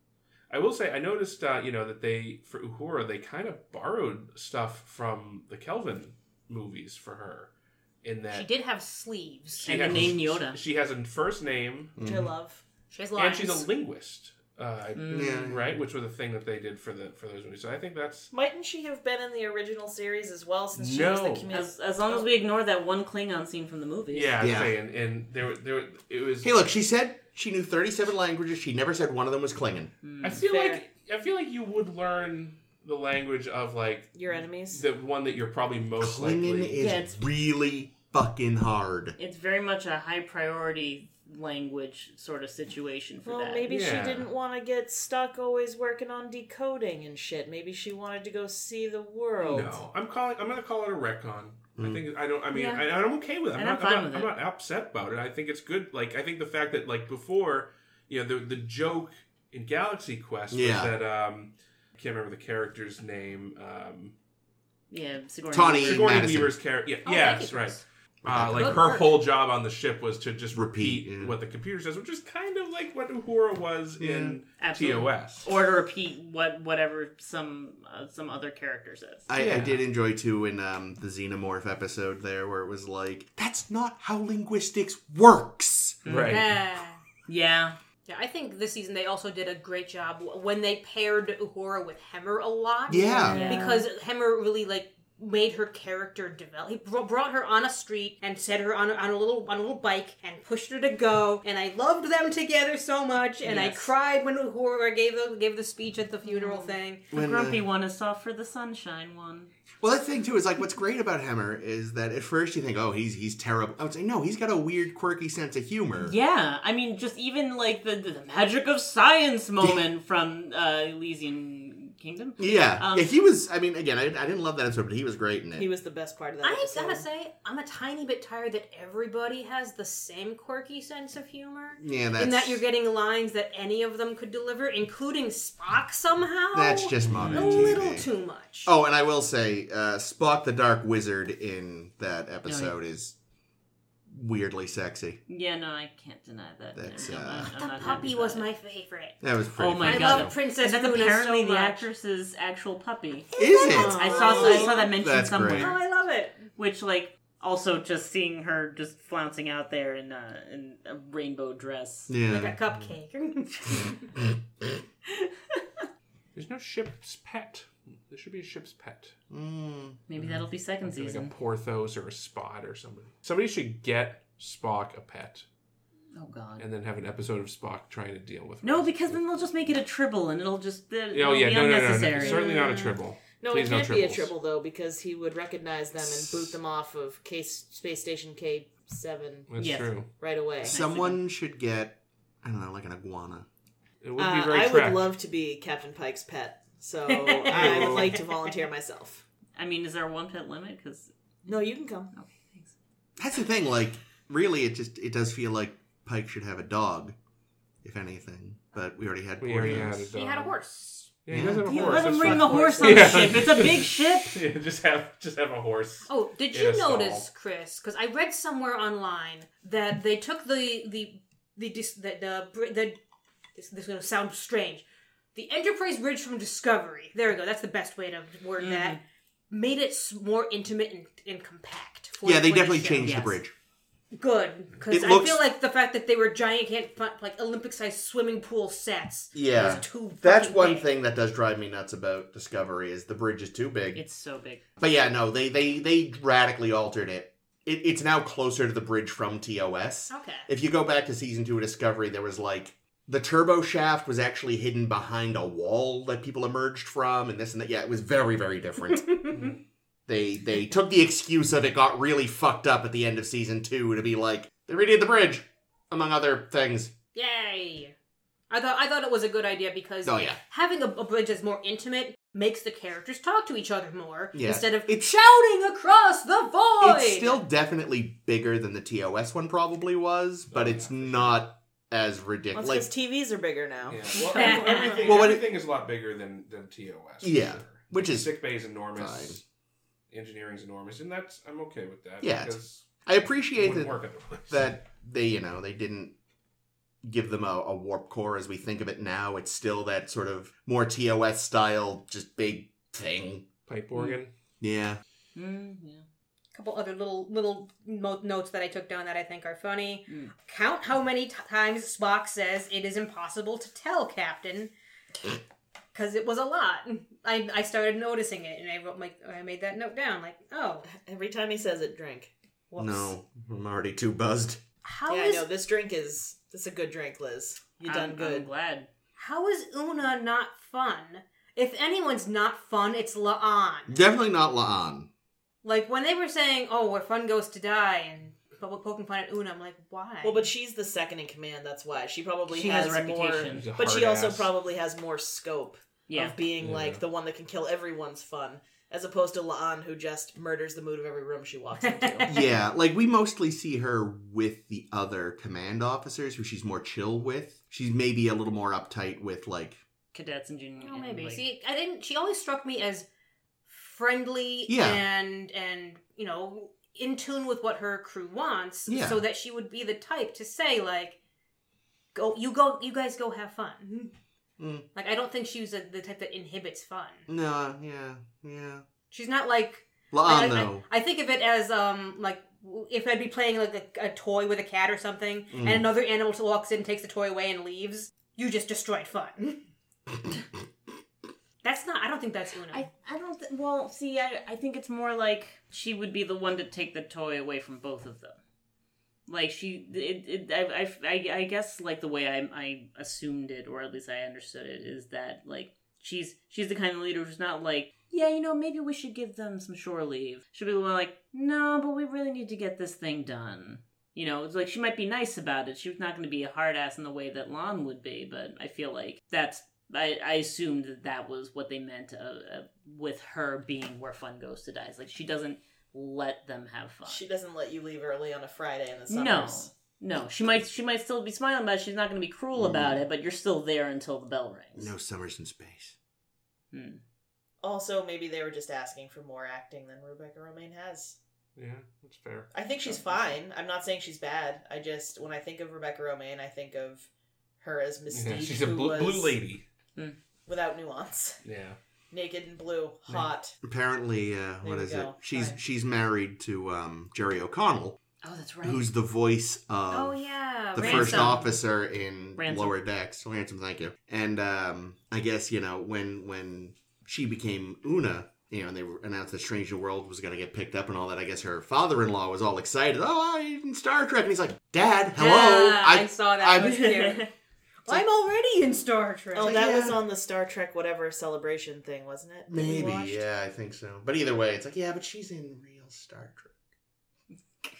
Speaker 4: I will say I noticed uh, you know that they for Uhura they kind of borrowed stuff from the Kelvin movies for her in that
Speaker 2: She did have sleeves.
Speaker 4: she
Speaker 5: And the
Speaker 4: has-
Speaker 5: name Yoda.
Speaker 4: She has a first name
Speaker 3: Which I love.
Speaker 2: She has lines.
Speaker 4: and she's a linguist, uh,
Speaker 5: Mm.
Speaker 1: Yeah.
Speaker 4: right? Which was a thing that they did for the for those movies. So I think that's
Speaker 3: Mightn't she have been in the original series as well since she was
Speaker 4: No.
Speaker 3: the community?
Speaker 5: As, as long as we ignore that one Klingon scene from the movie,
Speaker 4: yeah. I'd
Speaker 1: Yeah.
Speaker 4: say, and, and there were- there were- it was.
Speaker 1: Hey, look. She said she knew 37 languages. She never said one of them was Klingon.
Speaker 5: Mm,
Speaker 4: I feel
Speaker 3: Fair.
Speaker 4: like I feel like you would learn the language of like
Speaker 3: Your enemies?
Speaker 4: the one that you're probably most
Speaker 1: Klingon
Speaker 4: likely.
Speaker 1: is
Speaker 5: Yeah, it's-
Speaker 1: really fucking hard.
Speaker 5: it's very much a high priority language sort of situation for
Speaker 3: well,
Speaker 5: that.
Speaker 3: maybe
Speaker 4: Yeah.
Speaker 3: she didn't want to get stuck always working on decoding and shit. Maybe she wanted to go see the world.
Speaker 4: No, I'm calling. I'm gonna call it a retcon.
Speaker 1: Mm.
Speaker 4: I think I don't. I mean,
Speaker 5: Yeah.
Speaker 4: I, I'm okay with it. I'm
Speaker 5: And
Speaker 4: not.
Speaker 5: I'm fine
Speaker 4: I'm, not
Speaker 5: with
Speaker 4: I'm
Speaker 5: it.
Speaker 4: not upset about it. I think it's good. Like I think the fact that like before, you know, the the joke in Galaxy Quest
Speaker 1: Yeah.
Speaker 4: was that um, I can't remember the character's name. Um,
Speaker 5: yeah, Sigourney
Speaker 1: Tawny
Speaker 5: Weaver.
Speaker 4: Sigourney
Speaker 1: Madison.
Speaker 4: Weaver's character. Yeah,
Speaker 2: Oh, thank
Speaker 4: yes,
Speaker 2: you,
Speaker 4: right.
Speaker 2: Chris.
Speaker 4: Uh, like
Speaker 2: Good
Speaker 4: her
Speaker 2: work.
Speaker 4: whole job on the ship was to just repeat,
Speaker 1: Repeat, yeah.
Speaker 4: what the computer says, which is kind of like what Uhura was in
Speaker 5: Absolutely.
Speaker 4: TOS.
Speaker 5: or to repeat what whatever some uh, some other character says.
Speaker 1: I, I
Speaker 4: Yeah.
Speaker 1: did enjoy too in um, the xenomorph episode there where it was like that's not how linguistics works
Speaker 4: right.
Speaker 2: yeah.
Speaker 5: yeah,
Speaker 2: Yeah, I think this season they also did a great job w- when they paired Uhura with Hemmer a lot.
Speaker 1: yeah,
Speaker 5: Yeah.
Speaker 2: Because Hemmer really like made her character develop. He br- brought her on a street and set her on a, on a little on a little bike and pushed her to go. And I loved them together so much. And I
Speaker 5: Yes.
Speaker 2: cried when Uhura gave the gave the speech at the funeral thing.
Speaker 5: the
Speaker 1: When,
Speaker 5: grumpy
Speaker 1: uh,
Speaker 5: one is soft for the sunshine one.
Speaker 1: well that thing too is like what's great about Hemmer is that at first you think oh he's he's terrible I would say no he's got a weird quirky sense of humor
Speaker 5: Yeah, I mean, just even like the the, magic of science moment from uh, Elysian Kingdom.
Speaker 1: Yeah.
Speaker 5: Um,
Speaker 1: yeah, he was. I mean, again, I, I didn't love that episode, but he was great in it.
Speaker 3: He was the best part of that.
Speaker 2: I
Speaker 3: episode.
Speaker 2: gotta say, I'm a tiny bit tired that everybody has the same quirky sense of humor.
Speaker 1: yeah, that's
Speaker 2: In that you're getting lines that any of them could deliver, including Spock somehow.
Speaker 1: that's just modern
Speaker 2: Oh, a
Speaker 1: TV.
Speaker 2: little too much.
Speaker 1: Oh, and I will say, uh, Spock the Dark Wizard in that episode is weirdly sexy.
Speaker 5: Yeah, no, I can't deny that.
Speaker 1: That's,
Speaker 5: No,
Speaker 1: uh,
Speaker 5: I'm not- I'm
Speaker 2: the
Speaker 5: not happy
Speaker 2: puppy
Speaker 5: about
Speaker 2: was
Speaker 5: it.
Speaker 2: my favorite.
Speaker 1: That was pretty.
Speaker 5: Oh my
Speaker 1: funny.
Speaker 2: I
Speaker 5: God.
Speaker 2: love
Speaker 5: And
Speaker 2: Princess
Speaker 5: that's
Speaker 2: Luna
Speaker 5: apparently
Speaker 2: so
Speaker 5: the
Speaker 2: much. Oh.
Speaker 5: actress' actual puppy.
Speaker 1: Is it?
Speaker 2: Aw.
Speaker 5: I saw I saw that mentioned
Speaker 1: That's
Speaker 5: somewhere.
Speaker 1: great.
Speaker 2: Oh, I love it.
Speaker 5: Which like also just seeing her just flouncing out there in uh, in a rainbow dress.
Speaker 2: Like
Speaker 1: Yeah.
Speaker 2: a cupcake.
Speaker 4: There's no ship's pet. There should be a ship's pet.
Speaker 1: Mm.
Speaker 5: Maybe that'll be second
Speaker 4: Like a
Speaker 5: season.
Speaker 4: Porthos or a Spot or somebody. Somebody should get Spock a pet
Speaker 5: Oh god.
Speaker 4: and then have an episode of Spock trying to deal with
Speaker 5: No, because then they'll just make it a tribble and it'll just it'll
Speaker 4: Oh yeah,
Speaker 5: be
Speaker 4: no, no, no, no,
Speaker 5: unnecessary.
Speaker 4: certainly not a tribble.
Speaker 3: No,
Speaker 4: Please
Speaker 3: it
Speaker 4: no
Speaker 3: can't be a
Speaker 4: triples.
Speaker 3: triple though, because he would recognize them and boot them off of K- Space Station K seven
Speaker 4: That's
Speaker 5: Yes.
Speaker 4: true.
Speaker 3: right away.
Speaker 1: Someone should get. I don't know, like an iguana.
Speaker 4: It would
Speaker 3: Uh,
Speaker 4: be very
Speaker 3: I
Speaker 4: track.
Speaker 3: would love to be Captain Pike's pet, so I would like to volunteer myself.
Speaker 5: I mean, is there a one pet limit? Because
Speaker 3: No, you can come.
Speaker 5: okay, thanks.
Speaker 1: That's the thing. Like, really, it just it does feel like Pike should have a dog, if anything. But we already had.
Speaker 4: We already
Speaker 1: Porthos.
Speaker 4: had a dog.
Speaker 2: he had a horse.
Speaker 4: Yeah, he does have a
Speaker 1: Yeah,
Speaker 5: You
Speaker 4: horse.
Speaker 5: let him
Speaker 4: that's
Speaker 5: bring
Speaker 4: fine.
Speaker 5: the horse on
Speaker 4: Yeah.
Speaker 5: the ship. It's a big ship.
Speaker 4: Yeah, just have just have a horse.
Speaker 2: Oh, did
Speaker 4: in
Speaker 2: you
Speaker 4: a stall.
Speaker 2: notice, Chris? Because I read somewhere online that they took the the the dis- the the, bri- the this, this is going to sound strange. The Enterprise bridge from Discovery. There we go. That's the best way to
Speaker 1: Mm.
Speaker 2: word that. Made it s- more intimate and, and compact. For
Speaker 1: Yeah, they
Speaker 2: the- for the
Speaker 1: definitely
Speaker 2: ship.
Speaker 1: changed the
Speaker 5: yes.
Speaker 1: bridge.
Speaker 2: Good, because
Speaker 1: It
Speaker 2: I
Speaker 1: looks-
Speaker 2: feel like the fact that they were giant, can't like Olympic-sized swimming pool sets.
Speaker 1: Yeah.
Speaker 2: was too
Speaker 1: That's
Speaker 2: fucking
Speaker 1: one
Speaker 2: big.
Speaker 1: thing that does drive me nuts about Discovery is the bridge is too big.
Speaker 5: It's so big.
Speaker 1: But yeah, no, they they they radically altered it. it. It's now closer to the bridge from TOS.
Speaker 2: Okay.
Speaker 1: If you go back to season two of Discovery, there was like the turbo shaft was actually hidden behind a wall that people emerged from, and this and that. Yeah, it was very very different. they they took the excuse of it got really fucked up at the end of season two to be like they redid the bridge, among other things.
Speaker 2: Yay! I thought I thought it was a good idea because
Speaker 1: Oh, yeah.
Speaker 2: having a, a bridge that's more intimate makes the characters talk to each other more
Speaker 1: Yeah.
Speaker 2: instead of
Speaker 1: It's-
Speaker 2: shouting across the void.
Speaker 1: It's still definitely bigger than the TOS one probably was, but it's not as ridiculous.
Speaker 3: That's because TVs are bigger now.
Speaker 4: Yeah. Well, ev- everything,
Speaker 1: Well, what it-
Speaker 4: everything is a lot bigger than, than TOS. for
Speaker 1: Yeah,
Speaker 4: sure.
Speaker 1: which is
Speaker 4: sick bay is enormous. Engineering's enormous, and that's I'm okay with that.
Speaker 1: Yeah, it's-
Speaker 4: because
Speaker 1: I
Speaker 4: it
Speaker 1: appreciate
Speaker 4: wouldn't
Speaker 1: that,
Speaker 4: work otherwise.
Speaker 1: that they, you know, they didn't give them a, a warp core as we think of it now. It's still that sort of more TOS style, just big thing.
Speaker 4: pipe organ.
Speaker 1: Yeah.
Speaker 5: Mm, yeah.
Speaker 2: couple other little little mo- notes that I took down that I think are funny.
Speaker 1: Hmm.
Speaker 5: Mm.
Speaker 2: Count how many t- times Spock says it is impossible to tell, Captain, because it was a lot. I, I started noticing it, and I wrote my I made that note down. Like, oh,
Speaker 3: Every time he says it, drink.
Speaker 2: whoops.
Speaker 1: No, I'm already too buzzed.
Speaker 2: How
Speaker 3: yeah,
Speaker 2: is-
Speaker 3: I know this drink is this is a good drink, Liz. You
Speaker 5: I'm-
Speaker 3: done good.
Speaker 5: I'm glad.
Speaker 2: How is Una not fun? If anyone's not fun, it's Laan.
Speaker 1: Definitely not Laan.
Speaker 2: Like when they were saying, "Oh, where fun goes to die," and but we're poking fun at Una, I'm like, why?
Speaker 3: Well, but she's the second in command. That's why she probably
Speaker 5: She
Speaker 3: has,
Speaker 5: has a
Speaker 3: more.
Speaker 1: Mm.
Speaker 5: reputation.
Speaker 4: He's a
Speaker 3: But she also
Speaker 4: hard-ass.
Speaker 3: probably has more scope
Speaker 5: Yeah.
Speaker 3: of being
Speaker 4: Yeah.
Speaker 3: like the one that can kill everyone's fun, as opposed to Laan, who just murders the mood of every room she walks into.
Speaker 1: yeah, like we mostly see her with the other command officers who she's more chill with. She's maybe a little more uptight with like
Speaker 5: Cadets and junior.
Speaker 2: oh,
Speaker 5: and,
Speaker 2: maybe.
Speaker 5: like-
Speaker 2: See, I didn't. She always struck me as friendly
Speaker 1: Yeah.
Speaker 2: and and you know in tune with what her crew wants,
Speaker 1: Yeah.
Speaker 2: so that she would be the type to say like, "Go, you go, you guys go have fun."
Speaker 1: Mm.
Speaker 2: Like I don't think she was a, the type that inhibits fun.
Speaker 1: No, yeah, yeah.
Speaker 2: She's not like
Speaker 1: Laan
Speaker 2: I, I-
Speaker 1: though.
Speaker 2: I think of it as um like w- if I'd be playing like a, a toy with a cat or something, and
Speaker 1: Mm.
Speaker 2: another animal walks in, takes the toy away, and leaves. You just destroyed fun. that's not. I don't think that's Una.
Speaker 5: I, I don't th- well see I, I think it's more like she would be the one to take the toy away from both of them like she it, it, I, I, I, I guess like the way I, I assumed it or at least i understood it is that like she's she's the kind of leader who's not like yeah you know maybe we should give them some shore leave she'll be the one like no but we really need to get this thing done you know, it's like she might be nice about it. She's not going to be a hard ass in the way that Lon would be, but I feel like that's I, I assumed that that was what they meant uh, uh, with her being where fun goes to die. It's like she doesn't let them have fun.
Speaker 3: She doesn't let you leave early on a Friday in the
Speaker 5: No.
Speaker 3: summers.
Speaker 5: no, she might she might still be smiling about it. She's not going to be cruel about it, but you're still there until the bell rings.
Speaker 7: Mm. No summers in space.
Speaker 5: Hmm.
Speaker 3: Also, maybe they were just asking for more acting than Rebecca Romaine has.
Speaker 4: Yeah, that's fair.
Speaker 3: I think
Speaker 4: Oh,
Speaker 3: she's fine. I'm not saying she's bad. I just when I think of Rebecca Romaine, I think of her as Mystique,
Speaker 4: Yeah, she's a
Speaker 3: who
Speaker 4: blue,
Speaker 3: was
Speaker 4: blue lady.
Speaker 3: without nuance,
Speaker 4: Yeah.
Speaker 3: naked and blue, hot.
Speaker 7: Apparently, uh, what
Speaker 3: There you
Speaker 7: is it?
Speaker 3: go.
Speaker 7: She's
Speaker 3: Fine.
Speaker 7: she's married to um, Jerry O'Connell,
Speaker 5: Oh, that's right.
Speaker 7: who's the voice of
Speaker 2: Oh yeah,
Speaker 7: the
Speaker 5: Ransom.
Speaker 7: first officer in
Speaker 5: Ransom.
Speaker 7: Lower Decks. Ransom, thank you. And um, I guess you know when when she became Una, you know, and they were, announced that Strange New World was going to get picked up and all that. I guess her father-in-law was all excited. Oh, I'm in Star Trek, and he's like, Dad, hello,
Speaker 2: Yeah, I,
Speaker 7: I.
Speaker 2: saw that.
Speaker 7: I-
Speaker 2: It was cute. I'm already in Star Trek.
Speaker 3: Oh,
Speaker 7: Like,
Speaker 3: that
Speaker 7: yeah.
Speaker 3: was on the Star Trek whatever celebration thing, wasn't it? that we
Speaker 7: Maybe,
Speaker 3: watched?
Speaker 7: yeah, I think so.
Speaker 1: But either way, it's like, yeah, but she's in real Star Trek.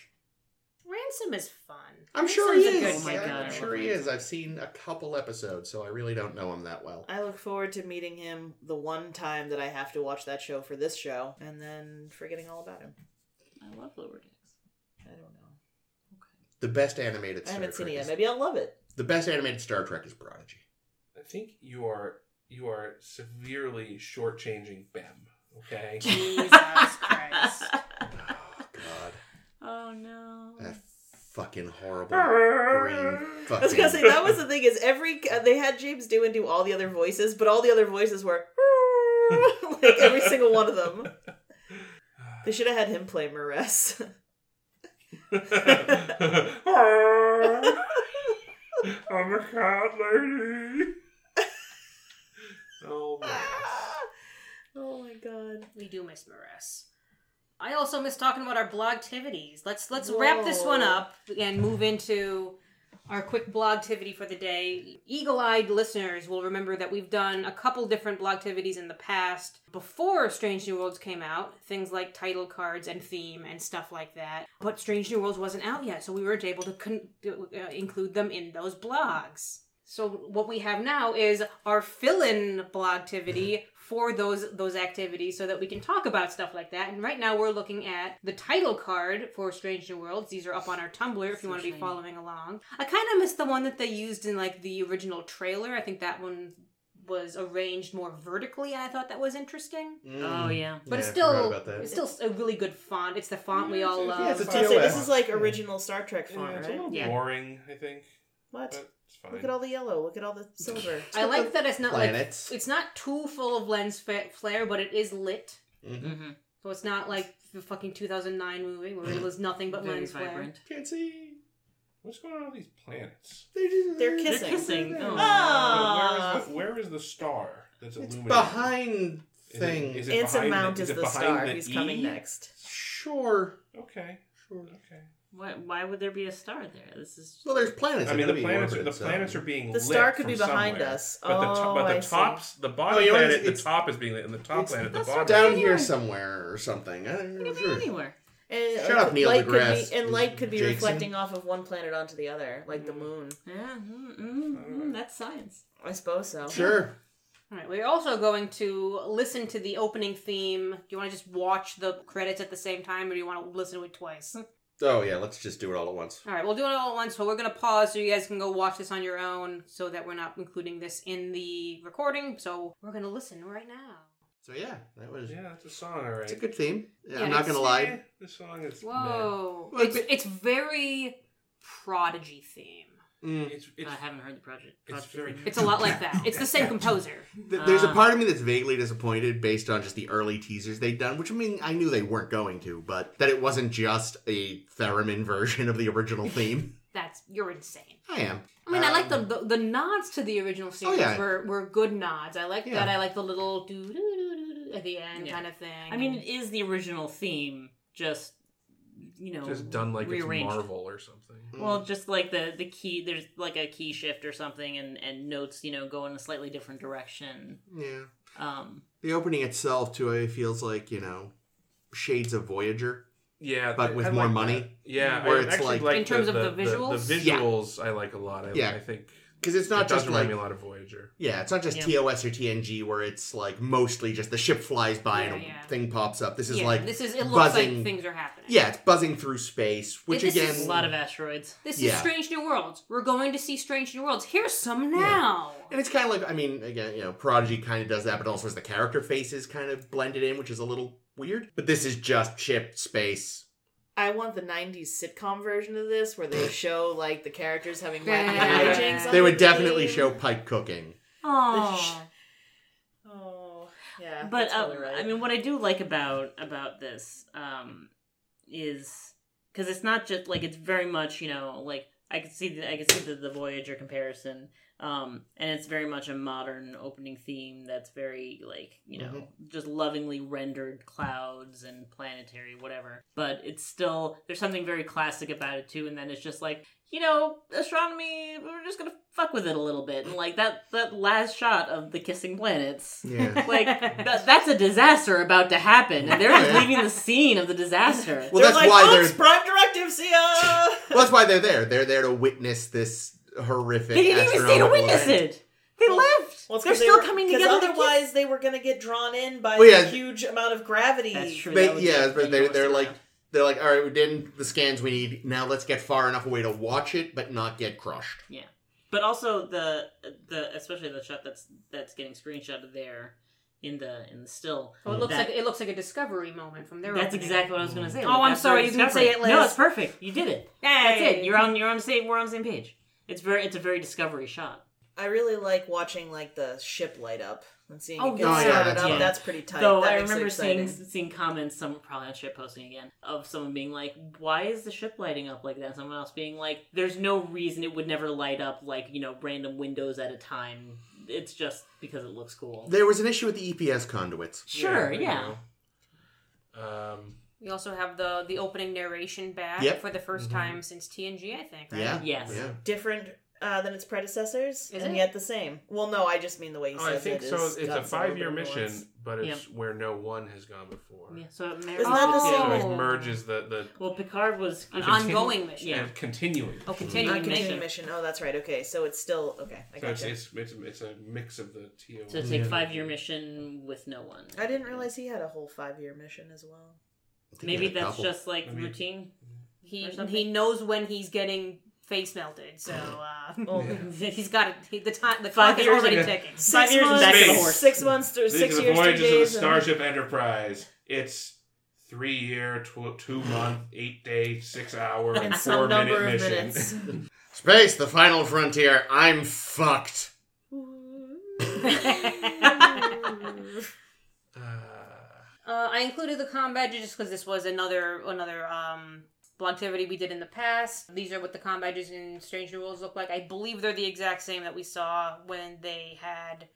Speaker 2: Ransom is fun.
Speaker 1: I'm sure he
Speaker 2: Ransom's a
Speaker 1: is.
Speaker 2: good
Speaker 5: Oh my
Speaker 2: character.
Speaker 5: God,
Speaker 1: I'm
Speaker 5: I
Speaker 1: sure
Speaker 5: love
Speaker 1: he
Speaker 5: him.
Speaker 1: is. I've seen a couple episodes, so I really don't know him that well.
Speaker 3: I look forward to meeting him the one time that I have to watch that show for this show, and then forgetting all about him.
Speaker 5: I love Lower Decks.
Speaker 3: I don't know.
Speaker 1: The best animated
Speaker 3: I
Speaker 1: Star
Speaker 3: haven't seen
Speaker 1: Trek.
Speaker 3: it yet.
Speaker 1: Is,
Speaker 3: Maybe I'll love it.
Speaker 1: the best animated Star Trek is Prodigy.
Speaker 4: I think you are you are severely shortchanging Bem. Okay.
Speaker 2: Jesus Christ.
Speaker 1: Oh God,
Speaker 5: Oh no.
Speaker 1: that fucking horrible green
Speaker 3: I was
Speaker 1: fucking.
Speaker 3: gonna say that was the thing is every uh, they had James Doohan do all the other voices, but all the other voices were like every single one of them. They should have had him play Mares.
Speaker 4: I'm a cat lady. Oh my.
Speaker 3: oh my god!
Speaker 2: We do miss Maris. I also miss talking about our blog activities. Let's let's wrap this one
Speaker 3: Whoa.
Speaker 2: up and move into our quick blog activity for the day. Eagle-eyed listeners will remember that we've done a couple different blog activities in the past before Strange New Worlds came out, things like title cards and theme and stuff like that. But Strange New Worlds wasn't out yet, so we weren't able to con- uh, include them in those blogs. So what we have now is our fill-in blog activity for those those activities, so that we can talk about stuff like that. And right now we're looking at the title card for Strange New Worlds. These are up on our Tumblr if you
Speaker 5: So
Speaker 2: want to be
Speaker 5: shiny.
Speaker 2: following along. I kind of miss the one that they used in like the original trailer. I think that one was arranged more vertically, and I thought that was interesting.
Speaker 5: Oh yeah.
Speaker 2: But it's
Speaker 1: Mm. Yeah, I forgot
Speaker 2: still
Speaker 1: about that.
Speaker 2: it's still a really good font. It's the font we all love.
Speaker 1: yeah, it's a
Speaker 3: So this
Speaker 1: TOS.
Speaker 3: is like original Star Trek font,
Speaker 4: Yeah, it's a
Speaker 3: right?
Speaker 4: little
Speaker 5: Yeah.
Speaker 4: boring, I think.
Speaker 3: What?
Speaker 4: But it's fine.
Speaker 3: Look at all the yellow. Look at all the silver.
Speaker 2: I like that it's not like
Speaker 1: planets.
Speaker 2: it's not too full of lens fa- flare, but it is lit.
Speaker 1: Mhm.
Speaker 5: Mm-hmm.
Speaker 2: So it's not like the fucking 2009 movie where it was nothing but
Speaker 5: Very
Speaker 2: lens flare.
Speaker 5: vibrant.
Speaker 1: Can't see.
Speaker 4: What's going on with these planets? Uh,
Speaker 1: They're, just,
Speaker 3: They're kissing.
Speaker 5: They're kissing. Oh.
Speaker 3: Ah.
Speaker 4: Where is the, where is the star that's
Speaker 1: It's
Speaker 4: illuminated?
Speaker 1: behind
Speaker 4: Is it-
Speaker 1: thing.
Speaker 4: is it
Speaker 3: Anson
Speaker 4: behind
Speaker 3: Mount is
Speaker 4: it
Speaker 3: the
Speaker 4: behind
Speaker 3: star.
Speaker 4: the
Speaker 3: He's
Speaker 4: E?
Speaker 3: coming next.
Speaker 1: Sure.
Speaker 4: Okay.
Speaker 1: Sure.
Speaker 4: Okay.
Speaker 5: Why, why would there be a star there? This is
Speaker 1: Well, there's planets.
Speaker 4: I
Speaker 1: They're
Speaker 4: mean,
Speaker 1: gonna
Speaker 4: the
Speaker 1: be
Speaker 4: planets, are,
Speaker 1: orbited,
Speaker 4: the
Speaker 1: so-
Speaker 4: planets are being
Speaker 3: The
Speaker 4: lit
Speaker 3: star could
Speaker 4: from
Speaker 3: be behind
Speaker 4: somewhere.
Speaker 3: us.
Speaker 4: But the,
Speaker 3: Oh,
Speaker 4: top, but
Speaker 3: I
Speaker 4: the
Speaker 3: see.
Speaker 4: tops, the bottom
Speaker 1: Oh, you know,
Speaker 4: planet,
Speaker 1: it's-
Speaker 4: the
Speaker 1: it's-
Speaker 4: top is being lit, and the top planet at the
Speaker 1: It's
Speaker 4: bottom.
Speaker 1: down here somewhere or something. I don't
Speaker 5: it
Speaker 1: know.
Speaker 5: could be
Speaker 1: Sure.
Speaker 5: anywhere.
Speaker 3: And uh,
Speaker 1: Shut up, Neil
Speaker 3: light
Speaker 1: deGrasse
Speaker 3: Could be, and light could be
Speaker 1: Jackson.
Speaker 3: reflecting off of one planet onto the other, like the moon.
Speaker 5: Yeah, mm, mm, mm, that's science.
Speaker 3: I suppose so.
Speaker 1: Sure.
Speaker 2: All right, we're also going to listen to the opening theme. Do you want to just watch the credits at the same time, or do you want to listen to it twice?
Speaker 1: Oh yeah, let's just do it all at once.
Speaker 2: All right, we'll do it all at once, but we're going to pause so you guys can go watch this on your own so that we're not including this in the recording. So we're going to listen right now.
Speaker 7: So yeah, that was
Speaker 4: Yeah, that's a song, all right.
Speaker 7: it's a good theme. Yeah,
Speaker 2: Yeah,
Speaker 7: I'm not gonna
Speaker 4: Eh,
Speaker 7: lie.
Speaker 4: The song is.
Speaker 2: Whoa.
Speaker 7: Well,
Speaker 2: It's, it's very prodigy theme.
Speaker 4: meh.
Speaker 7: Mm.
Speaker 4: It's, it's,
Speaker 5: I haven't heard the project.
Speaker 4: it's
Speaker 5: project
Speaker 4: very-
Speaker 5: before.
Speaker 2: It's a lot like that. It's the same composer.
Speaker 7: Th- There's a
Speaker 5: Ah.
Speaker 7: part of me that's vaguely disappointed based on just the early teasers they'd done, which I mean, I knew they weren't going to, but that it wasn't just a theremin version of the original theme.
Speaker 2: That's, you're insane.
Speaker 7: I am.
Speaker 2: I mean, I like the,
Speaker 7: Um,
Speaker 2: the the nods to the original series
Speaker 7: yeah.
Speaker 2: were, were good nods. I like
Speaker 7: Yeah.
Speaker 2: that. I like the little doo doo doo doo at the end
Speaker 5: Yeah.
Speaker 2: kind of thing.
Speaker 5: I mean, it is the original theme, just you know,
Speaker 4: just done like it's
Speaker 5: rearranged.
Speaker 4: Marvel or something.
Speaker 5: Well, just like the the key, there's like a key shift or something, and and notes, you know, go in a slightly different direction.
Speaker 7: Yeah.
Speaker 5: Um,
Speaker 7: The opening itself, too, it feels like, you know, shades of Voyager.
Speaker 4: Yeah,
Speaker 7: But
Speaker 4: I-
Speaker 7: with
Speaker 4: I
Speaker 7: more
Speaker 4: like
Speaker 7: money?
Speaker 4: that. Yeah,
Speaker 7: Where
Speaker 4: I
Speaker 7: it's
Speaker 4: actually
Speaker 7: like-
Speaker 2: In terms of the
Speaker 4: the
Speaker 2: visuals?
Speaker 4: the visuals I like a lot. I,
Speaker 7: Yeah.
Speaker 4: I think
Speaker 1: because it's not
Speaker 4: it does
Speaker 1: just
Speaker 4: remind
Speaker 1: like
Speaker 4: me a lot of Voyager.
Speaker 1: yeah, it's not just
Speaker 5: Yeah.
Speaker 1: TOS or TNG where it's like mostly just the ship flies by and a
Speaker 2: Yeah, yeah.
Speaker 1: thing pops up. This is
Speaker 2: yeah,
Speaker 1: like
Speaker 2: this is it looks
Speaker 1: buzzing-
Speaker 2: like things are happening.
Speaker 1: yeah, it's buzzing through space, which
Speaker 2: This
Speaker 1: again
Speaker 2: is
Speaker 5: A lot of asteroids.
Speaker 2: This
Speaker 1: Yeah.
Speaker 2: is Strange New Worlds. We're going to see Strange New Worlds. Here's some now.
Speaker 1: And it's kind of like, I mean, again, you know, Prodigy kind of does that, but also has the character faces kind of blended in, which is a little weird. But this is just ship space.
Speaker 3: I want the '90s sitcom version of this, where they show like the characters having wacky
Speaker 2: Yeah.
Speaker 3: hijinks. on
Speaker 1: They
Speaker 3: the
Speaker 1: would definitely
Speaker 3: team.
Speaker 1: show Pike cooking.
Speaker 2: Oh,
Speaker 3: Oh, yeah.
Speaker 5: but
Speaker 3: that's
Speaker 5: um,
Speaker 3: probably right.
Speaker 5: I mean, what I do like about about this um, is because it's not just like it's very much you know like I can see the, I can see the, the Voyager comparison, um, and it's very much a modern opening theme that's very like you know
Speaker 3: Mm-hmm.
Speaker 5: just lovingly rendered clouds and planetary whatever. But it's still there's something very classic about it too, and then it's just like you know astronomy we're just gonna fuck with it a little bit, and like that that last shot of the kissing planets
Speaker 1: Yeah.
Speaker 5: like th- that's a disaster about to happen and they're just leaving the scene of the disaster
Speaker 1: Well,
Speaker 3: They're
Speaker 1: that's
Speaker 3: like,
Speaker 5: "Oh,
Speaker 1: why
Speaker 3: "Oops,
Speaker 1: they're
Speaker 3: Prime Directive. See ya.
Speaker 1: well, that's why they're there. They're there to witness this horrific.
Speaker 5: they didn't even stay to
Speaker 1: astronomical
Speaker 5: witness
Speaker 1: event.
Speaker 5: it they left
Speaker 3: Well, it's
Speaker 5: they're
Speaker 3: 'cause they
Speaker 5: still
Speaker 3: were-
Speaker 5: coming
Speaker 3: 'cause
Speaker 5: together to
Speaker 3: Otherwise, they were going to get drawn in by
Speaker 1: Well,
Speaker 3: the
Speaker 1: yeah.
Speaker 3: huge amount of gravity.
Speaker 5: that's true
Speaker 1: They,
Speaker 5: that would
Speaker 1: yeah,
Speaker 5: be-
Speaker 1: but
Speaker 5: they
Speaker 1: they,
Speaker 5: don't
Speaker 1: they're
Speaker 5: stick
Speaker 1: like
Speaker 5: around.
Speaker 1: they're like, all right, we did the scans we need. Now let's get far enough away to watch it, but not get crushed.
Speaker 5: but also the the especially the shot that's that's getting screenshotted there in the in the still
Speaker 2: Oh, it looks
Speaker 5: That-
Speaker 2: like it looks like a discovery moment from their.
Speaker 5: that's
Speaker 2: opening.
Speaker 5: exactly what I was gonna say.
Speaker 2: Oh,
Speaker 5: like,
Speaker 2: I'm
Speaker 5: that's
Speaker 2: sorry,
Speaker 5: our
Speaker 2: you didn't
Speaker 5: discovery.
Speaker 2: say it, Liz.
Speaker 5: No, it's perfect. You did it. That's it.
Speaker 2: Hey.
Speaker 5: You're on. You're on the same. We're on the same page. It's very. It's a very discovery shot.
Speaker 3: I really like watching like the ship light up and seeing
Speaker 5: Oh,
Speaker 3: it
Speaker 1: yeah.
Speaker 3: get
Speaker 1: Oh, yeah,
Speaker 3: started
Speaker 1: that's
Speaker 3: up.
Speaker 1: fun.
Speaker 3: That's pretty tight.
Speaker 5: Though
Speaker 3: that
Speaker 5: I
Speaker 3: makes it
Speaker 5: remember seeing
Speaker 3: exciting.
Speaker 5: seeing comments, some probably on ship posting again, of someone being like, "Why is the ship lighting up like that?" Someone else being like, "There's no reason it would never light up like you know random windows at a time. It's just because it looks cool."
Speaker 1: There was an issue with the EPS conduits.
Speaker 5: Sure,
Speaker 4: you
Speaker 5: yeah.
Speaker 4: know. Um,
Speaker 2: We also have the the opening narration back
Speaker 1: Yep.
Speaker 2: for the 1st
Speaker 5: Mm-hmm.
Speaker 4: Mhm.
Speaker 2: time since TNG, I think. Right?
Speaker 1: Yeah.
Speaker 5: Uh, Yes.
Speaker 1: Yeah.
Speaker 3: different uh, than its predecessors,
Speaker 2: Is
Speaker 3: and
Speaker 2: it?
Speaker 3: yet the same. Well, no, I just mean the way you
Speaker 4: oh,
Speaker 3: said
Speaker 4: I think
Speaker 3: it
Speaker 4: so.
Speaker 3: is
Speaker 4: It's a
Speaker 3: got some
Speaker 4: five-year
Speaker 3: little nuance.
Speaker 4: mission, but it's where no one has gone before.
Speaker 5: Yeah. So it marries
Speaker 3: Isn't that the
Speaker 5: the two.
Speaker 3: same
Speaker 4: So
Speaker 3: as-
Speaker 4: it merges the the
Speaker 5: Well, Picard was
Speaker 2: Oh. An
Speaker 4: Continue-
Speaker 2: ongoing mission.
Speaker 5: Yeah.
Speaker 4: yeah. continuing.
Speaker 2: Oh,
Speaker 3: Not
Speaker 2: continuing mission.
Speaker 3: continuing mission. Oh, that's right. Okay, so it's still okay. I
Speaker 4: So it's,
Speaker 3: gotcha.
Speaker 4: it's, it's, it's a mix of the TO.
Speaker 5: to take five year mission with no one.
Speaker 3: I didn't realize he had a whole five-year mission as well.
Speaker 1: They
Speaker 5: Maybe
Speaker 1: had a
Speaker 5: that's
Speaker 1: couple.
Speaker 5: just like
Speaker 4: Maybe-
Speaker 5: routine.
Speaker 2: He
Speaker 5: Or something.
Speaker 2: he knows when he's getting face melted, so uh,
Speaker 3: Well,
Speaker 4: Yeah.
Speaker 2: he's got it. He, the time the
Speaker 5: Five
Speaker 2: clock is
Speaker 5: years
Speaker 2: already
Speaker 5: ago.
Speaker 2: ticking.
Speaker 3: six
Speaker 5: Five years and
Speaker 3: months,
Speaker 5: back
Speaker 4: to the
Speaker 5: horse.
Speaker 3: Six months, through
Speaker 4: These
Speaker 3: six
Speaker 4: are the
Speaker 3: years, two
Speaker 4: voyages of the
Speaker 3: days. and-
Speaker 4: Starship Enterprise. It's three year, tw- two month, eight day, six hour,
Speaker 3: And
Speaker 4: and
Speaker 3: some
Speaker 4: four
Speaker 3: number of
Speaker 4: minute mission.
Speaker 3: minutes.
Speaker 1: Space, the final frontier. I'm fucked.
Speaker 4: uh,
Speaker 2: Uh, I included the combat badges just because this was another another um activity we did in the past. These are what the combat badges in Strange New Worlds look like. I believe they're the exact same that we saw when they had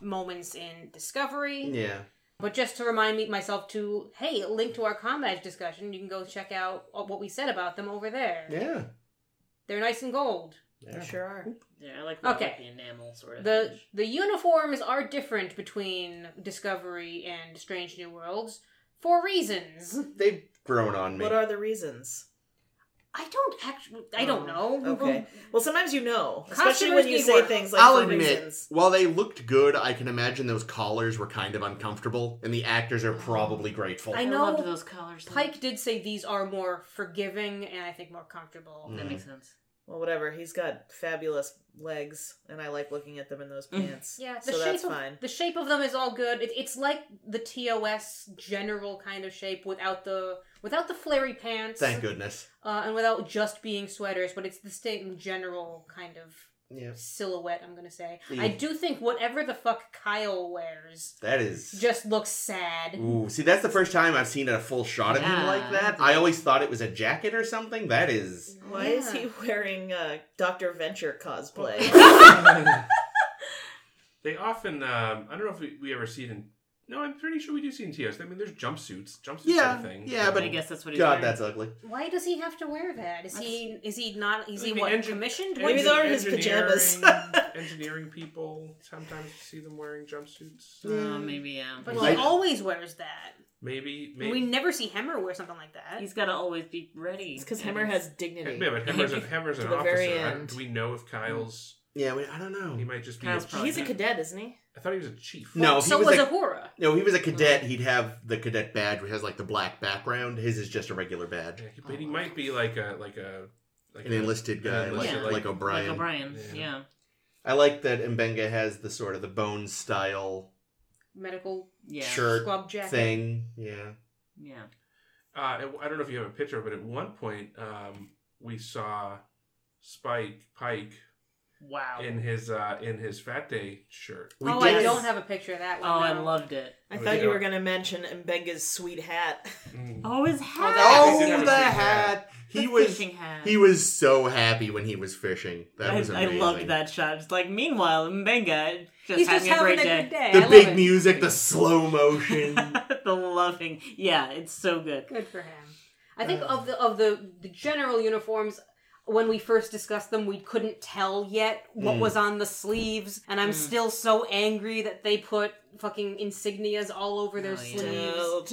Speaker 2: moments in Discovery.
Speaker 1: Yeah.
Speaker 2: But just to remind me myself to hey, link to our combat badge discussion. You can go check out uh, what we said about them over there.
Speaker 1: Yeah.
Speaker 2: They're nice and gold.
Speaker 1: Yeah.
Speaker 3: Sure are.
Speaker 5: Yeah, I like the, I like
Speaker 2: Okay.
Speaker 5: the enamel sort of.
Speaker 2: The
Speaker 5: finish.
Speaker 2: the uniforms are different between Discovery and Strange New Worlds for reasons.
Speaker 1: They've grown on me.
Speaker 3: What are the reasons?
Speaker 2: I don't actually. I don't know.
Speaker 3: Oh, Okay. Well, sometimes you know, especially
Speaker 2: Customers
Speaker 3: when you
Speaker 2: need
Speaker 3: say
Speaker 2: work.
Speaker 3: things like
Speaker 1: I'll
Speaker 3: for
Speaker 1: admit,
Speaker 3: reasons.
Speaker 1: while they looked good, I can imagine those collars were kind of uncomfortable, and the actors are probably grateful.
Speaker 5: I
Speaker 2: I
Speaker 5: know loved
Speaker 2: know
Speaker 5: those colors. though.
Speaker 2: Pike did say these are more forgiving and I think more comfortable.
Speaker 3: Hmm.
Speaker 5: That makes sense.
Speaker 3: Well, whatever. He's got fabulous legs, and I like looking at them in those pants.
Speaker 2: Yeah, the
Speaker 3: so
Speaker 2: shape
Speaker 3: that's
Speaker 2: of
Speaker 3: fine.
Speaker 2: the shape of them is all good. It, it's like the TOS general kind of shape without the without the flary pants.
Speaker 1: Thank goodness.
Speaker 2: Uh, and without just being sweaters, but it's the same general kind of
Speaker 1: Yeah.
Speaker 2: silhouette. I'm gonna say.
Speaker 1: Yeah.
Speaker 2: I do think whatever the fuck Kyle wears
Speaker 1: That is.
Speaker 2: just looks sad.
Speaker 1: Ooh, see, that's the first time I've seen a full shot of him
Speaker 5: Yeah.
Speaker 1: like that. I always thought it was a jacket or something. That is.
Speaker 3: Why is he wearing uh, Doctor Venture cosplay?
Speaker 4: they often, um, I don't know if we, we ever see it in. No, I'm pretty sure we do see in TOS. I mean, there's jumpsuits. Jumpsuits
Speaker 1: Yeah,
Speaker 4: are a thing.
Speaker 1: yeah,
Speaker 5: But
Speaker 1: But
Speaker 5: I guess that's what he's
Speaker 1: Hmm. God,
Speaker 5: wearing.
Speaker 1: that's ugly.
Speaker 2: Why does he have to wear that? Is he is he not? Is he
Speaker 4: Maybe
Speaker 2: what
Speaker 4: engi-
Speaker 2: commissioned?
Speaker 4: engi-
Speaker 2: What
Speaker 3: Maybe
Speaker 2: is
Speaker 3: they're
Speaker 2: he-
Speaker 3: in his
Speaker 4: engineering-
Speaker 3: pajamas.
Speaker 4: engineering people sometimes you see them wearing jumpsuits.
Speaker 5: Uh, maybe yeah.
Speaker 2: But
Speaker 1: I-
Speaker 2: he always wears that.
Speaker 4: Maybe,
Speaker 2: We
Speaker 4: maybe.
Speaker 2: never see Hemmer wear something like that.
Speaker 5: he's got to always be ready.
Speaker 3: it's because
Speaker 5: And
Speaker 3: Hemmer has dignity.
Speaker 4: Yeah, but Hammer's, an- Hammer's an
Speaker 3: To the
Speaker 4: officer.
Speaker 3: very
Speaker 4: I don't-
Speaker 3: end.
Speaker 4: Do we know if Kyle's
Speaker 1: Yeah, I, mean, I don't know.
Speaker 4: He might just be.
Speaker 5: Kyle's
Speaker 4: a-
Speaker 5: probably
Speaker 3: He's a
Speaker 5: not.
Speaker 3: cadet, isn't he?
Speaker 4: I thought he was a chief.
Speaker 1: No, if Oh, he
Speaker 2: so
Speaker 1: was
Speaker 2: was
Speaker 1: a-
Speaker 2: Ahura.
Speaker 1: No, if he was a cadet, he'd have the cadet badge, which has like the black background. His is just a regular badge.
Speaker 4: Yeah, he- but he might be like a like a like
Speaker 1: An
Speaker 4: a-
Speaker 1: enlisted guy,
Speaker 4: Yeah,
Speaker 1: like,
Speaker 5: yeah.
Speaker 1: like
Speaker 5: Like
Speaker 1: O'Brien.
Speaker 5: O'Brien.
Speaker 4: Yeah.
Speaker 5: Yeah.
Speaker 1: I like that Mbenga has the sort of the bone style
Speaker 2: Medical
Speaker 5: Yeah.
Speaker 1: shirt
Speaker 2: squab jacket.
Speaker 1: thing. Yeah.
Speaker 5: Yeah.
Speaker 4: Uh, and I don't know if you have a picture, but at one point um, we saw Spike Pike
Speaker 5: Wow.
Speaker 4: in his uh, in his Fat Day shirt.
Speaker 1: We
Speaker 2: oh,
Speaker 1: did.
Speaker 2: I don't have a picture of that
Speaker 5: oh,
Speaker 2: one.
Speaker 5: I
Speaker 2: no.
Speaker 5: loved it.
Speaker 3: I
Speaker 4: Oh,
Speaker 3: thought
Speaker 4: yeah.
Speaker 3: you were going to mention Mbenga's sweet hat.
Speaker 4: Mm.
Speaker 5: Oh, his hat.
Speaker 2: that-
Speaker 4: He's never
Speaker 1: Oh, the
Speaker 4: seen
Speaker 1: hat. He was
Speaker 5: fishing hat.
Speaker 1: he was so happy when he was fishing. That
Speaker 5: I,
Speaker 1: was
Speaker 5: I
Speaker 1: amazing.
Speaker 5: loved that shot. It's like, meanwhile, Mbenga just
Speaker 2: He's
Speaker 5: having
Speaker 2: just
Speaker 5: a
Speaker 2: having
Speaker 5: great
Speaker 2: a
Speaker 5: day.
Speaker 2: good day. I
Speaker 1: The
Speaker 2: love
Speaker 1: big
Speaker 2: it.
Speaker 1: music, the slow motion.
Speaker 5: the loving. Yeah, it's so good.
Speaker 2: Good for him. I
Speaker 1: Uh.
Speaker 2: think of the of the, the general uniforms when we first discussed them, we couldn't tell yet what
Speaker 1: Mm.
Speaker 2: was on the sleeves, and I'm
Speaker 5: Mm.
Speaker 2: still so angry that they put fucking insignias all over their
Speaker 5: Oh, yeah.
Speaker 2: sleeves.
Speaker 3: Deltas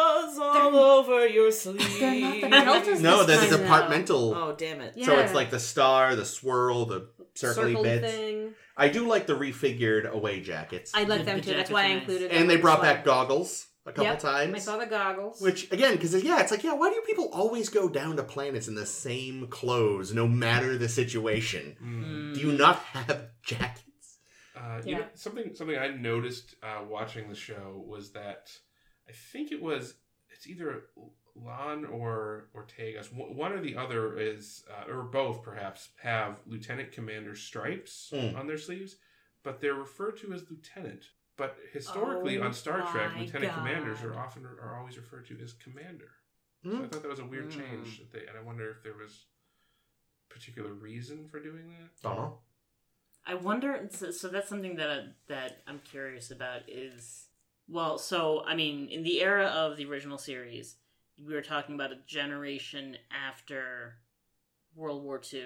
Speaker 3: all over your sleeve.
Speaker 2: They're not the Deltas
Speaker 1: no,
Speaker 2: this
Speaker 1: that's
Speaker 2: time
Speaker 1: departmental.
Speaker 3: Oh, damn it.
Speaker 2: Yeah.
Speaker 1: So it's like the star, the swirl, the circly
Speaker 2: Circled
Speaker 1: bits.
Speaker 2: thing.
Speaker 1: I do like the refigured away jackets.
Speaker 2: I like
Speaker 5: The-
Speaker 2: them
Speaker 5: the
Speaker 2: too. That's
Speaker 5: jackets
Speaker 2: why I
Speaker 5: are nice.
Speaker 2: included them.
Speaker 1: and they
Speaker 2: That's
Speaker 1: brought
Speaker 2: why-
Speaker 1: back goggles a couple
Speaker 2: Yep, I
Speaker 1: times.
Speaker 2: saw the goggles.
Speaker 1: Which again, because yeah, it's like yeah, why do people always go down to planets in the same clothes, no matter the situation?
Speaker 4: Mm.
Speaker 1: Do you not have jackets?
Speaker 4: Uh, you
Speaker 2: Yeah.
Speaker 4: know, something something I noticed uh, watching the show was that I think it was it's either Lon or Ortega's one one or the other is uh, or both perhaps have lieutenant commander stripes
Speaker 1: Mm.
Speaker 4: on their sleeves, but they're referred to as lieutenant. But historically
Speaker 2: Oh
Speaker 4: on Star Trek,
Speaker 2: my
Speaker 4: lieutenant commanders are
Speaker 2: God.
Speaker 4: often are always referred to as commander. So I
Speaker 1: Hmm?
Speaker 4: thought that was a weird
Speaker 5: Mm.
Speaker 4: change that they, and I wonder if there was particular reason for doing that.
Speaker 1: Don't know.
Speaker 5: I wonder. So, so that's something that that I'm curious about is well. So I mean, in the era of the original series, we were talking about a generation after World War II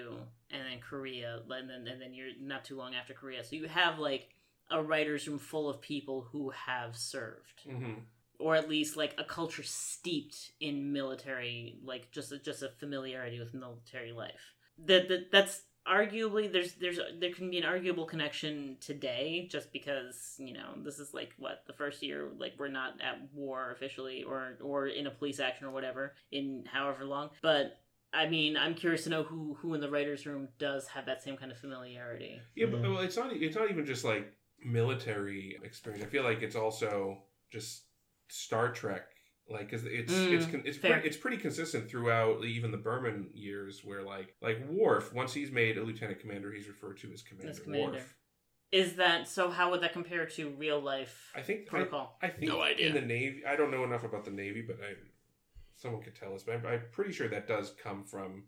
Speaker 5: and then Korea, and then and then you're not too long after Korea. So you have like a writers' room full of people who have served.
Speaker 4: Mm-hmm.
Speaker 5: or at least like a culture steeped in military like just a, just a familiarity with military life that, that that's arguably there's there's there can be an arguable connection today just because you know this is like what the first year like we're not at war officially or or in a police action or whatever in however long but I mean, I'm curious to know who who in the writers' room does have that same kind of familiarity.
Speaker 4: Yeah, but
Speaker 1: Mhm.
Speaker 4: well, it's not. It's not even just like military experience. I feel like it's also just Star Trek. Like, 'cause it's
Speaker 5: Mm,
Speaker 4: it's con- it's
Speaker 5: fair.
Speaker 4: pretty, it's pretty consistent throughout even the Berman years, where like like Worf, once he's made a lieutenant commander, he's referred to as Commander,
Speaker 5: As commander.
Speaker 4: Worf.
Speaker 5: Is that so? How would that compare to real life
Speaker 4: I think I,
Speaker 5: protocol?
Speaker 4: I think
Speaker 1: No idea.
Speaker 4: in the Navy. I don't know enough about the Navy, but I someone could tell us. But I'm, I'm pretty sure that does come from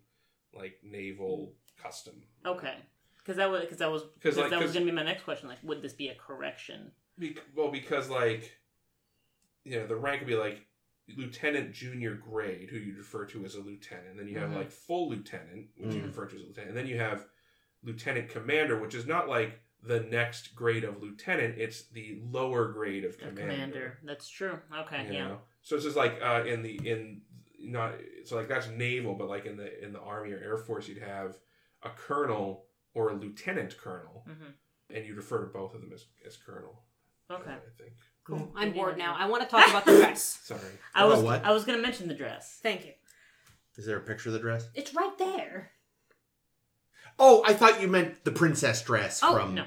Speaker 4: like naval custom.
Speaker 5: Okay, because that was because that was
Speaker 4: 'Cause,
Speaker 5: because
Speaker 4: like,
Speaker 5: that was
Speaker 4: 'cause-
Speaker 5: going to be my next question. Like, would this be a correction?
Speaker 4: Be- well, because like, you know, the rank would be like lieutenant junior grade, who you'd refer to as a lieutenant. And then you have
Speaker 5: Mhm.
Speaker 4: like full lieutenant, which you
Speaker 5: Mhm.
Speaker 4: refer to as a lieutenant. And then you have lieutenant commander, which is not like the next grade of lieutenant; it's the lower grade of
Speaker 5: A
Speaker 4: commander.
Speaker 5: commander. That's true. Okay,
Speaker 4: you
Speaker 5: yeah.
Speaker 4: know? So it's just like uh, in the in not so like that's naval, but like in the in the army or air force, you'd have a colonel or a lieutenant colonel,
Speaker 5: hmm
Speaker 4: and you'd refer to both of them as as colonel.
Speaker 5: Okay,
Speaker 4: I think.
Speaker 2: Cool. I'm
Speaker 5: Maybe
Speaker 2: bored
Speaker 5: that's
Speaker 2: now.
Speaker 5: it.
Speaker 2: I want to talk about the dress.
Speaker 4: Sorry.
Speaker 5: I
Speaker 1: Oh,
Speaker 5: was
Speaker 1: what?
Speaker 5: I was going to mention the dress.
Speaker 2: Thank you.
Speaker 1: Is there a picture of the dress?
Speaker 2: It's right there.
Speaker 1: Oh, I thought you meant the princess dress
Speaker 2: Oh,
Speaker 1: from
Speaker 5: no.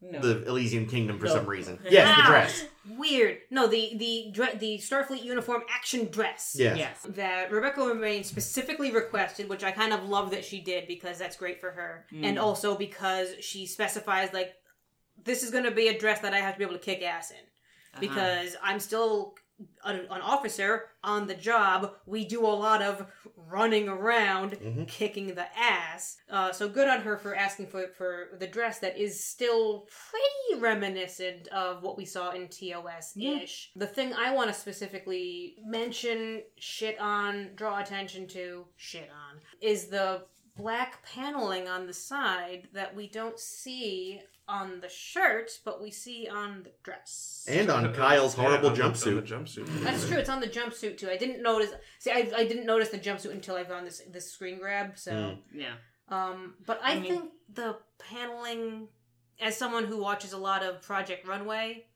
Speaker 5: No.
Speaker 1: the Elysium Kingdom for
Speaker 5: No.
Speaker 1: some reason. Yes, the
Speaker 2: Wow.
Speaker 1: dress.
Speaker 2: Ah, Weird. No, the the dre- the Starfleet uniform action dress.
Speaker 1: Yes.
Speaker 5: Yes.
Speaker 2: that Rebecca Romaine specifically requested, which I kind of love that she did because that's great for her,
Speaker 5: Mm.
Speaker 2: and also because she specifies like this is going to be a dress that I have to be able to kick ass in
Speaker 5: Uh-huh.
Speaker 2: because I'm still an, an officer on the job. We do a lot of running around,
Speaker 1: Mhm.
Speaker 2: kicking the ass. Uh, so good on her for asking for for the dress that is still pretty reminiscent of what we saw in TOS ish. The thing I want to specifically mention, shit on, draw attention to, shit on, is the black paneling on the side that we don't see on the shirt, but we see on the dress.
Speaker 1: And on Kyle's
Speaker 4: Yeah,
Speaker 1: horrible
Speaker 4: on the- on the
Speaker 1: jumpsuit.
Speaker 4: jumpsuit.
Speaker 2: That's true. It's on the jumpsuit too. I didn't notice. See, I, I didn't notice the jumpsuit until I found this this screen grab. So
Speaker 1: Mm.
Speaker 5: Yeah.
Speaker 2: Um, but I,
Speaker 5: I mean-
Speaker 2: think the paneling, as someone who watches a lot of Project Runway,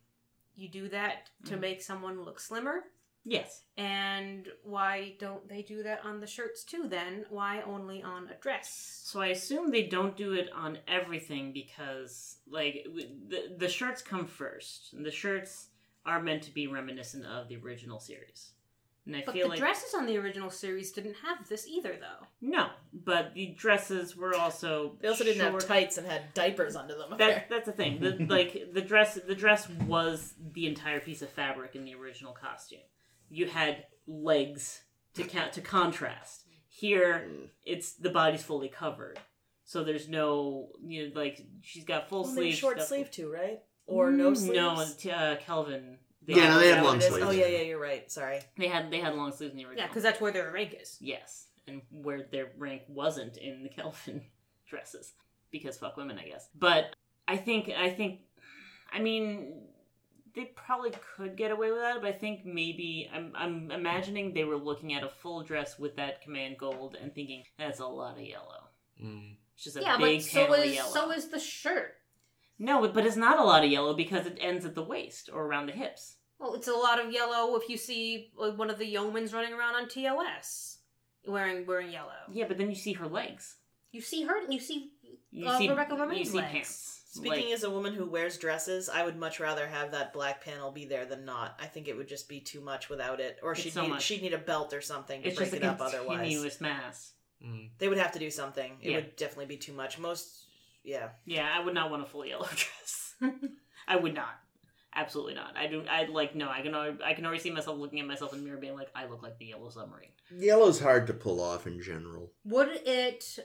Speaker 2: you do that to
Speaker 5: Mhm.
Speaker 2: make someone look slimmer.
Speaker 5: Yes.
Speaker 2: And why don't they do that on the shirts too? Then why only on a dress?
Speaker 5: So I assume they don't do it on everything because, like, w- the the shirts come first. The shirts are meant to be reminiscent of the original series, and I
Speaker 2: But
Speaker 5: feel
Speaker 2: the
Speaker 5: like
Speaker 2: dresses on the original series didn't have this either, though.
Speaker 5: no, but the dresses were also
Speaker 3: They also didn't
Speaker 5: short-
Speaker 3: have tights and had diapers under them.
Speaker 5: That, that's the thing. The, like the dress, the dress was the entire piece of fabric in the original costume. You had legs to count to contrast. Here,
Speaker 1: Hmm.
Speaker 5: it's the body's fully covered, so there's no you know like she's got full
Speaker 3: Well, maybe
Speaker 5: sleeves,
Speaker 3: short
Speaker 5: she's got full-
Speaker 3: sleeve too, right? Or no
Speaker 5: Mm,
Speaker 3: sleeves?
Speaker 5: No, t- uh, Kelvin.
Speaker 1: Yeah, no, they
Speaker 3: Is
Speaker 1: had
Speaker 3: that what
Speaker 1: long
Speaker 3: it is?
Speaker 1: sleeves.
Speaker 3: Oh yeah, yeah, you're right. Sorry.
Speaker 5: They had they had long sleeves in the original.
Speaker 2: Yeah, because that's where their rank is.
Speaker 5: yes, and where their rank wasn't in the Kelvin dresses because fuck women, I guess. But I think I think I mean they probably could get away with that, but I think maybe I'm I'm imagining they were looking at a full dress with that command gold and thinking that's a lot of yellow.
Speaker 4: Mm.
Speaker 5: It's just a big panel of yellow.
Speaker 2: is the shirt.
Speaker 5: no, but it's not a lot of yellow because it ends at the waist or around the hips.
Speaker 2: Well, it's a lot of yellow if you see like, one of the yeomans running around on TOS wearing wearing yellow.
Speaker 5: Yeah, but then you see her legs.
Speaker 2: You see her. You see.
Speaker 5: You
Speaker 2: Uh,
Speaker 5: see
Speaker 2: Rebecca
Speaker 5: You
Speaker 2: Romijn's
Speaker 5: see
Speaker 2: legs.
Speaker 5: pants.
Speaker 3: Speaking
Speaker 5: Like-
Speaker 3: as a woman who wears dresses, I would much rather have that black panel be there than not. I think it would just be too much without it, or
Speaker 5: It's
Speaker 3: she'd
Speaker 5: so
Speaker 3: need,
Speaker 5: much.
Speaker 3: she'd need a belt or something to
Speaker 5: it's
Speaker 3: break
Speaker 5: just a
Speaker 3: it up. Otherwise,
Speaker 5: continuous mass.
Speaker 4: Mm.
Speaker 3: they would have to do something. It
Speaker 5: Yeah.
Speaker 3: would definitely be too much. Most, yeah.
Speaker 5: Yeah, I would not want a full yellow dress. I would not. Absolutely not. I do. I like no. I can. al- I can already see myself looking at myself in the mirror, being like, I look like the yellow submarine.
Speaker 1: Yellow's hard to pull off in general.
Speaker 2: Would it?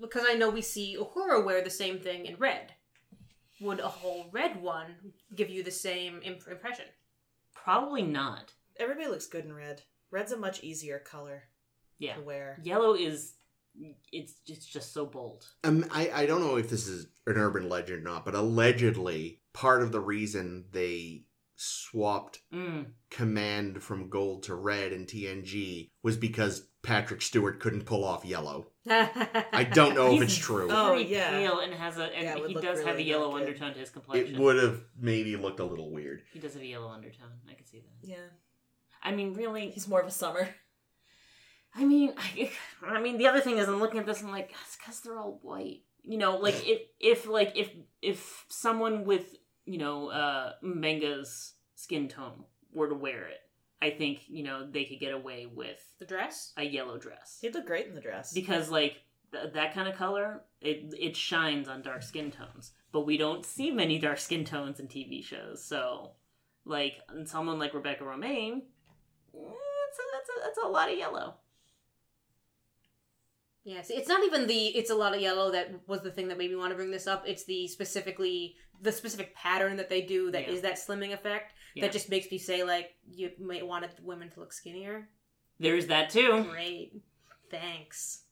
Speaker 2: Because I know we see Uhura wear the same thing in red. Would a whole red one give you the same imp- impression?
Speaker 5: Probably not.
Speaker 3: Everybody looks good in red. Red's a much easier color
Speaker 5: Yeah.
Speaker 3: to wear.
Speaker 5: Yellow is. It's it's just so bold.
Speaker 1: Um, I, I don't know if this is an urban legend or not, but allegedly, part of the reason they swapped
Speaker 5: Mm.
Speaker 1: command from gold to red in TNG was because Patrick Stewart couldn't pull off yellow. I
Speaker 2: I
Speaker 1: don't know if
Speaker 5: He's
Speaker 1: it's true.
Speaker 3: Oh,
Speaker 5: very
Speaker 3: yeah.
Speaker 5: pale and has a and
Speaker 3: Yeah, it would
Speaker 5: he
Speaker 3: look
Speaker 5: does have a
Speaker 3: really
Speaker 5: yellow
Speaker 3: not good.
Speaker 5: undertone to his complexion.
Speaker 1: It would have maybe looked a little weird.
Speaker 5: He does have a yellow undertone. I can see that.
Speaker 3: Yeah.
Speaker 5: I mean, really,
Speaker 3: He's more of a summer.
Speaker 5: I mean, I, I mean, the other thing is, I'm looking at this. I'm like, it's because they're all white. You know, like if if like if if someone with you know uh Menga's skin tone were to wear it, I think you know they could get away with
Speaker 2: the dress.
Speaker 5: a yellow dress
Speaker 3: He'd look great in the dress.
Speaker 5: because like th- that kind of color it it shines on dark skin tones, but we don't see many dark skin tones in TV shows. So like and someone like Rebecca Romaine, eh, that's a, that's a, that's a lot of yellow.
Speaker 2: Yes, it's not even the it's a lot of yellow that was the thing that made me want to bring this up. It's the specifically the specific pattern that they do that
Speaker 5: Yeah.
Speaker 2: is that slimming effect
Speaker 5: Yeah.
Speaker 2: that just makes me say like you might wanted women to look skinnier.
Speaker 5: There's that too.
Speaker 2: Great, thanks.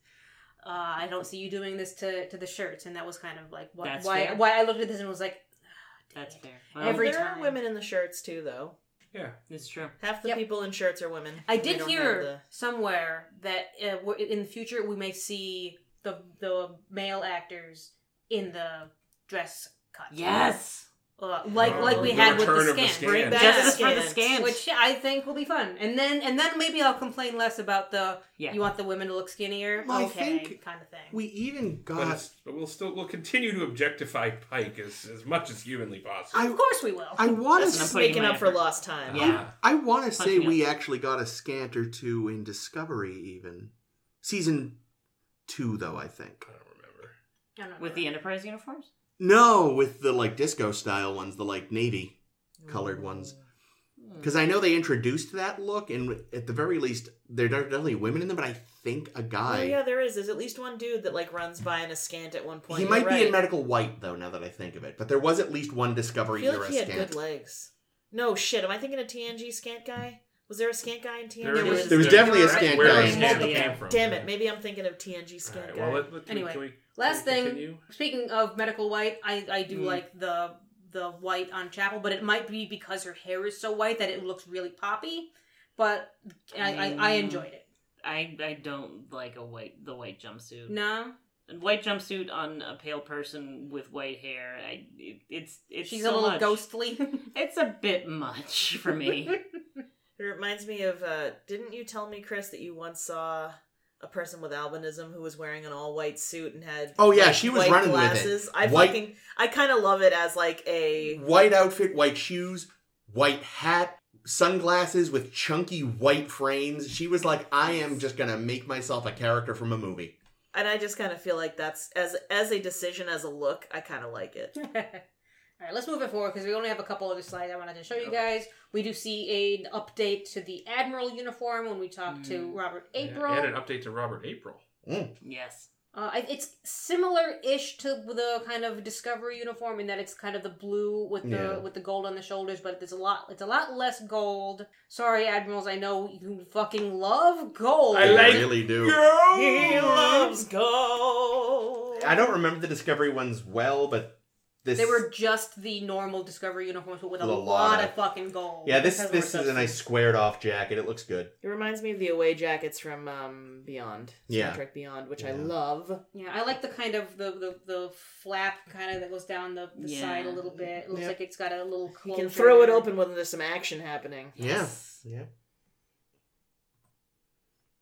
Speaker 2: Uh, I don't see you doing this to to the shirts, and that was kind of like what,
Speaker 5: That's
Speaker 2: why
Speaker 5: fair.
Speaker 2: why I looked at this and was like, "Ah,
Speaker 5: That's fair.
Speaker 2: Every
Speaker 3: there
Speaker 2: time.
Speaker 3: are women in the shirts too, though.
Speaker 4: Yeah.
Speaker 5: it's true.
Speaker 3: Half the
Speaker 2: Yep.
Speaker 3: people in shirts are women.
Speaker 2: I
Speaker 3: They
Speaker 2: did
Speaker 3: don't
Speaker 2: hear
Speaker 3: have the-
Speaker 2: somewhere that uh, we're- in the future we may see the the male actors in the dress cut.
Speaker 5: Yes.
Speaker 2: Uh, like
Speaker 4: Oh,
Speaker 2: like we
Speaker 4: the
Speaker 2: had with
Speaker 4: return
Speaker 2: the
Speaker 4: of the
Speaker 2: scan.
Speaker 4: scan. Bring
Speaker 3: back
Speaker 5: Justice for
Speaker 3: skin.
Speaker 5: the scan.
Speaker 2: which I think will be fun. And then and then maybe I'll complain less about the
Speaker 5: Yeah.
Speaker 2: you want the women to look skinnier,
Speaker 1: Well, I
Speaker 2: okay,
Speaker 1: think
Speaker 2: kind of thing.
Speaker 1: We even
Speaker 4: But,
Speaker 1: got.
Speaker 4: it's, but we'll still we'll continue to objectify Pike as, as much as humanly possible.
Speaker 1: I,
Speaker 2: of course we will.
Speaker 1: I want
Speaker 5: That's
Speaker 1: to
Speaker 5: an
Speaker 3: Just
Speaker 5: putting
Speaker 3: making
Speaker 5: my
Speaker 3: up for
Speaker 5: effort.
Speaker 3: lost time.
Speaker 5: Yeah.
Speaker 1: I want to say
Speaker 5: Punch me
Speaker 1: we actually got a scant or two in Discovery, even season two, though I think.
Speaker 4: I don't remember.
Speaker 2: I don't know.
Speaker 5: With the Enterprise uniforms?
Speaker 1: No, with the like disco style ones, the like navy colored ones,
Speaker 5: Hmm. Mm.
Speaker 1: because I know they introduced that look, and at the very least, there are definitely women in them, but I think a
Speaker 3: Oh
Speaker 1: guy.
Speaker 3: yeah, there is. There's at least one dude that like runs by in a scant at one point.
Speaker 1: He
Speaker 3: You're
Speaker 1: might
Speaker 3: right.
Speaker 1: be in medical white though. Now that I think of it, but there was at least one
Speaker 3: I
Speaker 1: Discovery
Speaker 3: feel
Speaker 1: era
Speaker 3: like he had
Speaker 1: scant.
Speaker 3: good legs. No shit. Am I thinking a TNG scant guy? Was there a scant guy in TNG?
Speaker 4: There was-
Speaker 1: there was definitely a
Speaker 2: Right.
Speaker 1: scant
Speaker 4: Where
Speaker 2: Where
Speaker 1: guy.
Speaker 4: the
Speaker 2: is
Speaker 1: in-
Speaker 4: scan
Speaker 5: Multiple-
Speaker 4: came from?
Speaker 3: Damn it. Maybe I'm thinking of TNG
Speaker 4: All
Speaker 3: scant
Speaker 4: right,
Speaker 3: guy.
Speaker 4: well, let, let, can
Speaker 2: Anyway,
Speaker 4: we, can we,
Speaker 2: Last
Speaker 4: can we
Speaker 2: thing,
Speaker 4: continue?
Speaker 2: speaking of medical white, I I do
Speaker 5: Mm.
Speaker 2: like the the white on Chapel, but it might be because her hair is so white that it looks really poppy. But I I, I
Speaker 5: Mm.
Speaker 2: enjoyed it.
Speaker 5: I, I don't like a white the white jumpsuit.
Speaker 2: No,
Speaker 5: a white jumpsuit on a pale person with white hair. I, it, it's it's
Speaker 2: She's a
Speaker 5: so
Speaker 2: little
Speaker 5: much.
Speaker 2: ghostly.
Speaker 5: It's a bit much for me.
Speaker 6: It reminds me of uh didn't you tell me, Chris, that you once saw a person with albinism who was wearing an all white suit and had
Speaker 1: Oh, yeah,
Speaker 6: like,
Speaker 1: she was
Speaker 6: white
Speaker 1: running with it.
Speaker 6: I
Speaker 1: White-
Speaker 6: fucking I kinda love it as like a
Speaker 1: White outfit, white shoes, white hat, sunglasses with chunky white frames. She was like, I am just gonna make myself a character from a movie.
Speaker 6: and I just kinda feel like that's as as a decision, as a look, I kinda like it.
Speaker 2: All right, let's move it forward because we only have a couple other slides I wanted to show you
Speaker 5: Okay.
Speaker 2: guys. We do see an update to the admiral uniform when we talk to
Speaker 5: Mm.
Speaker 2: Robert
Speaker 4: Yeah,
Speaker 2: April.
Speaker 4: and an update to Robert April.
Speaker 5: yes.
Speaker 2: Uh, I- it's similar-ish to the kind of Discovery uniform in that it's kind of the blue with the
Speaker 1: Yeah.
Speaker 2: with the gold on the shoulders, but it's a lot it's a lot less gold. Sorry, admirals, I know you fucking love gold.
Speaker 4: I like-
Speaker 1: I really do.
Speaker 6: He loves gold.
Speaker 1: I don't remember the Discovery ones well, but this
Speaker 2: they were just the normal Discovery uniforms, but with a,
Speaker 1: With a
Speaker 2: lot,
Speaker 1: lot
Speaker 2: of,
Speaker 1: of-
Speaker 2: fucking gold.
Speaker 1: Yeah, this
Speaker 5: because
Speaker 1: this
Speaker 5: we're
Speaker 1: is a nice squared off jacket. It looks good.
Speaker 6: It reminds me of the away jackets from um, Beyond,
Speaker 1: Yeah.
Speaker 6: Star Trek Beyond, which I
Speaker 1: Yeah.
Speaker 6: love.
Speaker 2: Yeah, I like the kind of the the, the flap kind of that goes down the, the
Speaker 5: Yeah.
Speaker 2: side a little bit. It looks
Speaker 6: Yeah.
Speaker 2: like it's got a little.
Speaker 6: You
Speaker 2: Closure
Speaker 6: can throw it
Speaker 2: there.
Speaker 6: open when there's some action happening.
Speaker 5: Yes.
Speaker 1: Yeah. Yeah.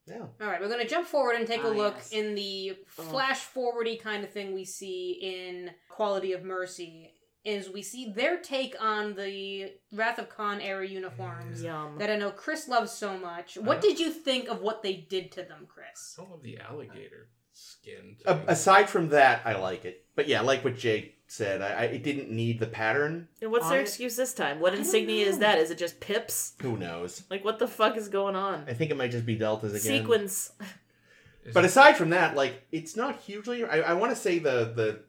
Speaker 1: Yeah.
Speaker 2: All right, we're gonna jump forward and take a
Speaker 5: Ah,
Speaker 2: look
Speaker 5: yes.
Speaker 2: in the
Speaker 6: Oh.
Speaker 2: flash forwardy kind of thing we see in Quality of Mercy. Is we see their take on the Wrath of Khan era uniforms
Speaker 6: Yum.
Speaker 2: that I know Chris loves so much. What
Speaker 4: Uh-huh.
Speaker 2: did you think of what they did to them, Chris?
Speaker 4: I love the alligator skin.
Speaker 1: A-
Speaker 4: thing.
Speaker 1: aside from that, I like it. But yeah, like what Jake said, I, I it didn't need the pattern.
Speaker 6: And what's their
Speaker 1: On it?
Speaker 6: excuse this time? What
Speaker 2: I don't
Speaker 6: insignia is
Speaker 2: know.
Speaker 6: that? Is it just pips?
Speaker 1: Who knows?
Speaker 6: Like, what the fuck is going on?
Speaker 1: I think it might just be deltas again.
Speaker 6: Sequence.
Speaker 4: Is
Speaker 1: But
Speaker 4: it-
Speaker 1: aside from that, like it's not hugely. I, I want to say the the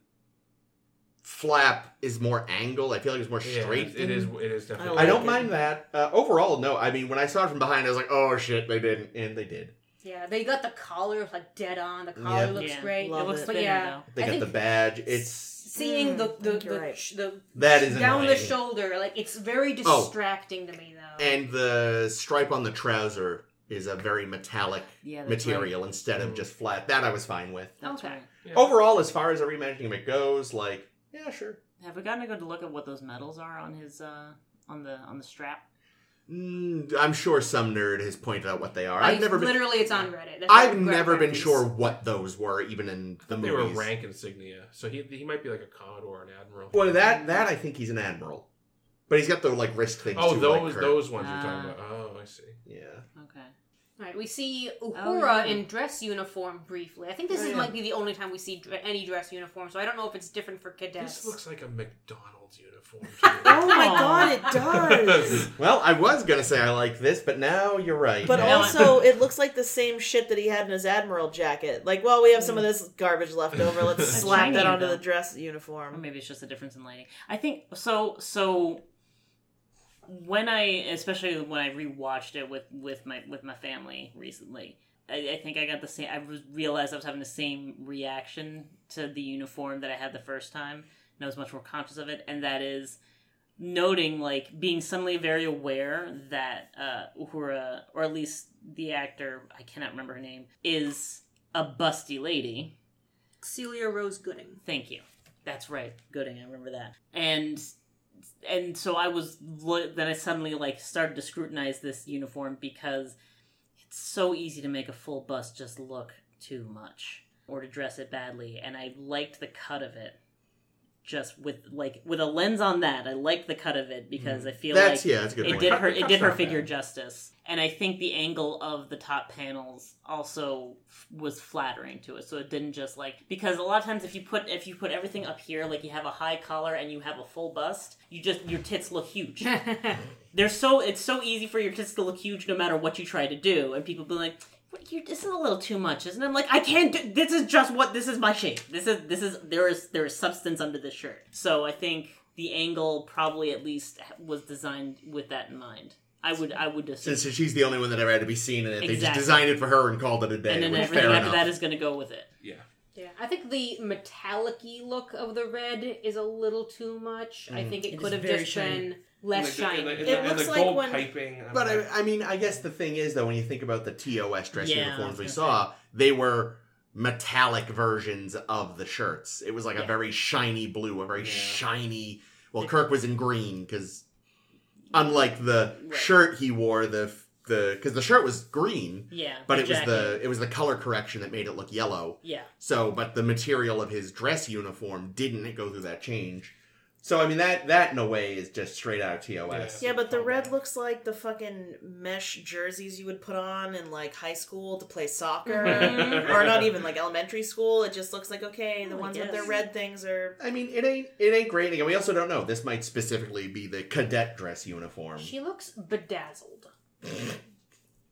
Speaker 1: flap is more angled. I feel like it's more
Speaker 4: yeah,
Speaker 1: straight.
Speaker 4: It is. It is definitely.
Speaker 6: like
Speaker 1: I don't
Speaker 6: it.
Speaker 1: mind that. Uh, overall, no. I mean, when I saw it from behind, I was like, "Oh shit, they didn't," and they did.
Speaker 2: Yeah, they got the collar like dead on. The collar
Speaker 1: Yeah.
Speaker 2: looks
Speaker 5: Yeah.
Speaker 2: great.
Speaker 6: Love
Speaker 5: it looks
Speaker 6: it.
Speaker 5: thinner,
Speaker 2: Yeah.
Speaker 1: They
Speaker 2: I
Speaker 1: got
Speaker 2: think-
Speaker 1: the badge. It's
Speaker 2: Seeing the
Speaker 6: Mm, I
Speaker 2: the
Speaker 6: think you're
Speaker 2: the,
Speaker 6: right.
Speaker 2: sh- the
Speaker 1: that is
Speaker 2: down
Speaker 1: annoying.
Speaker 2: the shoulder, like it's very
Speaker 1: Oh.
Speaker 2: distracting to me though.
Speaker 1: and the stripe on the trouser is a very metallic
Speaker 5: Yeah. That's
Speaker 1: material instead of
Speaker 4: Mm.
Speaker 1: just flat. That I was fine with.
Speaker 5: Right. That's
Speaker 2: Okay.
Speaker 5: right.
Speaker 4: Yeah.
Speaker 1: Overall, as far as a reimagining of it goes, like yeah, sure.
Speaker 5: Have we gotten to go to look at what those medals are on his uh on the on the strap?
Speaker 1: Mm, I'm sure some nerd has pointed out what they are. I've
Speaker 2: Like,
Speaker 1: never been.
Speaker 2: literally it's on Reddit. That's
Speaker 1: I've
Speaker 2: what Reddit
Speaker 1: never been
Speaker 2: is.
Speaker 1: sure what those were, even in the
Speaker 4: They
Speaker 1: movies.
Speaker 4: were rank insignia, so he he might be like a commodore, an admiral.
Speaker 1: Well, that that I think he's an admiral, but he's got the like wrist things.
Speaker 4: Oh,
Speaker 1: too, like
Speaker 4: those
Speaker 1: Kirk.
Speaker 4: those ones you're
Speaker 5: Ah.
Speaker 4: talking about. Oh, I see.
Speaker 1: Yeah.
Speaker 5: Okay.
Speaker 2: All right, we see Uhura
Speaker 5: Oh, yeah.
Speaker 2: in dress uniform briefly. I think this
Speaker 1: Oh,
Speaker 2: is,
Speaker 1: yeah.
Speaker 2: might be the only time we see dre- any dress uniform, so I don't know if it's different for cadets.
Speaker 4: This looks like a McDonald's uniform.
Speaker 6: Oh
Speaker 4: to
Speaker 6: my
Speaker 5: Aw.
Speaker 6: god, it
Speaker 4: me.
Speaker 6: does!
Speaker 1: Well, I was gonna say I like this, but now you're right.
Speaker 6: But
Speaker 5: Yeah.
Speaker 6: also, it looks like the same shit that he had in his admiral jacket. Like, well, we have some of this garbage left over. Let's
Speaker 4: That's
Speaker 6: slap that
Speaker 5: shiny,
Speaker 6: onto
Speaker 5: though.
Speaker 6: the dress
Speaker 5: Or
Speaker 6: uniform.
Speaker 5: maybe it's just a difference in lighting. I think so. So when I, especially when I rewatched it with with my with my family recently, I, I think I got the same. I was, realized I was having the same reaction to the uniform that I had the first time, and I was much more conscious of it. And that is noting like being suddenly very aware that uh Uhura or at least the actor I cannot remember her name is a busty lady
Speaker 2: Celia Rose Gooding.
Speaker 5: Thank you. That's right, Gooding. I remember that. And and so I was lo- then I suddenly like started to scrutinize this uniform because it's so easy to make a full bust just look too much or to dress it badly. And I liked the cut of it, just with like with a lens on that. I liked the cut of it because I feel like
Speaker 1: that's yeah, that's a good.
Speaker 5: it
Speaker 1: point.
Speaker 5: did her it
Speaker 4: That's
Speaker 5: did her
Speaker 4: not
Speaker 5: figure
Speaker 4: bad.
Speaker 5: justice and i think the angle of the top panels also f- was flattering to it so it didn't just like because a lot of times if you put if you put everything up here like you have a high collar and you have a full bust you just your tits look huge they're so it's so easy for your tits to look huge no matter what you try to do and people be like what you this is a little too much isn't it i'm like i can't do this is just what this is my shape this is this is there is there is substance under this shirt so i think the angle probably at least was designed with that in mind i would i would assume
Speaker 1: Since she's the only one that ever had to be seen in it, they just
Speaker 5: Exactly.
Speaker 1: designed it for her and called it a day.
Speaker 5: and then
Speaker 1: which,
Speaker 5: everything
Speaker 1: fair
Speaker 5: after
Speaker 1: enough.
Speaker 5: that is going to go with it
Speaker 4: yeah.
Speaker 2: Yeah, I think the metallic-y look of the red is a little too much.
Speaker 1: Mm.
Speaker 2: I think it,
Speaker 5: It
Speaker 2: could
Speaker 5: is
Speaker 2: have
Speaker 5: very
Speaker 2: just
Speaker 5: shiny.
Speaker 2: been less shiny.
Speaker 4: And the,
Speaker 6: It
Speaker 4: and the
Speaker 6: looks like
Speaker 4: gold
Speaker 6: when-
Speaker 4: piping. I'm
Speaker 1: But
Speaker 4: like,
Speaker 1: I, I mean, I guess the thing is though, when you think about the TOS dress
Speaker 5: Yeah, I
Speaker 1: uniforms
Speaker 5: was
Speaker 1: we
Speaker 5: gonna
Speaker 1: saw, they were metallic versions of the shirts. It was like a
Speaker 5: Yeah.
Speaker 1: very shiny blue, a very
Speaker 4: Yeah.
Speaker 1: shiny. Well, Kirk was in green because, unlike the
Speaker 5: Right.
Speaker 1: shirt he wore, the the because the shirt was green,
Speaker 5: Yeah,
Speaker 1: but
Speaker 5: the
Speaker 1: it was
Speaker 5: jacket.
Speaker 1: the it was the color correction that made it look yellow.
Speaker 5: yeah.
Speaker 1: So, but the material of his dress uniform didn't go through that change. So, I mean that that in a way is just straight out of TOS.
Speaker 3: Yeah, but the red looks like the fucking mesh jerseys you would put on in like high school to play soccer,
Speaker 5: Mhm.
Speaker 3: or not even like elementary school. It just looks like okay, the
Speaker 5: Oh, I
Speaker 3: ones with
Speaker 5: guess.
Speaker 3: their red things are.
Speaker 1: I mean, it ain't it ain't great. Again, we also don't know. This might specifically be the cadet dress uniform.
Speaker 2: She looks bedazzled.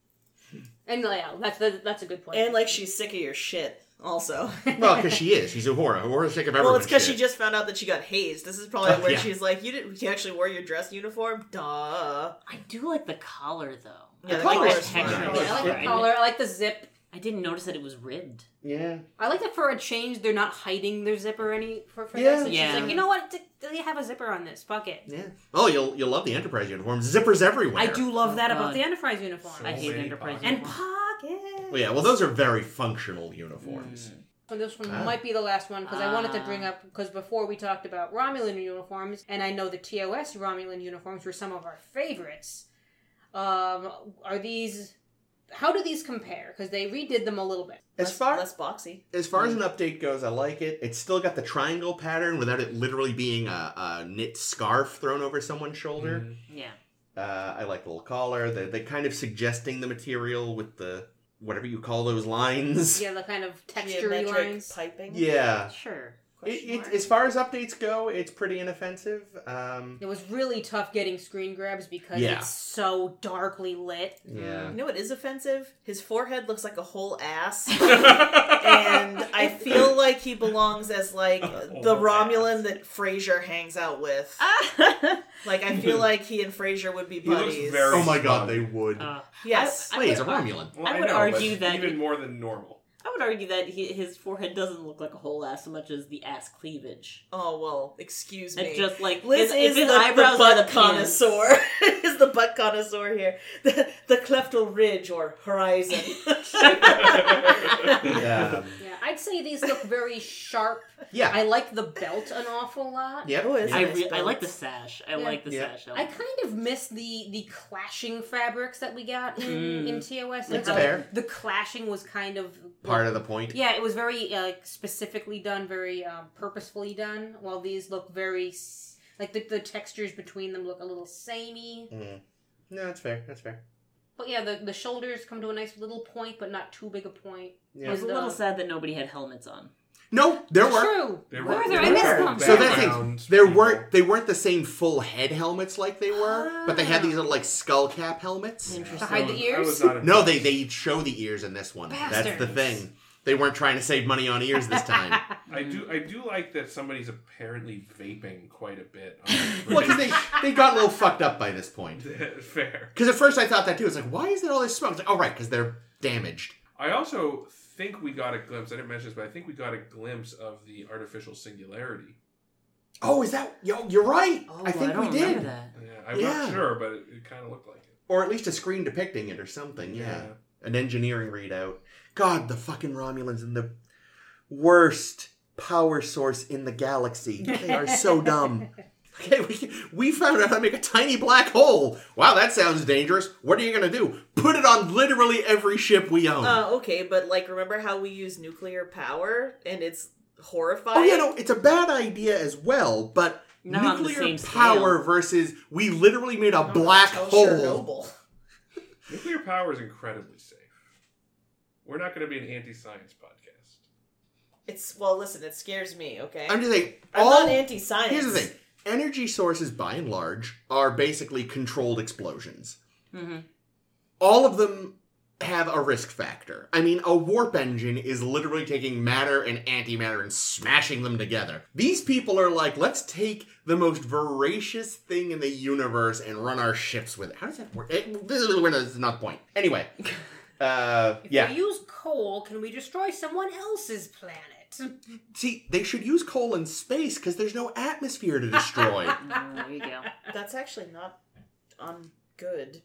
Speaker 2: and yeah, that's the, that's a good point.
Speaker 3: And like she's sick of your shit. Also,
Speaker 1: well, because she is. She's a horror. Horror's sick of everyone.
Speaker 3: well, it's because she just found out that she got hazed. This is probably
Speaker 1: Oh,
Speaker 3: where
Speaker 1: yeah.
Speaker 3: she's like, "You didn't. You actually wore your dress uniform." Duh.
Speaker 5: I do like the collar though.
Speaker 3: Yeah,
Speaker 1: The
Speaker 3: the
Speaker 1: collar's
Speaker 3: collar's
Speaker 1: fine.
Speaker 3: fine.
Speaker 5: Yeah,
Speaker 2: yeah, I like
Speaker 5: Right.
Speaker 2: the collar. I like the zip.
Speaker 5: I didn't notice that it was ribbed.
Speaker 1: yeah.
Speaker 2: I like that for a change, they're not hiding their zipper any for, for
Speaker 1: Yeah.
Speaker 2: this. And
Speaker 5: Yeah.
Speaker 2: she's like, you know what? D- Do they have a zipper on this? Fuck it.
Speaker 1: Yeah. Oh, you'll you'll love the Enterprise uniform. Zippers everywhere.
Speaker 2: I do love that
Speaker 5: Oh,
Speaker 2: about
Speaker 5: God.
Speaker 2: the Enterprise uniform.
Speaker 5: I hate
Speaker 4: many
Speaker 5: Enterprise
Speaker 4: pockets.
Speaker 2: and
Speaker 5: uniform.
Speaker 2: pockets.
Speaker 1: Well, Oh, yeah. Well, those are very functional uniforms.
Speaker 2: So this one
Speaker 1: Ah.
Speaker 2: might be the last one because I wanted to
Speaker 5: Ah.
Speaker 2: bring up because before we talked about Romulan uniforms, and I know the TOS Romulan uniforms were some of our favorites. Um, are these? How do these compare? Because they redid them a little bit.
Speaker 1: As far
Speaker 3: less boxy.
Speaker 1: as far as an update goes, I like it. It's still got the triangle pattern without it literally being a, a knit scarf thrown over someone's shoulder.
Speaker 4: Mhm.
Speaker 5: Yeah.
Speaker 1: Uh, I like the little collar. They they kind of suggesting the material with the whatever you call those lines.
Speaker 2: Yeah, the kind of textury
Speaker 3: Geometric
Speaker 2: lines.
Speaker 3: piping.
Speaker 1: Yeah.
Speaker 5: Sure.
Speaker 1: It,
Speaker 3: Question
Speaker 1: it,
Speaker 3: mark.
Speaker 1: as far as updates go, it's pretty inoffensive. Um,
Speaker 2: It was really tough getting screen grabs because
Speaker 1: Yeah.
Speaker 2: it's so darkly lit.
Speaker 1: yeah.
Speaker 3: You know what is offensive? His forehead looks like a whole ass.
Speaker 4: and
Speaker 3: and I feel like he belongs as like the
Speaker 4: whole
Speaker 3: Romulan that Frasier hangs out with. Like I feel like he and Frasier would be
Speaker 4: looks
Speaker 3: buddies.
Speaker 4: very-
Speaker 1: Oh my god, they would.
Speaker 5: Uh,
Speaker 3: yes.
Speaker 5: I-
Speaker 1: Wait, he's a
Speaker 5: would-
Speaker 1: Romulan.
Speaker 4: Well,
Speaker 5: I would
Speaker 4: know, but
Speaker 5: argue that-
Speaker 4: even more than normal.
Speaker 5: I would argue that he, his forehead doesn't look like a whole ass so much as the ass cleavage.
Speaker 3: oh well, excuse me.
Speaker 5: It's just like
Speaker 3: Liz
Speaker 5: if- if
Speaker 3: is
Speaker 5: his
Speaker 3: the, the
Speaker 5: eyebrows are
Speaker 3: butt
Speaker 5: the pants.
Speaker 3: connoisseur. is the butt connoisseur here. The, the cleftal ridge or horizon. Oh.
Speaker 1: Yeah.
Speaker 2: Yeah, I'd say these look very sharp.
Speaker 1: yeah.
Speaker 2: I like the belt an awful lot.
Speaker 1: Yep.
Speaker 3: Oh, it's
Speaker 5: I,
Speaker 3: nice
Speaker 5: re- I
Speaker 3: build.
Speaker 5: like the sash. I
Speaker 2: Yeah.
Speaker 5: like the
Speaker 1: Yeah.
Speaker 5: sash.
Speaker 2: I
Speaker 5: like
Speaker 2: kind of miss the the clashing fabrics that we got in,
Speaker 5: Mm.
Speaker 2: in TOS.
Speaker 1: That's
Speaker 2: how
Speaker 1: fair.
Speaker 2: The clashing was kind of
Speaker 1: Part of the point.
Speaker 2: Yeah, it was very uh, specifically done, very um, purposefully done. While these look very s- like the, the textures between them look a little samey.
Speaker 1: Mm. No, that's fair. That's fair.
Speaker 2: But yeah, the the shoulders come to a nice little point, but not too big a point.
Speaker 5: I
Speaker 1: Yeah.
Speaker 5: was a little
Speaker 2: uh,
Speaker 5: sad that nobody had helmets on.
Speaker 1: No, there were
Speaker 2: True.
Speaker 4: They
Speaker 2: Where
Speaker 4: were-
Speaker 2: are
Speaker 4: they
Speaker 2: there? I
Speaker 4: were
Speaker 2: missed
Speaker 4: very
Speaker 2: them.
Speaker 1: So that's the thing.
Speaker 4: background
Speaker 1: There
Speaker 4: people.
Speaker 1: weren't they weren't the same full head helmets like they were, but they had these little like skull cap helmets.
Speaker 2: To
Speaker 5: Ah. Interesting.
Speaker 2: hide the
Speaker 4: I was
Speaker 2: ears.
Speaker 4: not
Speaker 1: No, they they show the ears in this one. That's the
Speaker 2: Bastards.
Speaker 1: thing. They weren't trying to save money on ears this time.
Speaker 4: I do I do like that somebody's apparently vaping quite a bit. On
Speaker 1: well, because they they got a little fucked up by this point.
Speaker 4: Fair.
Speaker 1: Because at first I thought that too. It's like, why is there all this smoke? It's like, oh right, because they're damaged.
Speaker 4: I also think we got a glimpse. I didn't mention this, but I think we got a glimpse of the artificial singularity.
Speaker 1: Oh, is that? Yo, you're right.
Speaker 5: Oh,
Speaker 1: I
Speaker 5: I
Speaker 1: think
Speaker 5: don't
Speaker 1: we did,
Speaker 5: remember that.
Speaker 4: Yeah, I'm
Speaker 1: Yeah.
Speaker 4: not sure, but it, it kind of looked like it.
Speaker 1: or at least a screen depicting it or something. Yeah. an engineering readout. God, the fucking Romulans and the worst power source in the galaxy. They are so dumb. Okay, we, we found out how to make a tiny black hole. Wow, that sounds dangerous. What are you gonna do? Put it on literally every ship we own.
Speaker 5: Oh,
Speaker 3: Uh, okay, but like, remember how we use nuclear power and it's horrifying?
Speaker 1: Oh yeah, no, it's a bad idea as well, but
Speaker 5: Not on the
Speaker 1: nuclear
Speaker 5: same scale.
Speaker 1: power versus we literally made a black
Speaker 3: Tell
Speaker 1: hole.
Speaker 3: Chernobyl.
Speaker 4: Nuclear power is incredibly safe. We're not going to be an anti-science podcast.
Speaker 3: It's well, listen, it scares me. Okay,
Speaker 1: I'm just saying
Speaker 3: I'm
Speaker 1: all
Speaker 3: not anti-science.
Speaker 1: here's the thing. Energy sources by and large are basically controlled explosions.
Speaker 5: Mm-hmm.
Speaker 1: All of them have a risk factor. I mean, a warp engine is literally taking matter and antimatter and smashing them together. These people are like, let's take the most voracious thing in the universe and run our ships with it. How does that work? It, this is this is not the point. Anyway, uh,
Speaker 2: If
Speaker 1: yeah.
Speaker 2: we use coal, can we destroy someone else's planet?
Speaker 1: See, they should use coal in space because there's no atmosphere to destroy.
Speaker 5: Oh, there you go.
Speaker 3: That's actually not on
Speaker 6: good.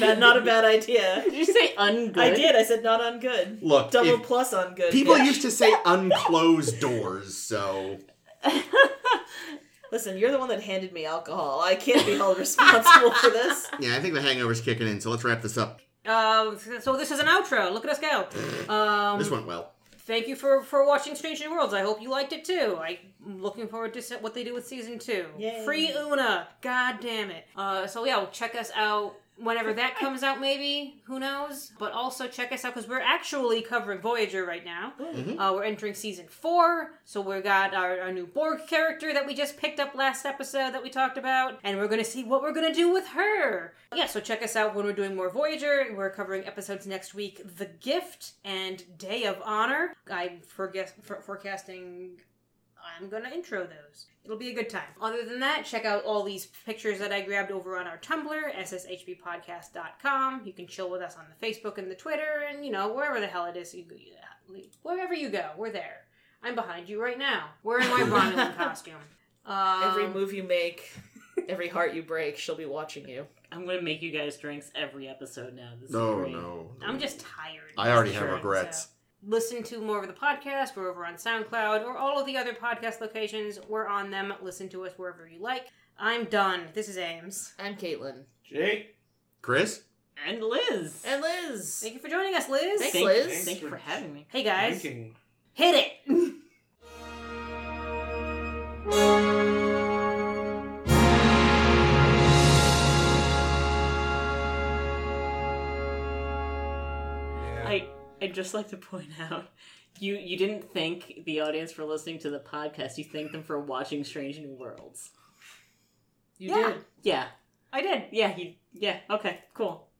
Speaker 6: Bad- not a bad idea.
Speaker 5: Did you say ungood?
Speaker 6: I did. I said not on good.
Speaker 1: Look,
Speaker 6: Double
Speaker 1: if-
Speaker 6: plus on good.
Speaker 1: people
Speaker 6: bitch.
Speaker 1: used to say unclosed doors, so
Speaker 6: Listen, you're the one that handed me alcohol. I can't be held responsible for this.
Speaker 7: Yeah, I think the hangover's kicking in, so let's wrap this up.
Speaker 2: Uh, so this is an outro. Look at us go. Um,
Speaker 7: This went well.
Speaker 2: thank you for for watching Strange New Worlds. I hope you liked it too. I'm looking forward to se- what they do with season two.
Speaker 6: Yay.
Speaker 2: Free Una. God damn it. Uh, so yeah, check us out whenever that comes out. Maybe who knows? But also check us out because we're actually covering Voyager right now. Uh, we're entering season four, so we got our, our new Borg character that we just picked up last episode that we talked about, and we're gonna see what we're gonna do with her. Yeah, so check us out when we're doing more Voyager. We're covering episodes next week: The Gift and Day of Honor. I'm forget- for- forecasting I'm gonna intro those. It'll be a good time. Other than that, check out all these pictures that I grabbed over on our Tumblr, sshbpodcast.com. You can chill with us on the Facebook and the Twitter, and you know wherever the hell it is, you, wherever you go, we're there. I'm behind you right now. We're in my Romulan costume. Um,
Speaker 6: Every move you make, every heart you break, she'll be watching you.
Speaker 5: I'm gonna make you guys drinks every episode now. This is
Speaker 7: No,
Speaker 5: great.
Speaker 7: no.
Speaker 2: I'm just tired.
Speaker 7: I already
Speaker 2: Sure,
Speaker 7: have regrets.
Speaker 2: so. Listen to more of the podcast. We're over on SoundCloud or all of the other podcast locations. We're on them. Listen to us wherever you like. I'm done. This is Ames.
Speaker 6: I'm Caitlin.
Speaker 4: Jake,
Speaker 7: Chris?
Speaker 5: And Liz.
Speaker 6: And Liz.
Speaker 2: Thank you for joining us, Liz.
Speaker 6: Thanks,
Speaker 5: thank,
Speaker 6: Liz.
Speaker 5: Thank you for having me.
Speaker 2: Hey guys,
Speaker 4: drinking.
Speaker 2: hit it.
Speaker 4: Yeah.
Speaker 5: I I'd just like to point out you you didn't thank the audience for listening to the podcast. You thanked them for watching Strange New Worlds.
Speaker 6: You
Speaker 2: Yeah.
Speaker 6: did.
Speaker 5: Yeah.
Speaker 2: I did.
Speaker 5: Yeah, you yeah, okay, cool.